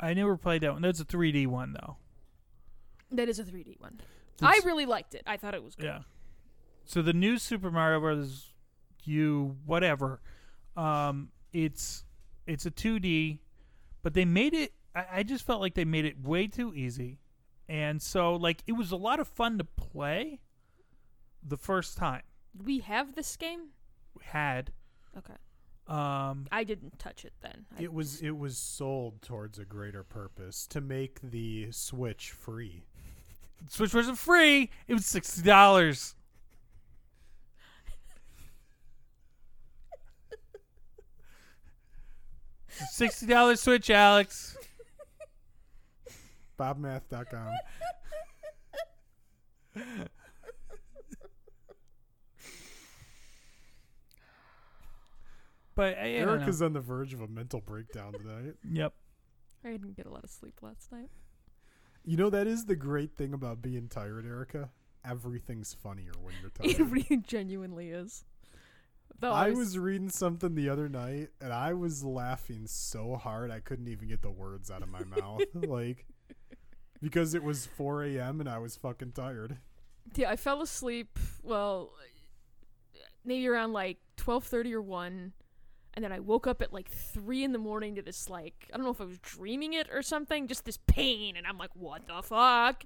A: I never played that one. That's a 3D one though.
C: That is a 3D one. I
A: It's-
C: really liked it. I thought it was good.
A: Yeah. So the new Super Mario Brothers U whatever, um, it's it's a 2D, but they made it. I, I just felt like they made it way too easy, and so like it was a lot of fun to play. The first time
C: We have this game.
A: we had,
C: Okay,
A: um,
C: I didn't touch it then. I-
B: It was it was sold towards a greater purpose to make the Switch free.
A: Switch wasn't free. It was sixty dollars. Sixty dollar Switch, Alex. [laughs]
B: Bobmath.com.
A: But eh, I, I don't
B: Eric
A: know.
B: is on the verge of a mental breakdown tonight.
A: yep.
C: I didn't get a lot of sleep last night. [laughs]
B: You know that is the great thing about being tired, Erica. Everything's funnier when
A: [laughs]
B: you're
C: It
B: tired.
C: really genuinely is. Though
B: I was reading something the other night and I was laughing so hard I couldn't even get the words out of my mouth. like because it was 4 a.m. and I was fucking tired.
C: yeah, I fell asleep. Well, maybe around like twelve thirty or one, and then I woke up at like three in the morning to this like I don't know if I was dreaming it or something, just this pain, and I'm like, what the fuck?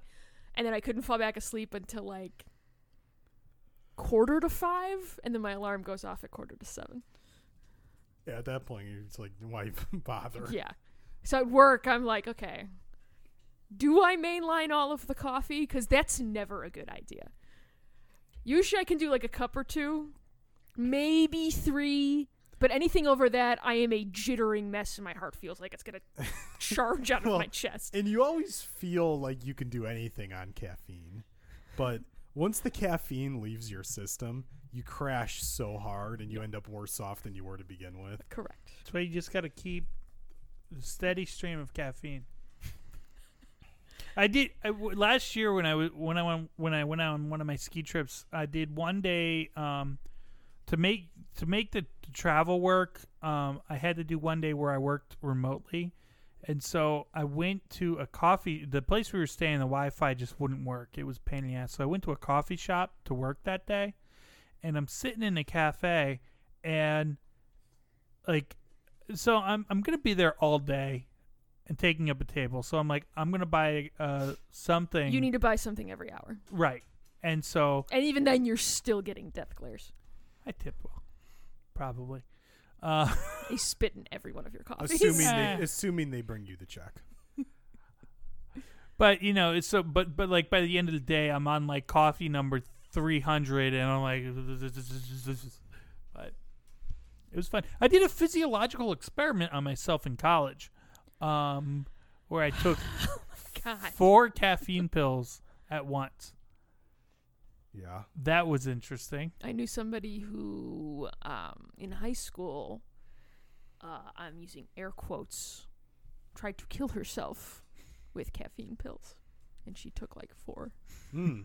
C: And then I couldn't fall back asleep until like quarter to five, and then my alarm goes off at quarter to seven.
B: Yeah, at that point, it's like, why even [laughs] bother?
C: Yeah. So at work, I'm like, okay, do I mainline all of the coffee? Because that's never a good idea. Usually I can do like a cup or two, maybe three, but anything over that, I am a jittering mess and my heart feels like
B: [laughs]
C: it's going to charge out
B: Well,
C: of my chest.
B: And you always feel like you can do anything on caffeine. But once the caffeine leaves your system, you crash so hard and you end up worse off than you were to begin with.
C: Correct.
A: That's why you just gotta keep a steady stream of caffeine. [laughs] I did I w last year when I was when I went when I went out on one of my ski trips. I did one day um, to make to make the travel work. Um, I had to do one day where I worked remotely, and so I went to a coffee. The place we were staying, the Wi-Fi just wouldn't work. It was a pain in the ass. So I went to a coffee shop to work that day, and I'm sitting in a cafe, and like so I'm I'm gonna be there all day and taking up a table. So I'm like I'm gonna buy uh something.
C: You need to buy something every hour.
A: right, and so
C: And even then, you're still getting death glares.
A: I tipped well, probably. Uh,
C: They spit in every one of your coffees. [laughs]
B: Assuming
A: Yeah.
B: they, assuming they bring you the check.
A: but you know it's so but but like by the end of the day I'm on like coffee number three hundred and I'm like, [laughs] but it was fun. I did a physiological experiment on myself in college, um, where I
B: [laughs]
A: took
C: God.
A: four caffeine pills at once.
B: Yeah.
A: That was interesting.
C: I knew somebody who, um, in high school, uh, I'm using air quotes, tried to kill herself with caffeine pills, and she took like four.
B: Hmm.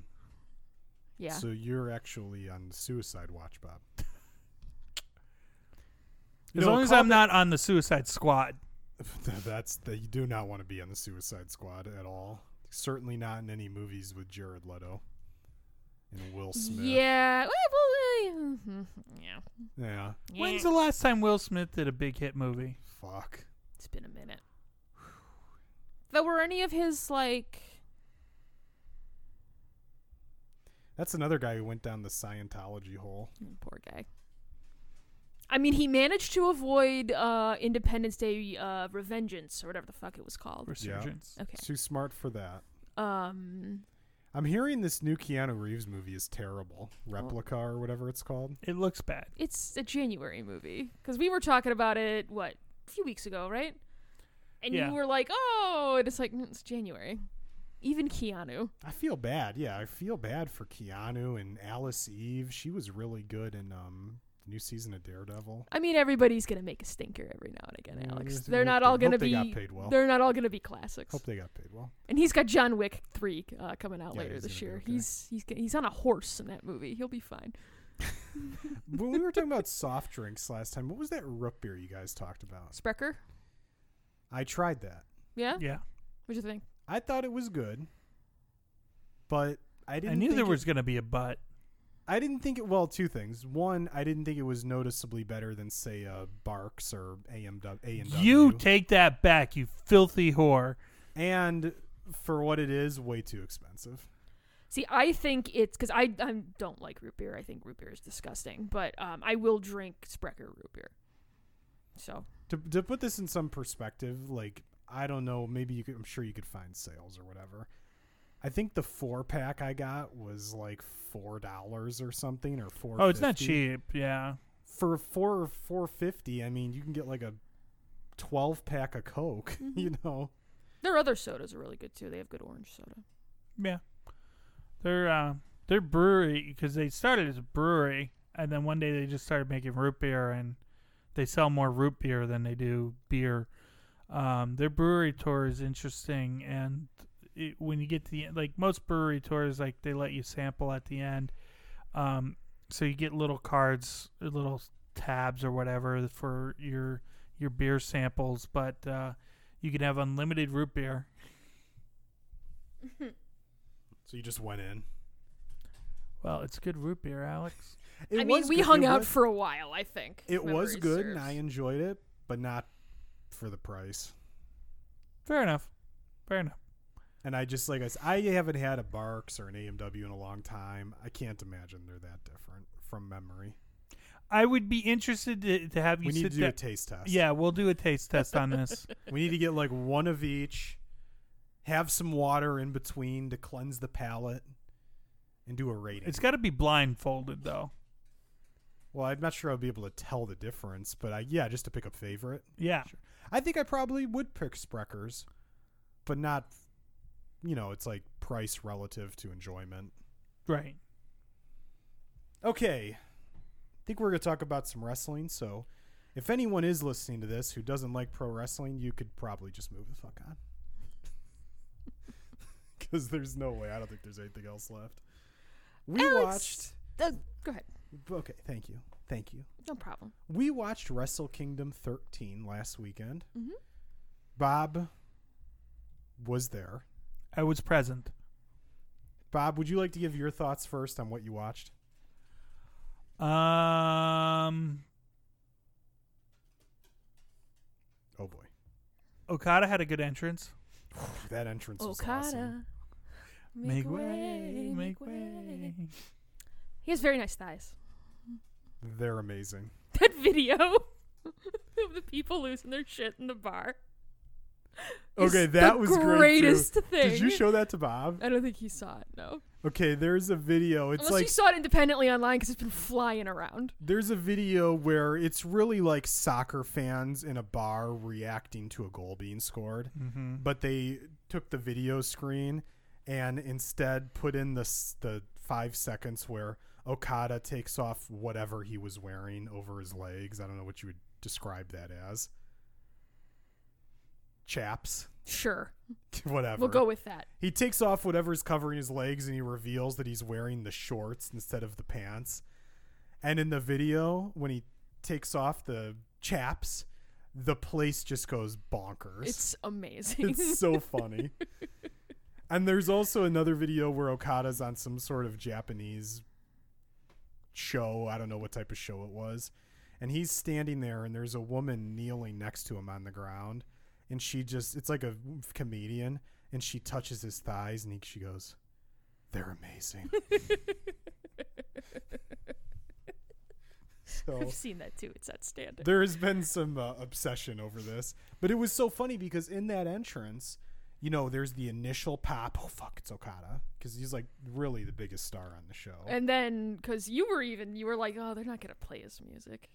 C: Yeah,
B: So you're actually on suicide watch, Bob. [laughs] You
A: as
B: know,
A: long as
B: call
A: I'm not on the Suicide Squad.
B: that- [laughs] That's that you do not want to be on the Suicide Squad at all. Certainly not in any movies with Jared Leto and Will Smith.
C: yeah. Well, well, eh, mhm, yeah.
B: Yeah.
A: When's
C: Yeah.
A: the last time Will Smith did a big hit movie?
B: Fuck.
C: It's been a minute. Though were any of his like?
B: That's another guy who went down the Scientology hole.
C: Mm, Poor guy. I mean, he managed to avoid uh, Independence Day uh, Revengeance or whatever the fuck it was called.
A: Resurgence.
C: Okay.
B: Too smart for that.
C: Um.
B: I'm hearing this new Keanu Reeves movie is terrible. Replica or whatever it's called.
A: It looks bad.
C: it's a January movie because we were talking about it what a few weeks ago, right? And
A: Yeah.
C: you were like, "Oh," and it's like "Mm, it's January. Even Keanu,
B: I feel bad. Yeah, I feel bad for Keanu and Alice Eve. She was really good in um the new season of Daredevil.
C: I mean, everybody's gonna make a stinker every now and again,
B: Mm,
C: Alex.
B: yes,
C: They're
B: hope
C: not
B: they-
C: all gonna
B: hope they
C: be.
B: got paid well.
C: They're not all gonna be classics.
B: Hope they got paid well.
C: and he's got John Wick three uh, coming out
B: Yeah,
C: later
B: he's
C: this
B: gonna be
C: year.
B: okay.
C: He's he's g- he's on a horse in that movie. He'll be fine.
B: when we were
A: [laughs]
B: talking about soft drinks last time, what was that root beer you guys talked about?
C: Sprecher,
B: I tried that.
C: yeah.
A: Yeah.
C: What you think?
B: I thought it was good, but I didn't.
A: I knew
B: think
A: there
B: it-
A: was going to be a butt.
B: I didn't think it. Well, two things. One, I didn't think it was noticeably better than say uh, Barks or AMW.
A: You take that back, you filthy whore.
B: and for what it is, way too expensive.
C: See, I think it's because I, I don't like root beer. I think root beer is disgusting, but um, I will drink Sprecher root beer. So
B: To, to put this in some perspective, like I don't know, maybe you could. I'm sure you could find sales or whatever. I think the four pack I got was like four dollars or something, or four.
A: Oh, it's not cheap. Yeah.
B: for four four fifty. I mean, you can get like a twelve pack of Coke. [laughs]
C: Mm-hmm.
B: You know,
C: their other sodas are really good too. They have good orange soda.
A: Yeah. They're uh, they're brewery because they started as a brewery and then one day they just started making root beer and they sell more root beer than they do beer. Um, their brewery tour is interesting and it, when you get to the end, like most brewery tours, like they let you sample at the end. Um, so you get little cards, or little tabs or whatever for your your beer samples, but uh, you can have unlimited root beer.
B: so you just went in.
A: Well, it's good root beer, Alex.
B: It
C: I mean,
B: was
C: we
B: good-
C: hung
B: it
C: out
B: was-
C: for a while. I think if
B: It was
C: memory
B: good,
C: serves.
B: and I enjoyed it, but not for the price.
A: Fair enough. Fair enough.
B: And I just like I said, I haven't had a Barks or an AMW in a long time. I can't imagine they're that different from memory.
A: I would be interested to, to have you
B: We need to
A: sit
B: do a
A: down-
B: taste test.
A: Yeah, we'll do a taste test on this. [laughs]
B: we need to get like one of each. Have some water in between to cleanse the palate, and do a rating.
A: It's got to be blindfolded though.
B: well, I'm not sure I'll be able to tell the difference, but I yeah, just to pick a favorite.
A: Yeah.
B: I think I probably would pick Spreckers, but not. You know, it's like price relative to enjoyment.
A: Right.
B: Okay. I think we're going to talk about some wrestling. So, if anyone is listening to this who doesn't like pro wrestling, you could probably just move the fuck on. [laughs] Because there's no way. I don't think there's anything else left. We
C: Alex- Uh, go ahead.
B: watched. Okay. Thank you. Thank you.
C: No problem.
B: We watched Wrestle Kingdom 13 last weekend.
C: Mm-hmm.
B: Bob was there.
A: I was present.
B: Bob, would you like to give your thoughts first on what you watched?
A: Um
B: Oh, boy.
A: Okada had a good entrance.
B: That entrance was awesome.
C: Okada,
A: Make, way, make way.
C: He has very nice thighs. [laughs]
B: They're amazing.
C: That video [laughs] of the people losing their shit in the bar. is
B: Okay, that
C: the
B: was great, too.
C: greatest thing.
B: Did you show that to Bob?
C: I don't think he saw it. No,
B: Okay, there's a video. It's
C: unless
B: like
C: he saw it independently online because it's been flying around.
B: there's a video where it's really like soccer fans in a bar reacting to a goal being scored,
A: Mm-hmm.
B: but they took the video screen and instead put in the s- the 5 seconds where Okada takes off whatever he was wearing over his legs. I don't know what you would describe that as. Chaps, [laughs]
C: Sure,
B: whatever.
C: we'll go with that.
B: He takes off whatever's covering his legs and he reveals that he's wearing the shorts instead of the pants. And in the video, when he takes off the chaps, the place just goes bonkers.
C: It's amazing.
B: It's [laughs] so funny. and there's also another video where Okada's on some sort of Japanese show. I don't know what type of show it was. And he's standing there, and there's a woman kneeling next to him on the ground. And she just, it's like a comedian, and she touches his thighs, and he, she goes, They're amazing. [laughs] so.
C: [laughs] I've seen that too. It's outstanding.
B: There has been some uh, obsession over this, but it was so funny because in that entrance, you know, there's the initial pop. Oh fuck, it's Okada because he's like really the biggest star on the show.
C: And then, because you were even, you were like, oh, they're not going to play his music.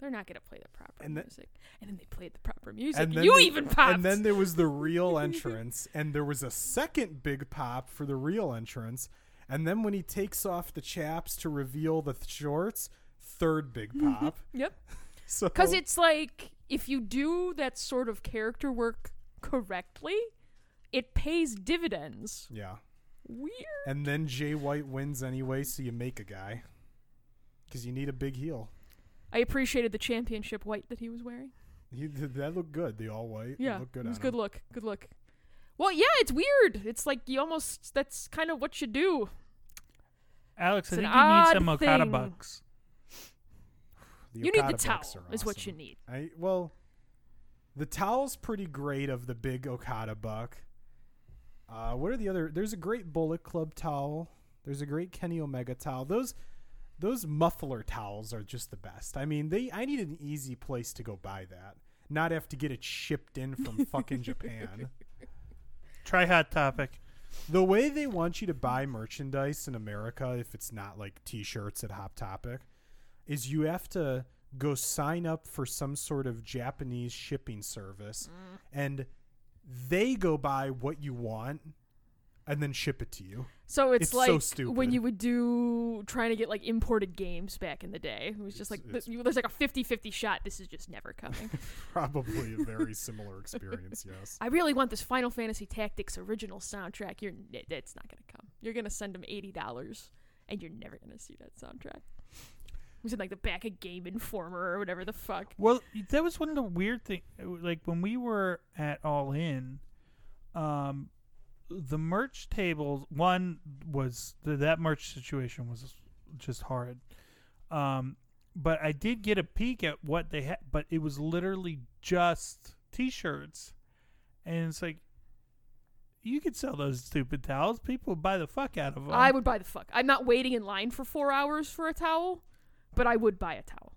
C: They're not going to play the proper
B: And the-
C: music. And then they played the proper music.
B: then
C: you
B: they-
C: even popped.
B: And then there was the
C: [laughs]
B: real entrance, and there was a second big pop for the real entrance. And then when he takes off the chaps to reveal the th- shorts, third
C: [laughs]
B: big pop.
C: yep.
B: Oh. so
C: Because it's like, if you do that sort of character work correctly, it pays dividends.
B: yeah.
C: Weird.
B: And then Jay White wins anyway, so you make a guy because you need a big heel.
C: I appreciated the championship white that he was wearing.
B: He, th- that looked good. The all white.
C: Yeah.
B: looked good.
C: it was
B: on
C: good
B: him.
C: look. Good look. Well, yeah, it's weird. It's like you almost, that's kind of what you do.
A: Alex, I
C: It's an
A: think you need
C: odd
A: some Okada
C: thing.
A: bucks.
B: The
C: you need the
B: Okada
C: towel
B: books are
C: is what you
B: awesome.
C: need.
B: I well, the towel's pretty great of the big Okada buck. Uh, what are the other? There's a great Bullet Club towel. There's a great Kenny Omega towel. Those those muffler towels are just the best. I mean, they I need an easy place to go buy that, not have to get it shipped in from
C: [laughs]
B: fucking Japan.
A: Try Hot Topic.
B: The way they want you to buy merchandise in America, if it's not like T-shirts at Hop Topic, is you have to go sign up for some sort of Japanese shipping service,
C: Mm.
B: and they go buy what you want and then ship it to
C: [laughs]
B: you.
C: So it's,
B: It's so
C: like when
B: stupid.
C: you would do trying to get like imported games back in the day. It was just like
B: It's-
C: the-
B: it's-
C: you, there's like a 50-50 shot. This is just
B: [laughs]
C: never coming.
B: Probably a very similar experience. Yes.
C: I really want this Final Fantasy Tactics original soundtrack. You're n- it's not gonna come. You're gonna send them eighty dollars, and you're never gonna see that soundtrack. It was in like the back of Game Informer or whatever the fuck.
A: Well, that was one of the weird things. Like when we were at All In, um, the merch tables. One was th- that merch situation was just horrid. Um, but I did get a peek at what they had, but it was literally just T-shirts, and it's like. You could sell those stupid towels. People would buy the fuck out of them.
C: I would buy the fuck. I'm not waiting in line for four hours for a towel, but I would buy a towel.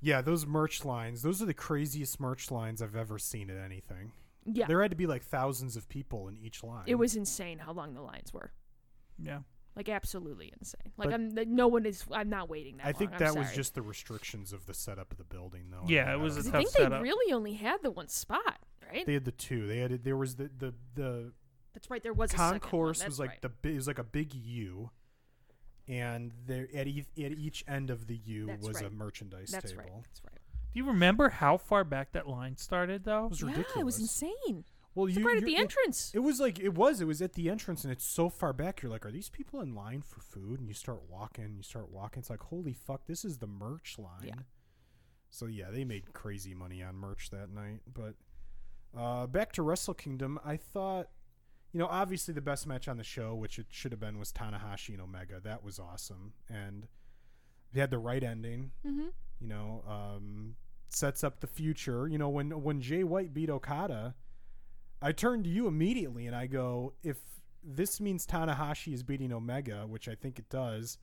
B: Yeah, those merch lines. Those are the craziest merch lines I've ever seen at anything.
C: Yeah,
B: There had to be like thousands of people in each line.
C: it was insane how long the lines were.
A: yeah.
C: Like absolutely insane. Like
B: But-
C: I'm like, no one is. I'm not waiting that
B: I think
C: long. I'm
B: that was
C: sorry.
B: just the restrictions of the setup of the building, though. I
A: Yeah,
B: mean,
A: it
B: I
A: was
B: don't
A: a
C: I
B: know.
A: tough
C: think they
A: setup.
C: really only had the one spot, right?
B: They had the two. They had there was the the the
C: That's right. There was a second one,
B: concourse
C: that's
B: was like
C: right.
B: the bi- it was like a big U, and there at, e- at each end of the U
C: That's
B: was a
C: right.
B: merchandise
C: That's
B: table.
C: right. That's right.
A: Do you remember how far back that line started, though?
B: It was
C: Oh, Yeah, it
B: ridiculous.
C: was insane.
B: Well,
C: It's
B: you,
C: like right
B: you-
C: at the
B: it-
C: entrance.
B: It was like it was. It was at the entrance, and it's so far back. You're like, are these people in line for food? And you start walking. You start walking. It's like, holy fuck, this is the merch line.
C: Yeah.
B: So yeah, they made crazy money on merch that night. But uh, back to Wrestle Kingdom, I thought, you know, obviously the best match on the show, which it should have been, was Tanahashi and Omega. That was awesome, and they had the right ending
C: mm-hmm.
B: you know, um, sets up the future. You know, when when Jay White beat Okada, I turned to you immediately and I go, if this means Tanahashi is beating Omega, which I think it does,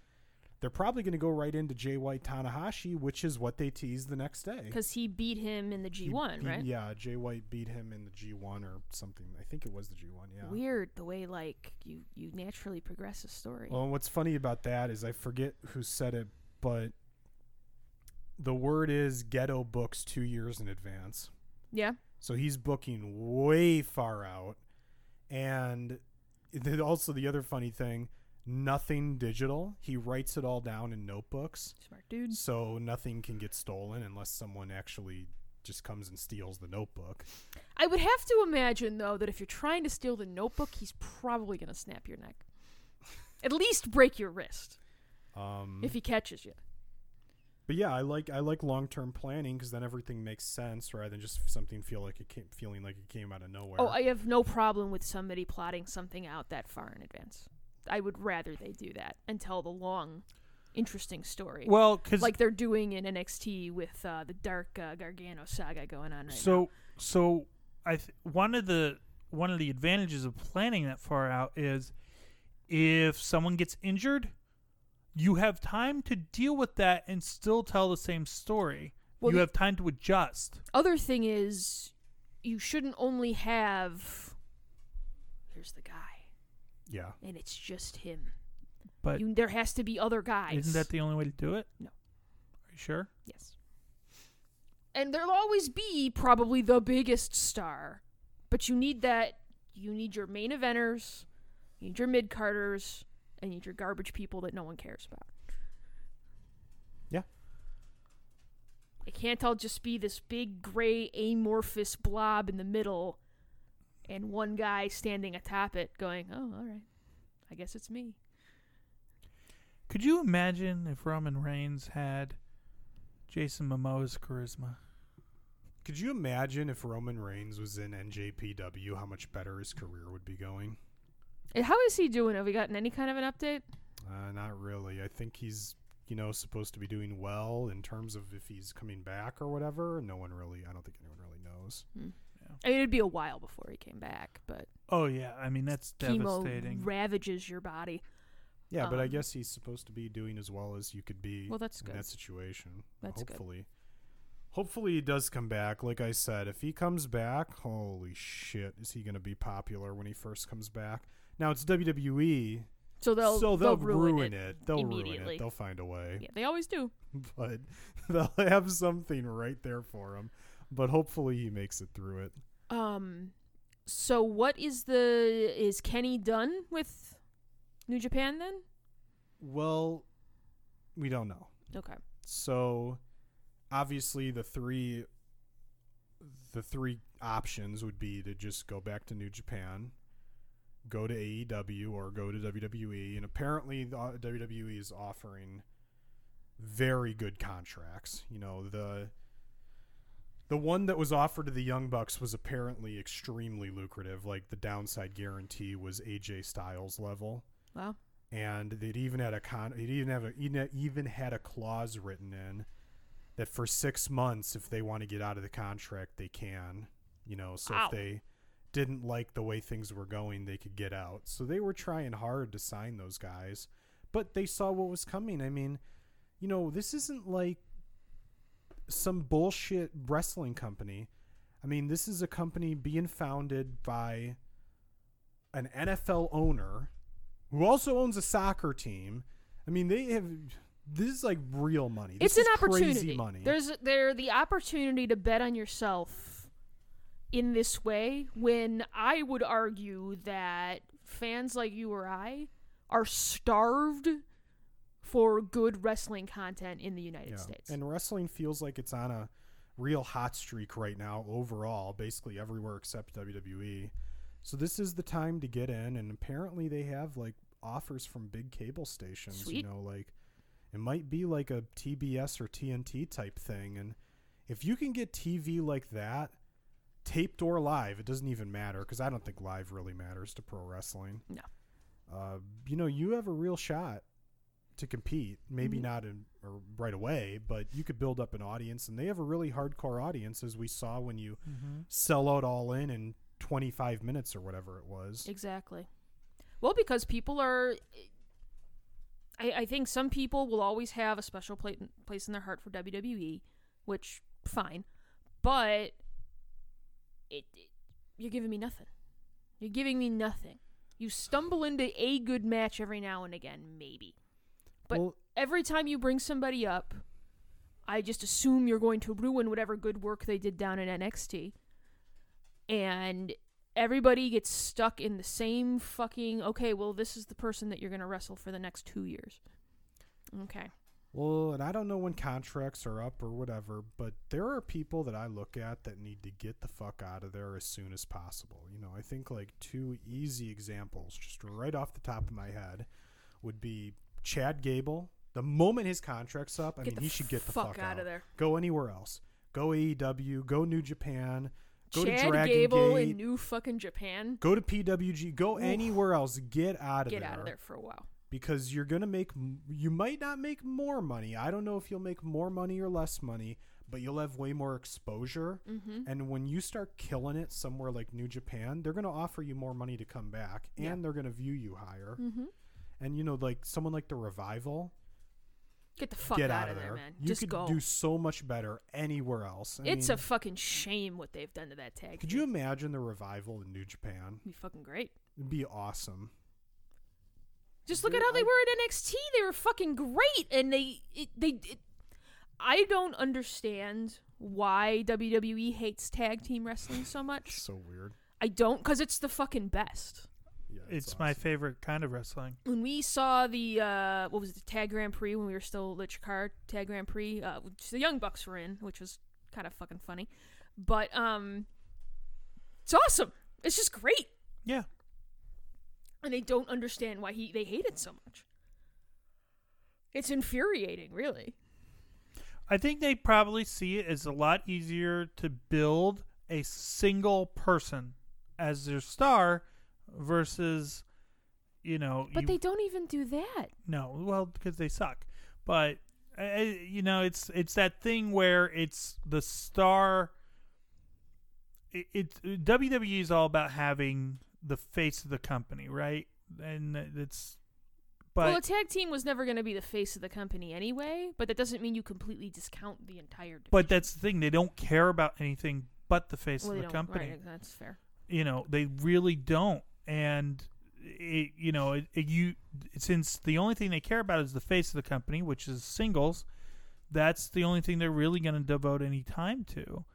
B: they're probably going to go right into Jay White Tanahashi, which is what they teased the next day.
C: Because he beat him in the
B: He
C: G1,
B: beat-
C: right?
B: Yeah, Jay White beat him in the G1 or something. I think it was the G1. Yeah.
C: Weird the way like you you naturally progress a story.
B: Well, what's funny about that is I forget who said it, but the word is ghetto books two years in advance.
C: yeah,
B: So he's booking way far out. And then also the other funny thing, nothing digital. He writes it all down in notebooks.
C: smart dude.
B: So nothing can get stolen unless someone actually just comes and steals the notebook.
C: I would have to imagine though that if you're trying to steal the notebook, he's probably gonna snap your neck. At least break your wrist
B: Um,
C: if he catches you.
B: but yeah, I like I like long term planning because then everything makes sense rather than just something feel like it came, feeling like it came out of nowhere.
C: Oh, I have no problem with somebody plotting something out that far in advance. I would rather they do that and tell the long, interesting story.
A: Well, because
C: like they're doing in NXT with uh, the dark uh, Gargano saga going on right now.
A: so so I th- one of the one of the advantages of planning that far out is if someone gets injured, you have time to deal with that and still tell the same story.
C: Well,
A: you
C: the-
A: have time to adjust.
C: Other thing is, you shouldn't only have. Here's the guy,
B: yeah.
C: and it's just him.
A: But
C: You, there has to be other guys.
A: isn't that the only way to do it?
C: No.
A: Are you sure?
C: yes? And there'll always be probably the biggest star, but you need that. You need your main eventers, you need your mid carders, and you need your garbage people that no one cares about.
B: Yeah.
C: It can't all just be this big gray amorphous blob in the middle and one guy standing atop it going, oh, all right. I guess it's me.
A: Could you imagine if Roman Reigns had Jason Momoa's charisma?
B: Could you imagine if Roman Reigns was in NJPW, how much better his career would be going?
C: Eh, How is he doing? Have we gotten any kind of an update?
B: Uh, not really. I think he's, you know, supposed to be doing well in terms of if he's coming back or whatever. No one really, I don't think anyone really knows.
C: I mean, it'd be a while before he came back, but
A: Oh yeah, I mean that's devastating.
C: chemo ravages your body.
B: Yeah, but I
C: Um,
B: guess he's supposed to be doing as well as you could be
C: Well, that's
B: in
C: good.
B: that situation.
C: That's good.
B: hopefully. Hopefully he does come back. Like I said, if he comes back, holy shit, is he going to be popular when he first comes back? Now it's WWE,
C: So they'll
B: so they'll,
C: ruin, it.
B: They'll ruin
C: immediately.
B: it. They'll find a way.
C: Yeah, they always do.
B: [laughs] but they'll have something right there for him. But hopefully he makes it through it.
C: Um, so what is the is Kenny done with New Japan then?
B: Well, we don't know.
C: Okay.
B: So obviously the three the three options would be to just go back to New Japan, go to AEW or go to WWE and apparently the uh, WWE is offering very good contracts. You know, the the one that was offered to the Young Bucks was apparently extremely lucrative. Like the downside guarantee was AJ Styles level
C: Wow.
B: and it even had a con it even have a even- even had a clause written in that for six months if they want to get out of the contract they can you know so
C: Wow.
B: if they didn't like the way things were going they could get out so they were trying hard to sign those guys but they saw what was coming i mean you know this isn't like some bullshit wrestling company i mean this is a company being founded by an nfl owner who also owns a soccer team. I mean, they have this is like real money. This
C: it's an
B: is
C: opportunity.
B: Crazy money.
C: There's there the opportunity to bet on yourself in this way when I would argue that fans like you or I are starved for good wrestling content in the United
B: Yeah.
C: States.
B: and wrestling feels like it's on a real hot streak right now overall, basically everywhere except WWE. So this is the time to get in, and apparently they have like offers from big cable stations.
C: Sweet.
B: You know, like it might be like a TBS or TNT type thing, and if you can get TV like that. Taped or live, it doesn't even matter because I don't think live really matters to pro wrestling.
C: no.
B: uh, you know, you have a real shot to compete. Maybe not in, or right away, but you could build up an audience, and they have a really hardcore audience, as we saw when you sell out all in in 25 minutes or whatever it was.
C: Exactly. Well, because people are. I, I think some people will always have a special pla- place in their heart for WWE, which fine, but it, it you're giving me nothing. You're giving me nothing. You stumble into a good match every now and again, maybe, but
B: Well-
C: every time you bring somebody up, I just assume you're going to ruin whatever good work they did down in NXT and everybody gets stuck in the same fucking okay well this is the person that you're going to wrestle for the next two years okay
B: Well, and I don't know when contracts are up or whatever, but there are people that I look at that need to get the fuck out of there as soon as possible. You know, I think like two easy examples, just right off the top of my head, would be Chad Gable. The moment his contract's up, I
C: Get
B: mean,
C: the
B: he should get the
C: fuck
B: fuck,
C: outta there.
B: Go anywhere else. Go AEW. Go New Japan. Go to
C: chad
B: Dragon
C: gable
B: Gate.
C: in new fucking japan
B: go to PWG. Go anywhere else. Get out of
C: get
B: there
C: out of there for a while
B: because you're going to make m- you might not make more money. I don't know if you'll make more money or less money, but you'll have way more exposure.
C: Mm-hmm.
B: And when you start killing it somewhere like New Japan, they're going to offer you more money to come back and
C: Yeah. Mm-hmm.
B: they're going to view you higher. And you know like someone like the Revival,
C: get the fuck
B: get
C: out,
B: of there.
C: man
B: You
C: just
B: could
C: go
B: do so much better anywhere else. I
C: it's
B: mean,
C: a fucking shame what they've done to that tag
B: Could you imagine the Revival in New Japan?
C: be fucking great
B: It'd be awesome.
C: Just look at how they were at NXT. They were fucking great, and they it, they. It, I don't understand why WWE hates tag team wrestling so
B: It's
C: much.
B: so weird.
C: I don't, because it's the fucking best.
B: Yeah,
A: It's my
B: awesome.
A: favorite kind of wrestling.
C: When we saw the uh, what was it, the Tag Grand Prix when we were still at Chikar Tag Grand Prix, uh, which the Young Bucks were in, which was kind of fucking funny, but um, it's awesome. It's just great.
A: Yeah.
C: and they don't understand why he they hate it so much. It's infuriating, really.
A: I think they probably see it as a lot easier to build a single person as their star versus you know,
C: But
A: you,
C: they don't even do that.
A: no, well, because they suck. But uh, you know, it's it's that thing where it's the star. It, it WWE E is all about having the face of the company, right? And it's, but
C: well, a tag team was never going to be the face of the company anyway, but that doesn't mean you completely discount the entire. Division.
A: but that's the thing they don't care about anything but the face
C: Well, they
A: of the
C: don't-
A: company.
C: Right, that's fair.
A: you know they really don't and it, you know it, it- you since the only thing they care about is the face of the company which is singles that's the only thing they're really going to devote any time to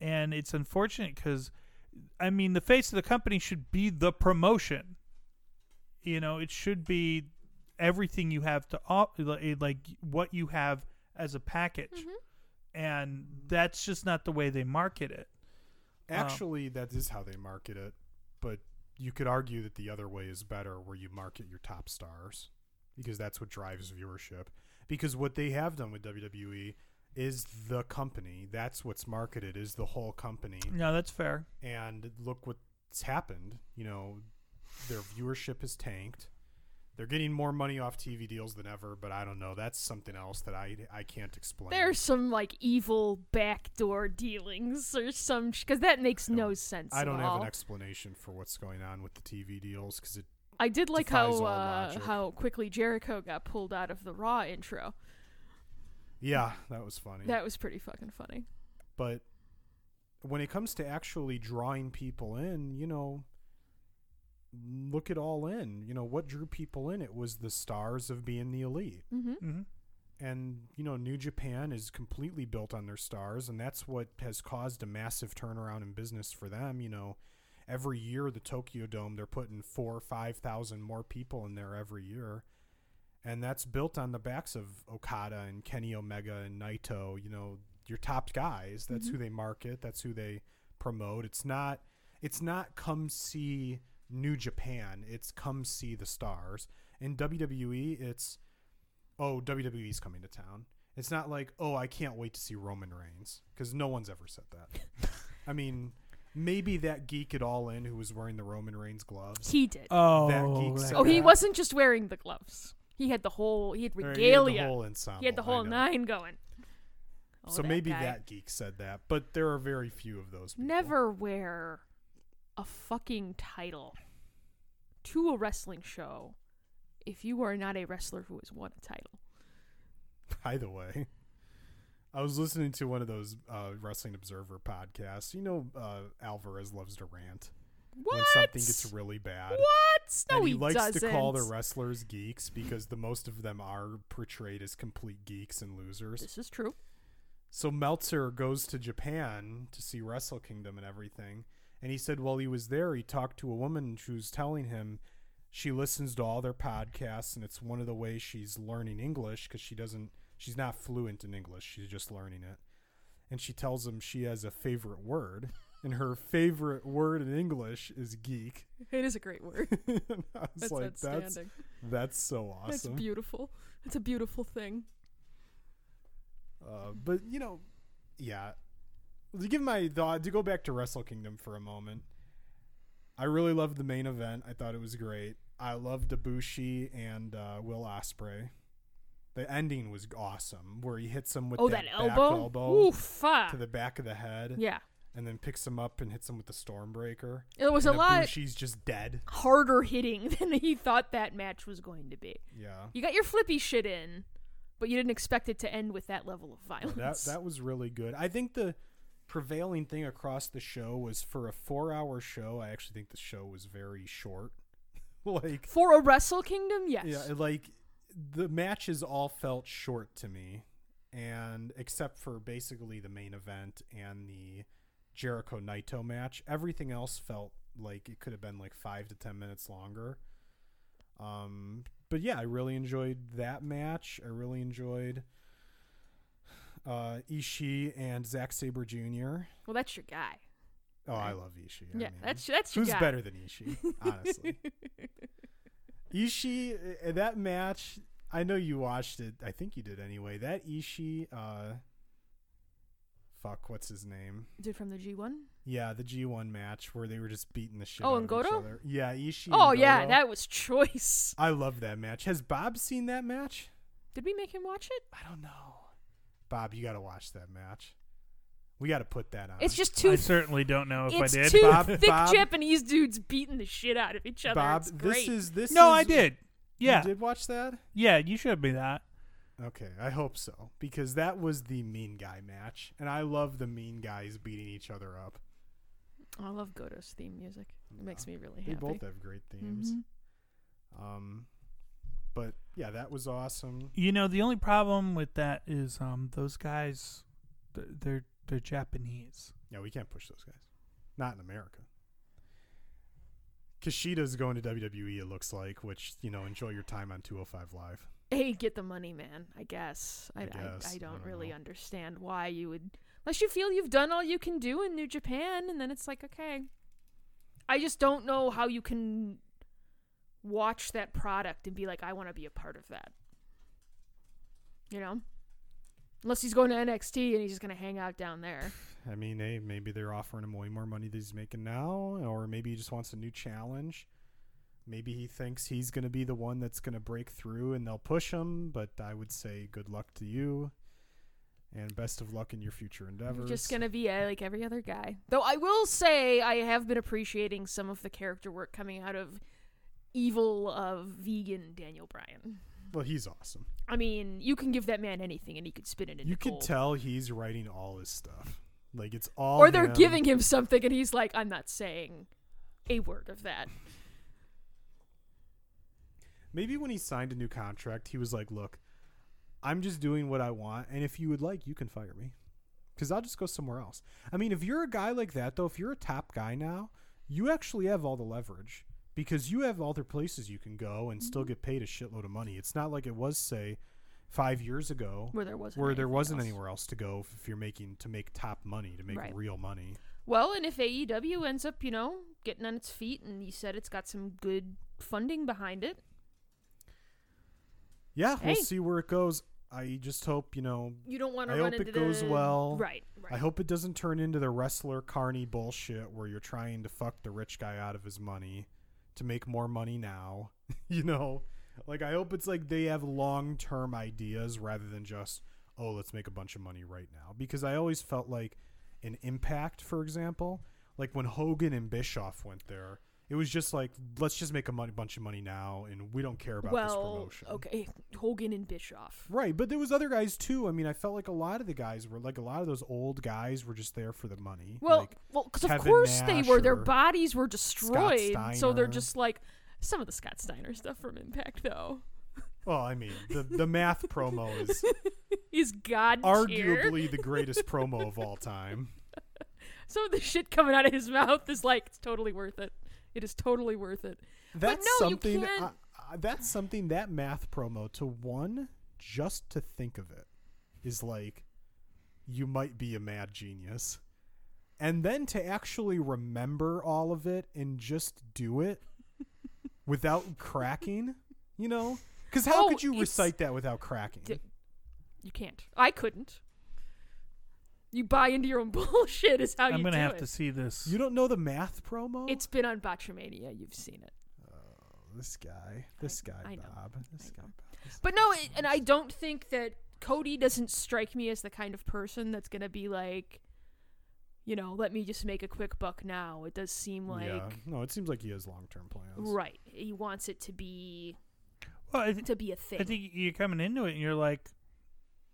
A: and it's unfortunate because i mean the face of the company should be the promotion you know it should be everything you have to op- li- eh, like what you have as a package and that's just not the way they market it
B: Actually, that is how they market it, but you could argue that the other way is better, where you market your top stars, because that's what drives viewership. Because what they have done with WWE is the company. That's what's marketed is the whole company,
A: no that's fair
B: and look what's happened. You know, their viewership has tanked. They're getting more money off TV deals than ever, but I don't know. That's something else that I I can't explain.
C: There's some like evil backdoor dealings or some because that makes no
B: don't-
C: sense.
B: I don't
C: at
B: have
C: all.
B: an explanation for what's going on with the TV deals because it
C: I did like
B: defies all
C: how uh,
B: logic.
C: how quickly Jericho got pulled out of the Raw intro.
B: Yeah, that was funny.
C: That was pretty fucking funny.
B: but when it comes to actually drawing people in, you know, look at all in. You know, what drew people in? It was the stars of being the elite.
C: hmm
A: mm-hmm.
B: And, you know, New Japan is completely built on their stars, and that's what has caused a massive turnaround in business for them. You know, every year the Tokyo Dome, they're putting four or 5,000 more people in there every year. And that's built on the backs of Okada and Kenny Omega and Naito, you know, your top guys. That's
C: Mm-hmm.
B: who they market, that's who they promote. It's not it's not come see New Japan, it's come see the stars. In WWE, it's oh, WWE's coming to town. It's not like, oh, I can't wait to see Roman Reigns because no one's ever said that.
C: [laughs]
B: I mean, maybe that geek at all in who was wearing the Roman Reigns gloves.
C: He did.
A: Oh,
B: geek
A: that
B: said
C: oh, he
B: that.
C: wasn't just wearing the gloves. He had the whole. He had
B: Or
C: regalia.
B: he had the whole ensemble.
C: He had the
B: I
C: whole
B: know.
C: nine going. Oh,
B: So
C: that
B: maybe
C: guy.
B: that geek said that, but there are very few of those. People.
C: Never wear a fucking title to a wrestling show if you are not a wrestler who has won a title.
B: [laughs] By the way, I was listening to one of those uh, Wrestling Observer podcasts. You know, uh, Alvarez loves to rant
C: What?
B: when something gets really bad.
C: what? No,
B: and he,
C: he
B: likes
C: doesn't.
B: to call the wrestlers geeks because the most of them are portrayed as complete geeks and losers.
C: This is true.
B: So Meltzer goes to Japan to see Wrestle Kingdom and everything. And he said while he was there, he talked to a woman who's telling him she listens to all their podcasts and it's one of the ways she's learning English because she doesn't, she's not fluent in English. She's just learning it. And she tells him she has a favorite word. And her favorite word in English is geek. [laughs]
C: It is a great word.
B: and I was
C: That's
B: like, that's,
C: outstanding.
B: that's so awesome.
C: That's beautiful. That's a beautiful thing.
B: Uh, but you know, yeah. To give my thought to go back to Wrestle Kingdom for a moment, I really loved the main event. I thought it was great. I loved Ibushi and uh, Will Osprey. The ending was awesome, where he hits him with
C: oh,
B: that,
C: that,
B: back
C: elbow. Ooh, fuck.
B: to the back of the head,
C: yeah.
B: and then picks him up and hits him with the Stormbreaker.
C: It was
B: and
C: a lot
B: Ibushi's just dead.
C: harder hitting [laughs] than he thought that match was going to be.
B: Yeah,
C: You got your flippy shit in, but you didn't expect it to end with that level of
B: Yeah, that
C: violence.
B: that was really good. I think the prevailing thing across the show was for a four-hour show. I actually think the show was very short. [laughs] like,
C: For a Wrestle Kingdom, yes.
B: yeah, like the matches all felt short to me, and except for basically the main event and the Jericho Naito match, everything else felt like it could have been like five to ten minutes longer. Um, but yeah, I really enjoyed that match. I really enjoyed uh, Ishii and Zack Saber Jr.
C: well, that's your guy.
B: Oh, I love Ishii. I
C: Yeah,
B: mean,
C: that's that's your
B: who's
C: guy.
B: better than Ishii?
C: [laughs]
B: Honestly, Ishii. uh, That match, I know you watched it. I think you did anyway. That Ishii. Uh, fuck, what's his name?
C: Dude from the G1?
B: Yeah, the G1 match where they were just beating the shit
C: Oh,
B: out
C: and
B: of each
C: Goto?
B: other. Yeah, Ishii. and
C: Oh, yeah,
B: Goto.
C: that was choice.
B: I love that match. Has Bob seen that match?
C: Did we make him watch it?
B: I don't know. Bob, you got to watch that match. We got to put that on.
C: It's just
A: I
C: two.
A: certainly don't know if
C: it's
A: I did.
C: two
B: Bob-
C: thick
B: Bob-
C: Japanese dudes beating the shit out of each other.
B: Bob,
C: it's
B: this
C: great.
B: is this.
A: no, I
B: is-
A: did. Yeah,
B: You did watch that?
A: yeah, you showed me that.
B: Okay, I hope so because that was the mean guy match, and I love the mean guys beating each other up.
C: I love Goto's theme music. It makes me really
B: They
C: happy.
B: both have great themes.
C: Mm-hmm.
B: Um, but yeah, that was awesome.
A: You know, the only problem with that is um those guys, th- they're they're Japanese.
B: Yeah, we can't push those guys. Not in America. Kishida's going to WWE. It looks like, which you know, enjoy your time on 205 Live.
C: Hey, get the money, man. I guess. I,
B: I
C: I,
B: guess.
C: I,
B: I
C: don't
B: don't
C: really
B: know.
C: understand why you would. Unless you feel you've done all you can do in New Japan, and then it's like, okay. I just don't know how you can watch that product and be like, I want to be a part of that. You know? Unless he's going to NXT and he's just going to hang out down there.
B: I mean, hey, maybe they're offering him way more money than he's making now, or maybe he just wants a new challenge. Maybe he thinks he's going to be the one that's going to break through and they'll push him, but I would say good luck to you and best of luck in your future endeavors.
C: You're just gonna be uh, like every other guy. Though I will say I have been appreciating some of the character work coming out of evil of vegan Daniel Bryan.
B: Well, he's awesome.
C: I mean, you can give that man anything and he could spin it into
B: You could
C: gold.
B: tell he's writing all his stuff. Like it's all
C: Or they're
B: him.
C: giving him something and he's like, I'm not saying a word of that.
B: Maybe when he signed a new contract, he was like, "Look, I'm just doing what I want, and if you would like, you can fire me, because I'll just go somewhere else." I mean, if you're a guy like that, though, if you're a top guy now, you actually have all the leverage because you have other places you can go and
C: Mm-hmm.
B: still get paid a shitload of money. It's not like it was, say, five years ago,
C: Where there wasn't
B: where there
C: anything
B: wasn't
C: else.
B: anywhere else to go if you're making to make top money to make
C: Right.
B: real money.
C: Well, and if AEW ends up, you know, getting on its feet and you said it's got some good funding behind it.
B: Yeah, we'll
C: Hey.
B: see where it goes. I just hope you know
C: You don't want
B: I
C: to run
B: hope it
C: into
B: goes
C: the
B: well.
C: Right, right.
B: I hope it doesn't turn into the wrestler carny bullshit where you're trying to fuck the rich guy out of his money to make more money now. [laughs] you know, like I hope it's like they have long term ideas rather than just oh let's make a bunch of money right now. Because I always felt like an impact, for example, like when Hogan and Bischoff went there, it was just like let's just make a mon- bunch of money now and we don't care about this
C: well,
B: promotion.
C: okay, Hogan and Bischoff.
B: Right, but there was other guys too. I mean, I felt like a lot of the guys were like a lot of those old guys were just there for the money.
C: Well,
B: like,
C: well, because of
B: Kevin
C: course they
B: Nash
C: were. Their
B: or
C: bodies were destroyed, so they're
B: Steiner.
C: just like some of the Scott Steiner stuff from Impact, though,
B: well, I mean, the the math promo is
C: is god tier.
B: arguably the greatest promo of all time.
C: Some of the shit coming out of his mouth is like it's totally worth it. It is totally worth it.
B: That's
C: no, you
B: something.
C: can't-
B: I, I, that's something that math promo to one just to think of it is like you might be a mad genius, and then to actually remember all of it and just do
C: [laughs]
B: it without cracking, you know. Because how
C: Oh,
B: could you
C: it's-
B: recite that without cracking?
C: D- You can't. I couldn't. You buy into your own [laughs] bullshit is how
A: I'm
C: you
A: gonna
C: do
A: have
C: it.
A: to see this.
B: you don't know the math promo?
C: It's been on Botchamania. You've seen it.
B: this guy, this guy,
C: I know,
B: Bob, this
C: I
B: guy,
C: know.
B: Bob. This-
C: But no, it, and I don't think that Cody doesn't strike me as the kind of person that's going to be like, you know, let me just make a quick buck now. It does seem like
B: yeah, no, it seems like he has long term plans.
C: right. He wants it to be
A: well, I, th-
C: to be a thing.
A: I think you're coming into it and you're like,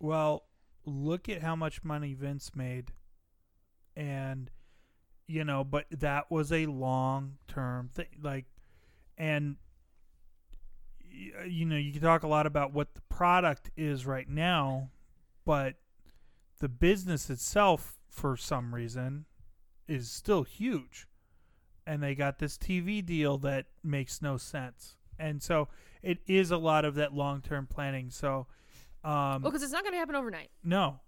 A: well, look at how much money Vince made, and you know, but that was a long term thing. Like, and y- you know, you can talk a lot about what the product is right now, but the business itself, for some reason, is still huge. And they got this TV deal that makes no sense. And so it is a lot of that long term planning. So, um,
C: well, because it's not going to happen overnight.
A: no.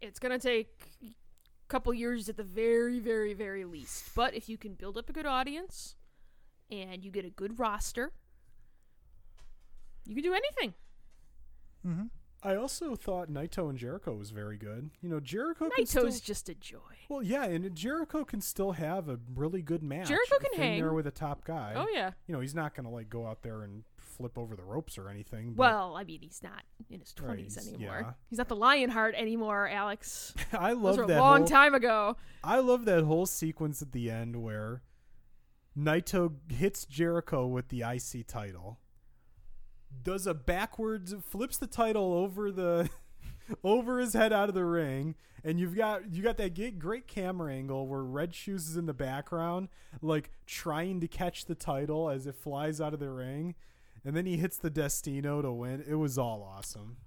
C: It's going to take a couple years at the very, very, very least. But if you can build up a good audience and you get a good roster, you can do anything.
A: hmm
B: I also thought Naito and Jericho was very good. You know, Jericho can still,
C: Naito's just a joy.
B: well, yeah, and Jericho can still have a really good match.
C: Jericho
B: if in
C: can hang.
B: there with a top guy.
C: Oh yeah.
B: You know, he's not going to like go out there and flip over the ropes or anything. But
C: Well, I mean, he's not in his
B: Right,
C: twenties
B: he's-
C: anymore.
B: yeah.
C: He's not the Lionheart anymore, Alex.
B: [laughs] I
C: Those
B: love
C: were a
B: that
C: long
B: whole,
C: time ago.
B: I love that whole sequence at the end where Naito hits Jericho with the IC title, does a backwards flips the title over the [laughs] over his head out of the ring, and you've got you got that ge- great camera angle where Red Shoes is in the background, like trying to catch the title as it flies out of the ring, and then he hits the Destino to win. It was all awesome.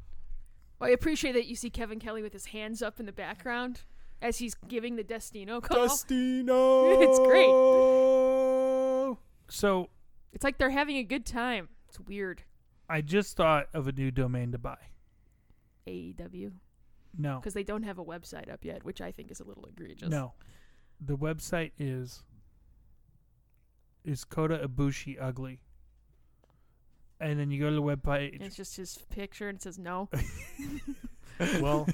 C: Well, I appreciate that you see Kevin Kelly with his hands up in the background as he's giving the Destino call.
B: Destino,
C: It's
B: [laughs] great.
A: So
C: It's like they're having a good time. It's weird.
A: I just thought of a new domain to buy.
C: AEW
A: No,
C: because they don't have a website up yet, which I think is a little egregious.
A: no, the website is is Kota Ibushi ugly, and then you go to the web
C: And
A: page.
C: it's just his picture and it says no.
B: Well,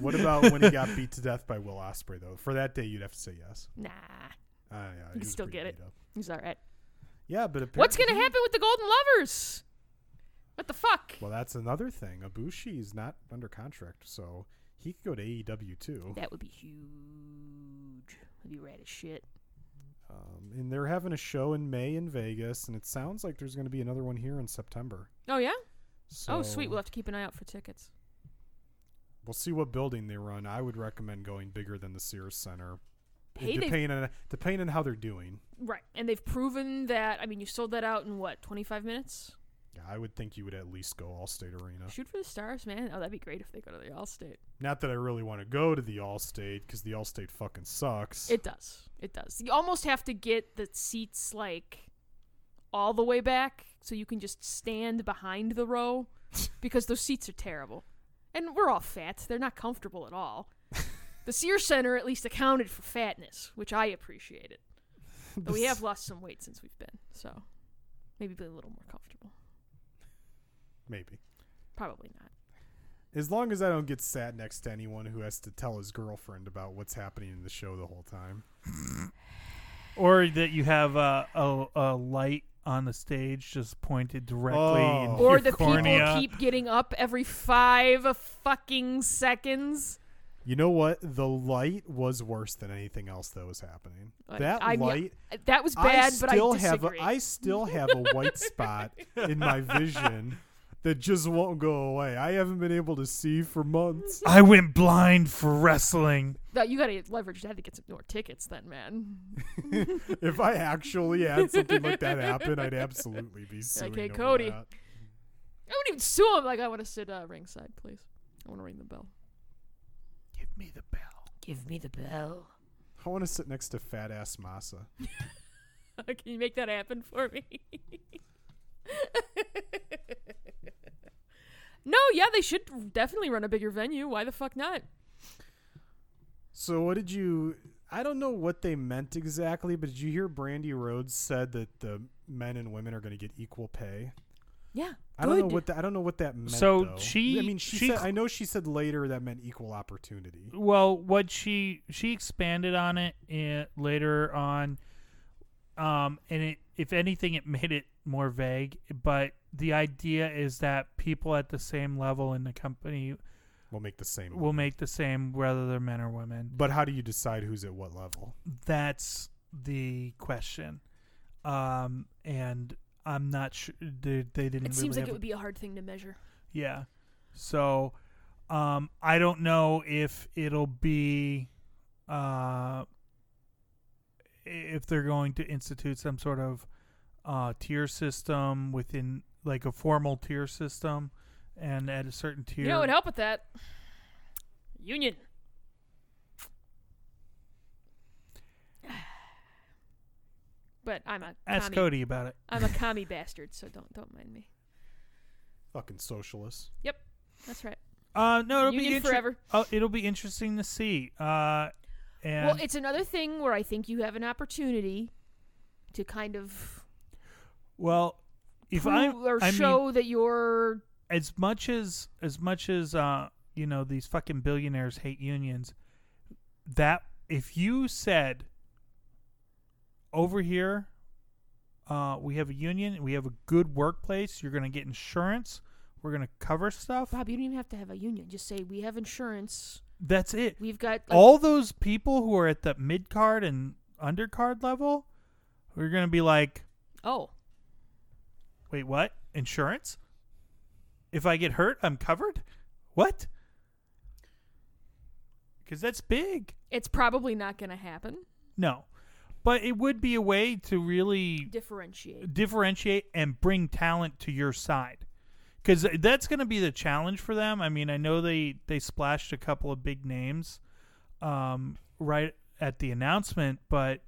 B: what about when he got beat to death by Will Osprey though? For that day, you'd have to say yes.
C: nah,
B: Uh, yeah, he
C: can
B: was
C: still
B: pretty
C: get it.
B: beat up.
C: he's all right.
B: Yeah, but
C: What's
B: apparently-
C: gonna happen with the Golden Lovers? What the fuck?
B: Well, that's another thing. Ibushi is not under contract, so he could go to AEW too.
C: That would be huge. That'd be rad as shit.
B: Um, and they're having a show in May in Vegas, and it sounds like there's going to be another one here in September.
C: Oh yeah.
B: So
C: oh sweet. We'll have to keep an eye out for tickets.
B: we'll see what building they run. I would recommend going bigger than the Sears Center,
C: Hey, they've
B: depending on depending on how they're doing.
C: Right. And they've proven that, I mean, you sold that out in what, 25 minutes?
B: Yeah, I would think you would at least go Allstate Arena.
C: Shoot for the stars, man. Oh, that'd be great if they go to the Allstate.
B: Not that I really want to go to the Allstate because the Allstate fucking sucks.
C: It does. It does. You almost have to get the seats, like, all the way back so you can just stand behind
B: [laughs]
C: the row because those seats are terrible. And we're all fat. They're not comfortable
B: [laughs]
C: at all. the Sears Center at least accounted for fatness, which I appreciated. But
B: [laughs]
C: we have lost some weight since we've been, so maybe be a little more comfortable.
B: Maybe.
C: Probably not.
B: As long as I don't get sat next to anyone who has to tell his girlfriend about what's happening in the show the whole time.
A: or that you have a, a a light on the stage just pointed directly
B: Oh.
A: into
C: Or
A: your
C: the
A: cornea.
C: people keep getting up every five fucking seconds.
B: You know what? The light was worse than anything else that was happening.
C: Like,
B: that
C: I'm-
B: light.
C: That was bad,
B: I
C: but I
B: still have.
C: disagree.
B: A, I still have a white spot in my vision
C: [laughs]
B: that just won't go away. I haven't been able to see for months. [laughs]
A: I went blind for wrestling.
C: No, you gotta leverage that to get some more tickets, then, [laughs] man.
B: if I actually had something like that happen, I'd absolutely
C: [laughs]
B: be suing
C: "Hey,
B: over
C: Cody."
B: that.
C: I wouldn't even sue him. Like, I want to sit uh, ringside, please. I want to ring the bell. [laughs]
A: Give me the bell.
C: Give me the bell.
B: I want to sit next to fat ass Massa.
C: Can you make that happen for me? [laughs] no, yeah, they should definitely run a bigger venue. Why the fuck not?
B: So what did you? I don't know what they meant exactly, but did you hear Brandy Rhodes said that the men and women are going to get equal pay?
C: Yeah.
B: I don't know
C: good.
B: what the, I don't know what that meant.
A: So
B: though.
A: she-
B: I mean, she,
A: she
B: said,
A: cl-
B: I know she said later that meant equal opportunity.
A: Well, what she she expanded on it in, later on, um, and it if anything it made it more vague. But the idea is that people at the same level in the company
B: We'll make the same.
A: will make the same whether they're men or women.
B: but how do you decide who's at what level?
A: That's the question, um, and I'm not sure they, they didn't.
C: It
A: really
C: seems like
A: have
C: it
A: a-
C: would be a hard thing to measure.
A: Yeah. So um I don't know if it'll be uh if they're going to institute some sort of uh tier system within like a formal tier system and at a certain tier
C: You know what would help with that? Union. [sighs] But I'm a
A: ask
C: commie.
A: Cody about it.
C: I'm a commie bastard, so don't don't mind me.
B: Fucking socialists.
C: That's right.
A: Uh no it'll
C: Union
A: be inter-
C: forever.
A: Oh, it'll be interesting to see. Uh and
C: Well, it's another thing where I think you have an opportunity to kind of
A: well, if
C: prove
A: I'm
C: or
A: I mean-
C: show that you're
A: as much as as much as uh you know these fucking billionaires hate unions that if you said over here uh we have a union we have a good workplace you're gonna get insurance we're gonna cover stuff
C: Bob, you don't even have to have a union. Just say we have insurance.
A: that's it
C: We've got like,
A: all those people who are at the mid card and undercard level we are gonna be like
C: oh
A: Wait, what? Insurance? If I get hurt, I'm covered? What? Because that's big.
C: It's probably not going to happen.
A: No. But it would be a way to really
C: Differentiate.
A: differentiate and bring talent to your side. Because that's going to be the challenge for them. I mean, I know they, they splashed a couple of big names um, right at the announcement, but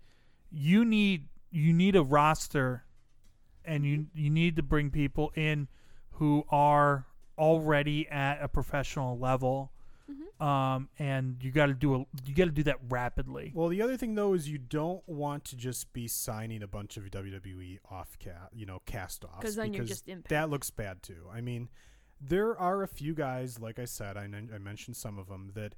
A: you need you need a roster and you you need to bring people in who are already at a professional level um and you got to do a you got to do that rapidly
B: Well, the other thing though is you don't want to just be signing a bunch of WWE off cat, you know, cast offs
C: 'Cause then you're just Impact.
B: that looks bad too. I mean, there are a few guys, like I said, I, men- I mentioned some of them that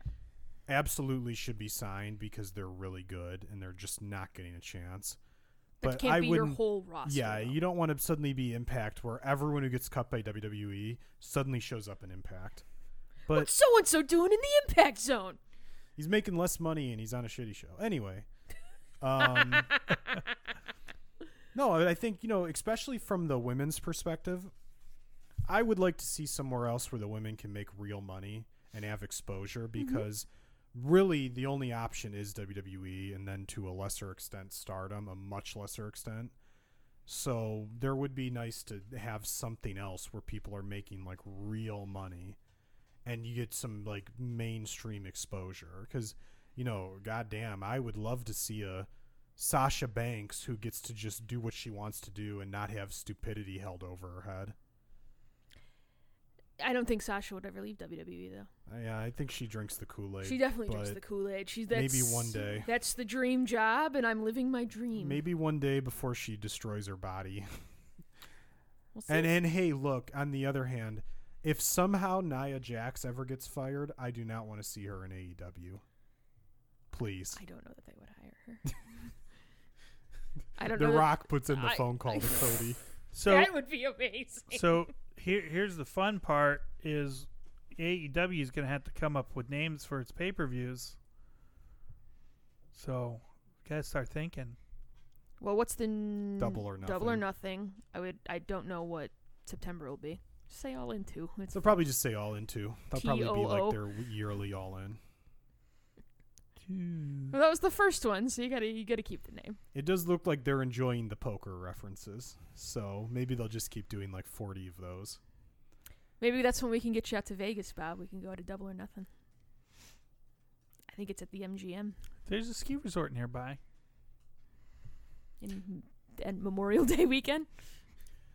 B: absolutely should be signed because they're really good and they're just not getting a chance.
C: That
B: but
C: can't
B: I
C: be your
B: wouldn't.
C: whole roster.
B: yeah,
C: though.
B: you don't want to suddenly be Impact where everyone who gets cut by WWE suddenly shows up in Impact.
A: but
C: What's so and so doing in the impact zone?
B: He's making less money and he's on a shitty show. Anyway. Um, no, I I think, you know, especially from the women's perspective, I would like to see somewhere else where the women can make real money and have exposure because really the only option is WWE and then to a lesser extent stardom, a much lesser extent. So there would be nice to have something else where people are making like real money and you get some like mainstream exposure because you know goddamn i would love to see a sasha banks who gets to just do what she wants to do and not have stupidity held over her head
C: I don't think Sasha would ever leave WWE though.
B: Uh, yeah i think she drinks the kool-aid
C: She definitely drinks
B: but
C: the Kool Aid. She's
B: maybe
C: that's,
B: one day.
C: That's the dream job, and I'm living my dream.
B: maybe one day before she destroys her
C: [laughs]
B: body
C: We'll see.
B: and and hey look on the other hand if somehow nia jax ever gets fired i do not want to see her in aew please
C: I don't know that they would hire
B: [laughs]
C: her. I don't
B: the
C: know. that-
B: rock puts in the
C: I-
B: phone call
C: I- [laughs]
B: to cody
A: so
C: that would be amazing.
A: so here here's the fun part is AEW is going to have to come up with names for its pay-per-views. So, got to start thinking.
C: Well, what's the n-
B: Double or
C: Double or
B: Nothing.
C: nothing. I would. I don't know what September will be. Say all in two. It's
B: They'll probably just say all in too. They'll probably be
C: T.O.O..
B: like their yearly all in.
C: well, [laughs] that was the first one, so you gotta you gotta keep the name.
B: It does look like they're enjoying the poker references, so maybe they'll just keep doing like forty of those.
C: Maybe that's when we can get you out to Vegas, Bob. We can go to Double or Nothing. I think it's at the MGM
A: There's a ski resort nearby.
C: in and Memorial [laughs] Day weekend.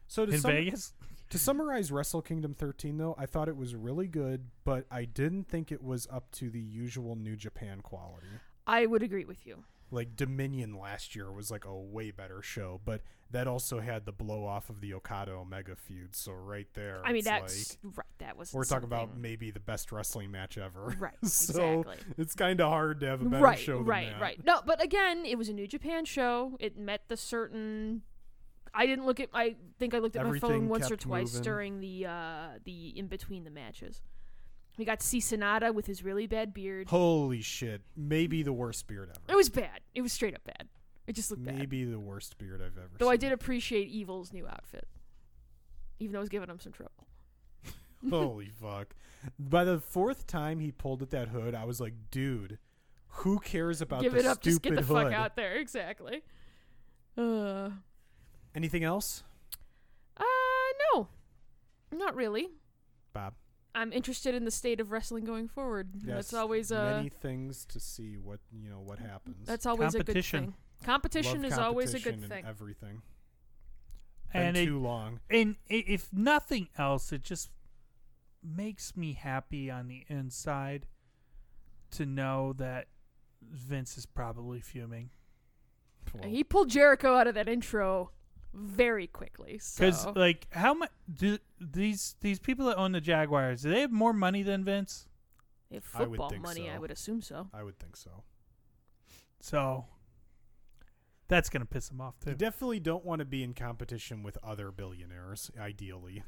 B: So to,
A: In
B: sum-
A: Vegas?
B: to summarize Wrestle Kingdom 13, though, I thought it was really good, but I didn't think it was up to the usual New Japan quality.
C: I would agree with you.
B: Like Dominion last year was like a way better show, but that also had the blow off of the Okada Omega feud. So right there,
C: I mean,
B: it's
C: that's
B: like,
C: right. That was
B: we're talking about [laughs]
C: something.
B: maybe the best wrestling match ever.
C: Right,
B: so
C: exactly.
B: it's kind of hard to have a better
C: right,
B: show than
C: right,
B: that.
C: right. No, but again, it was a New Japan show. It met the certain. I didn't look at. I think I looked at my phone
B: Everything
C: once or
B: kept
C: twice
B: moving.
C: during the uh the in between the matches. We got to see Sonata with his really bad beard.
B: Holy shit! Maybe the worst beard
C: It
B: ever.
C: was bad. It was straight up bad. It just looked bad.
B: Maybe the worst beard I've ever.
C: Though I [laughs]
B: seen.
C: did appreciate Evil's new outfit, even though it was giving him some trouble.
B: Holy fuck! By the fourth time he pulled at that hood, I was like, dude, who cares about
C: Give
B: the
C: it up.
B: stupid
C: Just get the
B: hood?
C: fuck out there. Exactly. Uh.
B: Anything else,
C: Uh. No. Not really.
B: Bob?
C: I'm interested in the state of wrestling going forward. that's
B: Yes,
C: always uh,
B: many things to see. What you know, what happens.
C: that's always a good
A: Competition.
C: thing. Competition
B: Love
C: is always a
B: competition
C: good
B: and
C: thing.
B: Everything.
A: And
B: Been
A: it,
B: too long.
A: and i- if nothing else, it just makes me happy on the inside to know that Vince is probably fuming.
B: Well,
C: And he pulled Jericho out of that intro very quickly.
A: Because
B: uh,
C: So
A: like how much do these these people that own the Jaguars do they have more money than Vince?
C: if
B: I would
C: football
B: think
C: money, I
B: so.
C: would assume so.
B: I would think so.
A: So that's gonna piss him off
B: You
A: too.
B: definitely don't want to be in competition with other billionaires, ideally.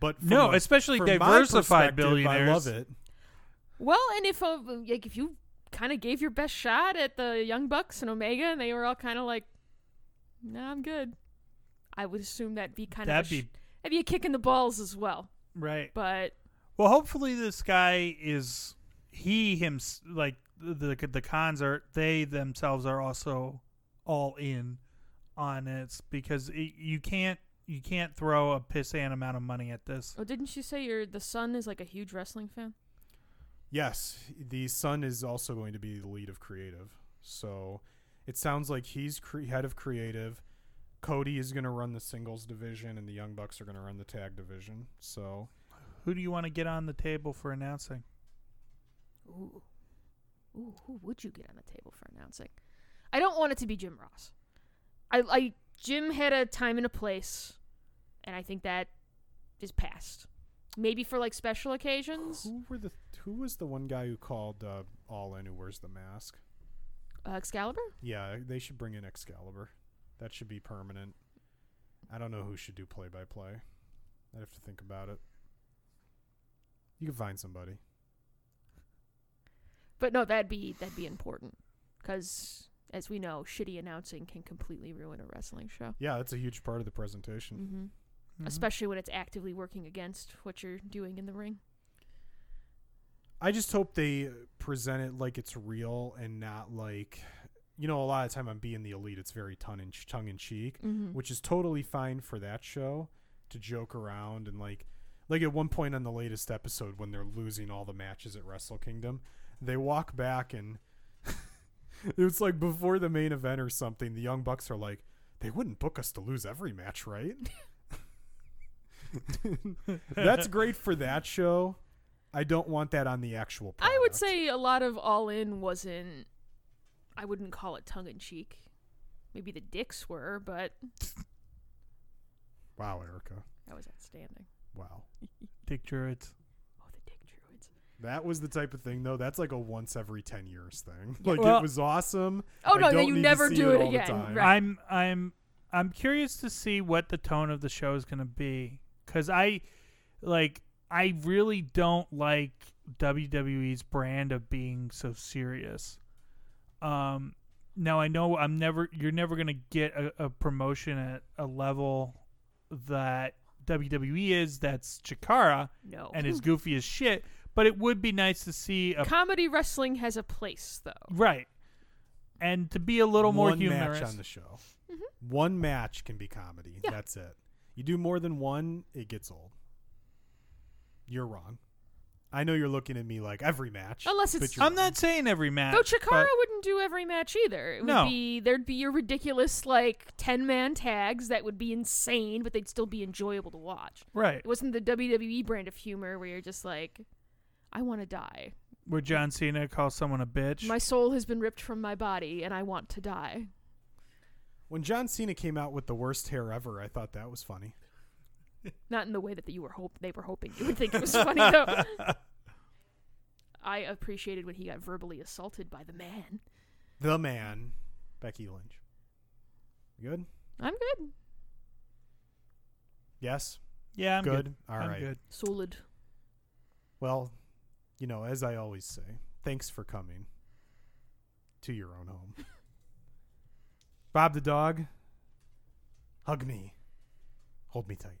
B: But from
A: No,
B: a-
A: especially
B: from my
A: diversified
B: perspective, I love
A: billionaires.
B: it.
C: Well, and if uh, like if you kind of gave your best shot at the Young Bucks and Omega, and they were all kind of like, "Nah, I'm good," I would assume that'd be kind
A: That'd
C: of a sh-
A: be-
C: that'd be a kick in the balls as well.
A: Right.
C: But
A: Well, hopefully this guy is he him like the the cons are they themselves are also all in on it because it, you can't you can't throw a pissant amount of money at this.
C: oh, didn't you say your the son is like a huge wrestling fan?
B: Yes, the son is also going to be the lead of creative. So it sounds like he's cre- head of creative. Cody is going to run the singles division, and the Young Bucks are going to run the tag division. So
A: Who do you want to get on the table for announcing?
C: Ooh, ooh, who would you get on the table for announcing? I don't want it to be Jim Ross. I, I Jim had a time and a place, and I think that is past. Maybe for like special occasions.
B: who were the who was the one guy who called uh, All In who wears the mask?
C: Uh, Excalibur?
B: Yeah, they should bring in Excalibur. That should be permanent. I don't know who should do play by play. I'd have to think about it. You can find somebody.
C: But no, that'd be that'd be important because, as we know, shitty announcing can completely ruin a wrestling show,
B: Yeah, that's a huge part of the presentation.
C: mm-hmm.
A: Mhm.
C: especially when it's actively working against what you're doing in the ring.
B: I just hope they present it like it's real and not like, you know, a lot of time on being the elite, it's very tongue in tongue in cheek,
C: Mm-hmm.
B: which is totally fine for that show to joke around and like, like at one point on the latest episode when they're losing all the matches at Wrestle Kingdom, they walk back and [laughs] it's like before the main event or something. The Young Bucks are like, they wouldn't book us to lose every match,
C: [laughs]
B: right? [laughs] That's great for that show. I don't want that on the actual. Product.
C: I would say a lot of All In wasn't. I wouldn't call it tongue in cheek. Maybe the dicks were, but
B: Wow, Erica.
C: that was outstanding.
B: Wow.
A: Dick Druids.
C: Oh, the dick druids.
B: That was the type of thing, though. That's like a once every ten years thing. Like
A: Well-
B: it was awesome.
C: Oh
B: I
C: no,
B: don't
C: you
B: need to
C: never
B: see
C: do
B: it
C: it,
B: all the
C: again.
B: time.
C: Right.
A: I'm I'm I'm curious to see what the tone of the show is going to be cuz I like I really don't like WWE's brand of being so serious. Um now I know I'm never you're never going to get a, a promotion at a level that WWE is that's Chikara
C: no.
A: and is goofy as shit, but it would be nice to see a
C: Comedy wrestling has a place though.
A: right and to be a little more
B: One
A: humorous.
B: match on the show. One match can be comedy.
C: Mm-hmm. Yeah.
B: That's it. You do more than one, it gets old. You're wrong. I know you're looking at me like every match.
C: Unless
B: but
C: it's-
B: you're
A: I'm
B: wrong.
A: not saying every match.
C: Though Chikara
A: but-
C: wouldn't do every match either. It would
A: No.
C: be there'd be your ridiculous like ten man tags that would be insane, but they'd still be enjoyable to watch.
A: Right.
C: It wasn't the WWE brand of humor where you're just like, I want to die.
A: Where John Cena calls someone a bitch.
C: My soul has been ripped from my body and I want to die.
B: When John Cena came out with the worst hair ever, I thought that was funny.
C: Not in the way that you were hope they were hoping you would think [laughs] it was funny [laughs] though. I appreciated when he got verbally assaulted by the man.
B: [laughs] The man, Becky Lynch. You good?
C: I'm good.
B: Yes.
A: yeah, I'm good.
B: good. All right.
A: I'm good.
C: Solid.
B: Well, you know, as I always say, thanks for coming to your own home. Bob the dog, hug me. Hold me tight.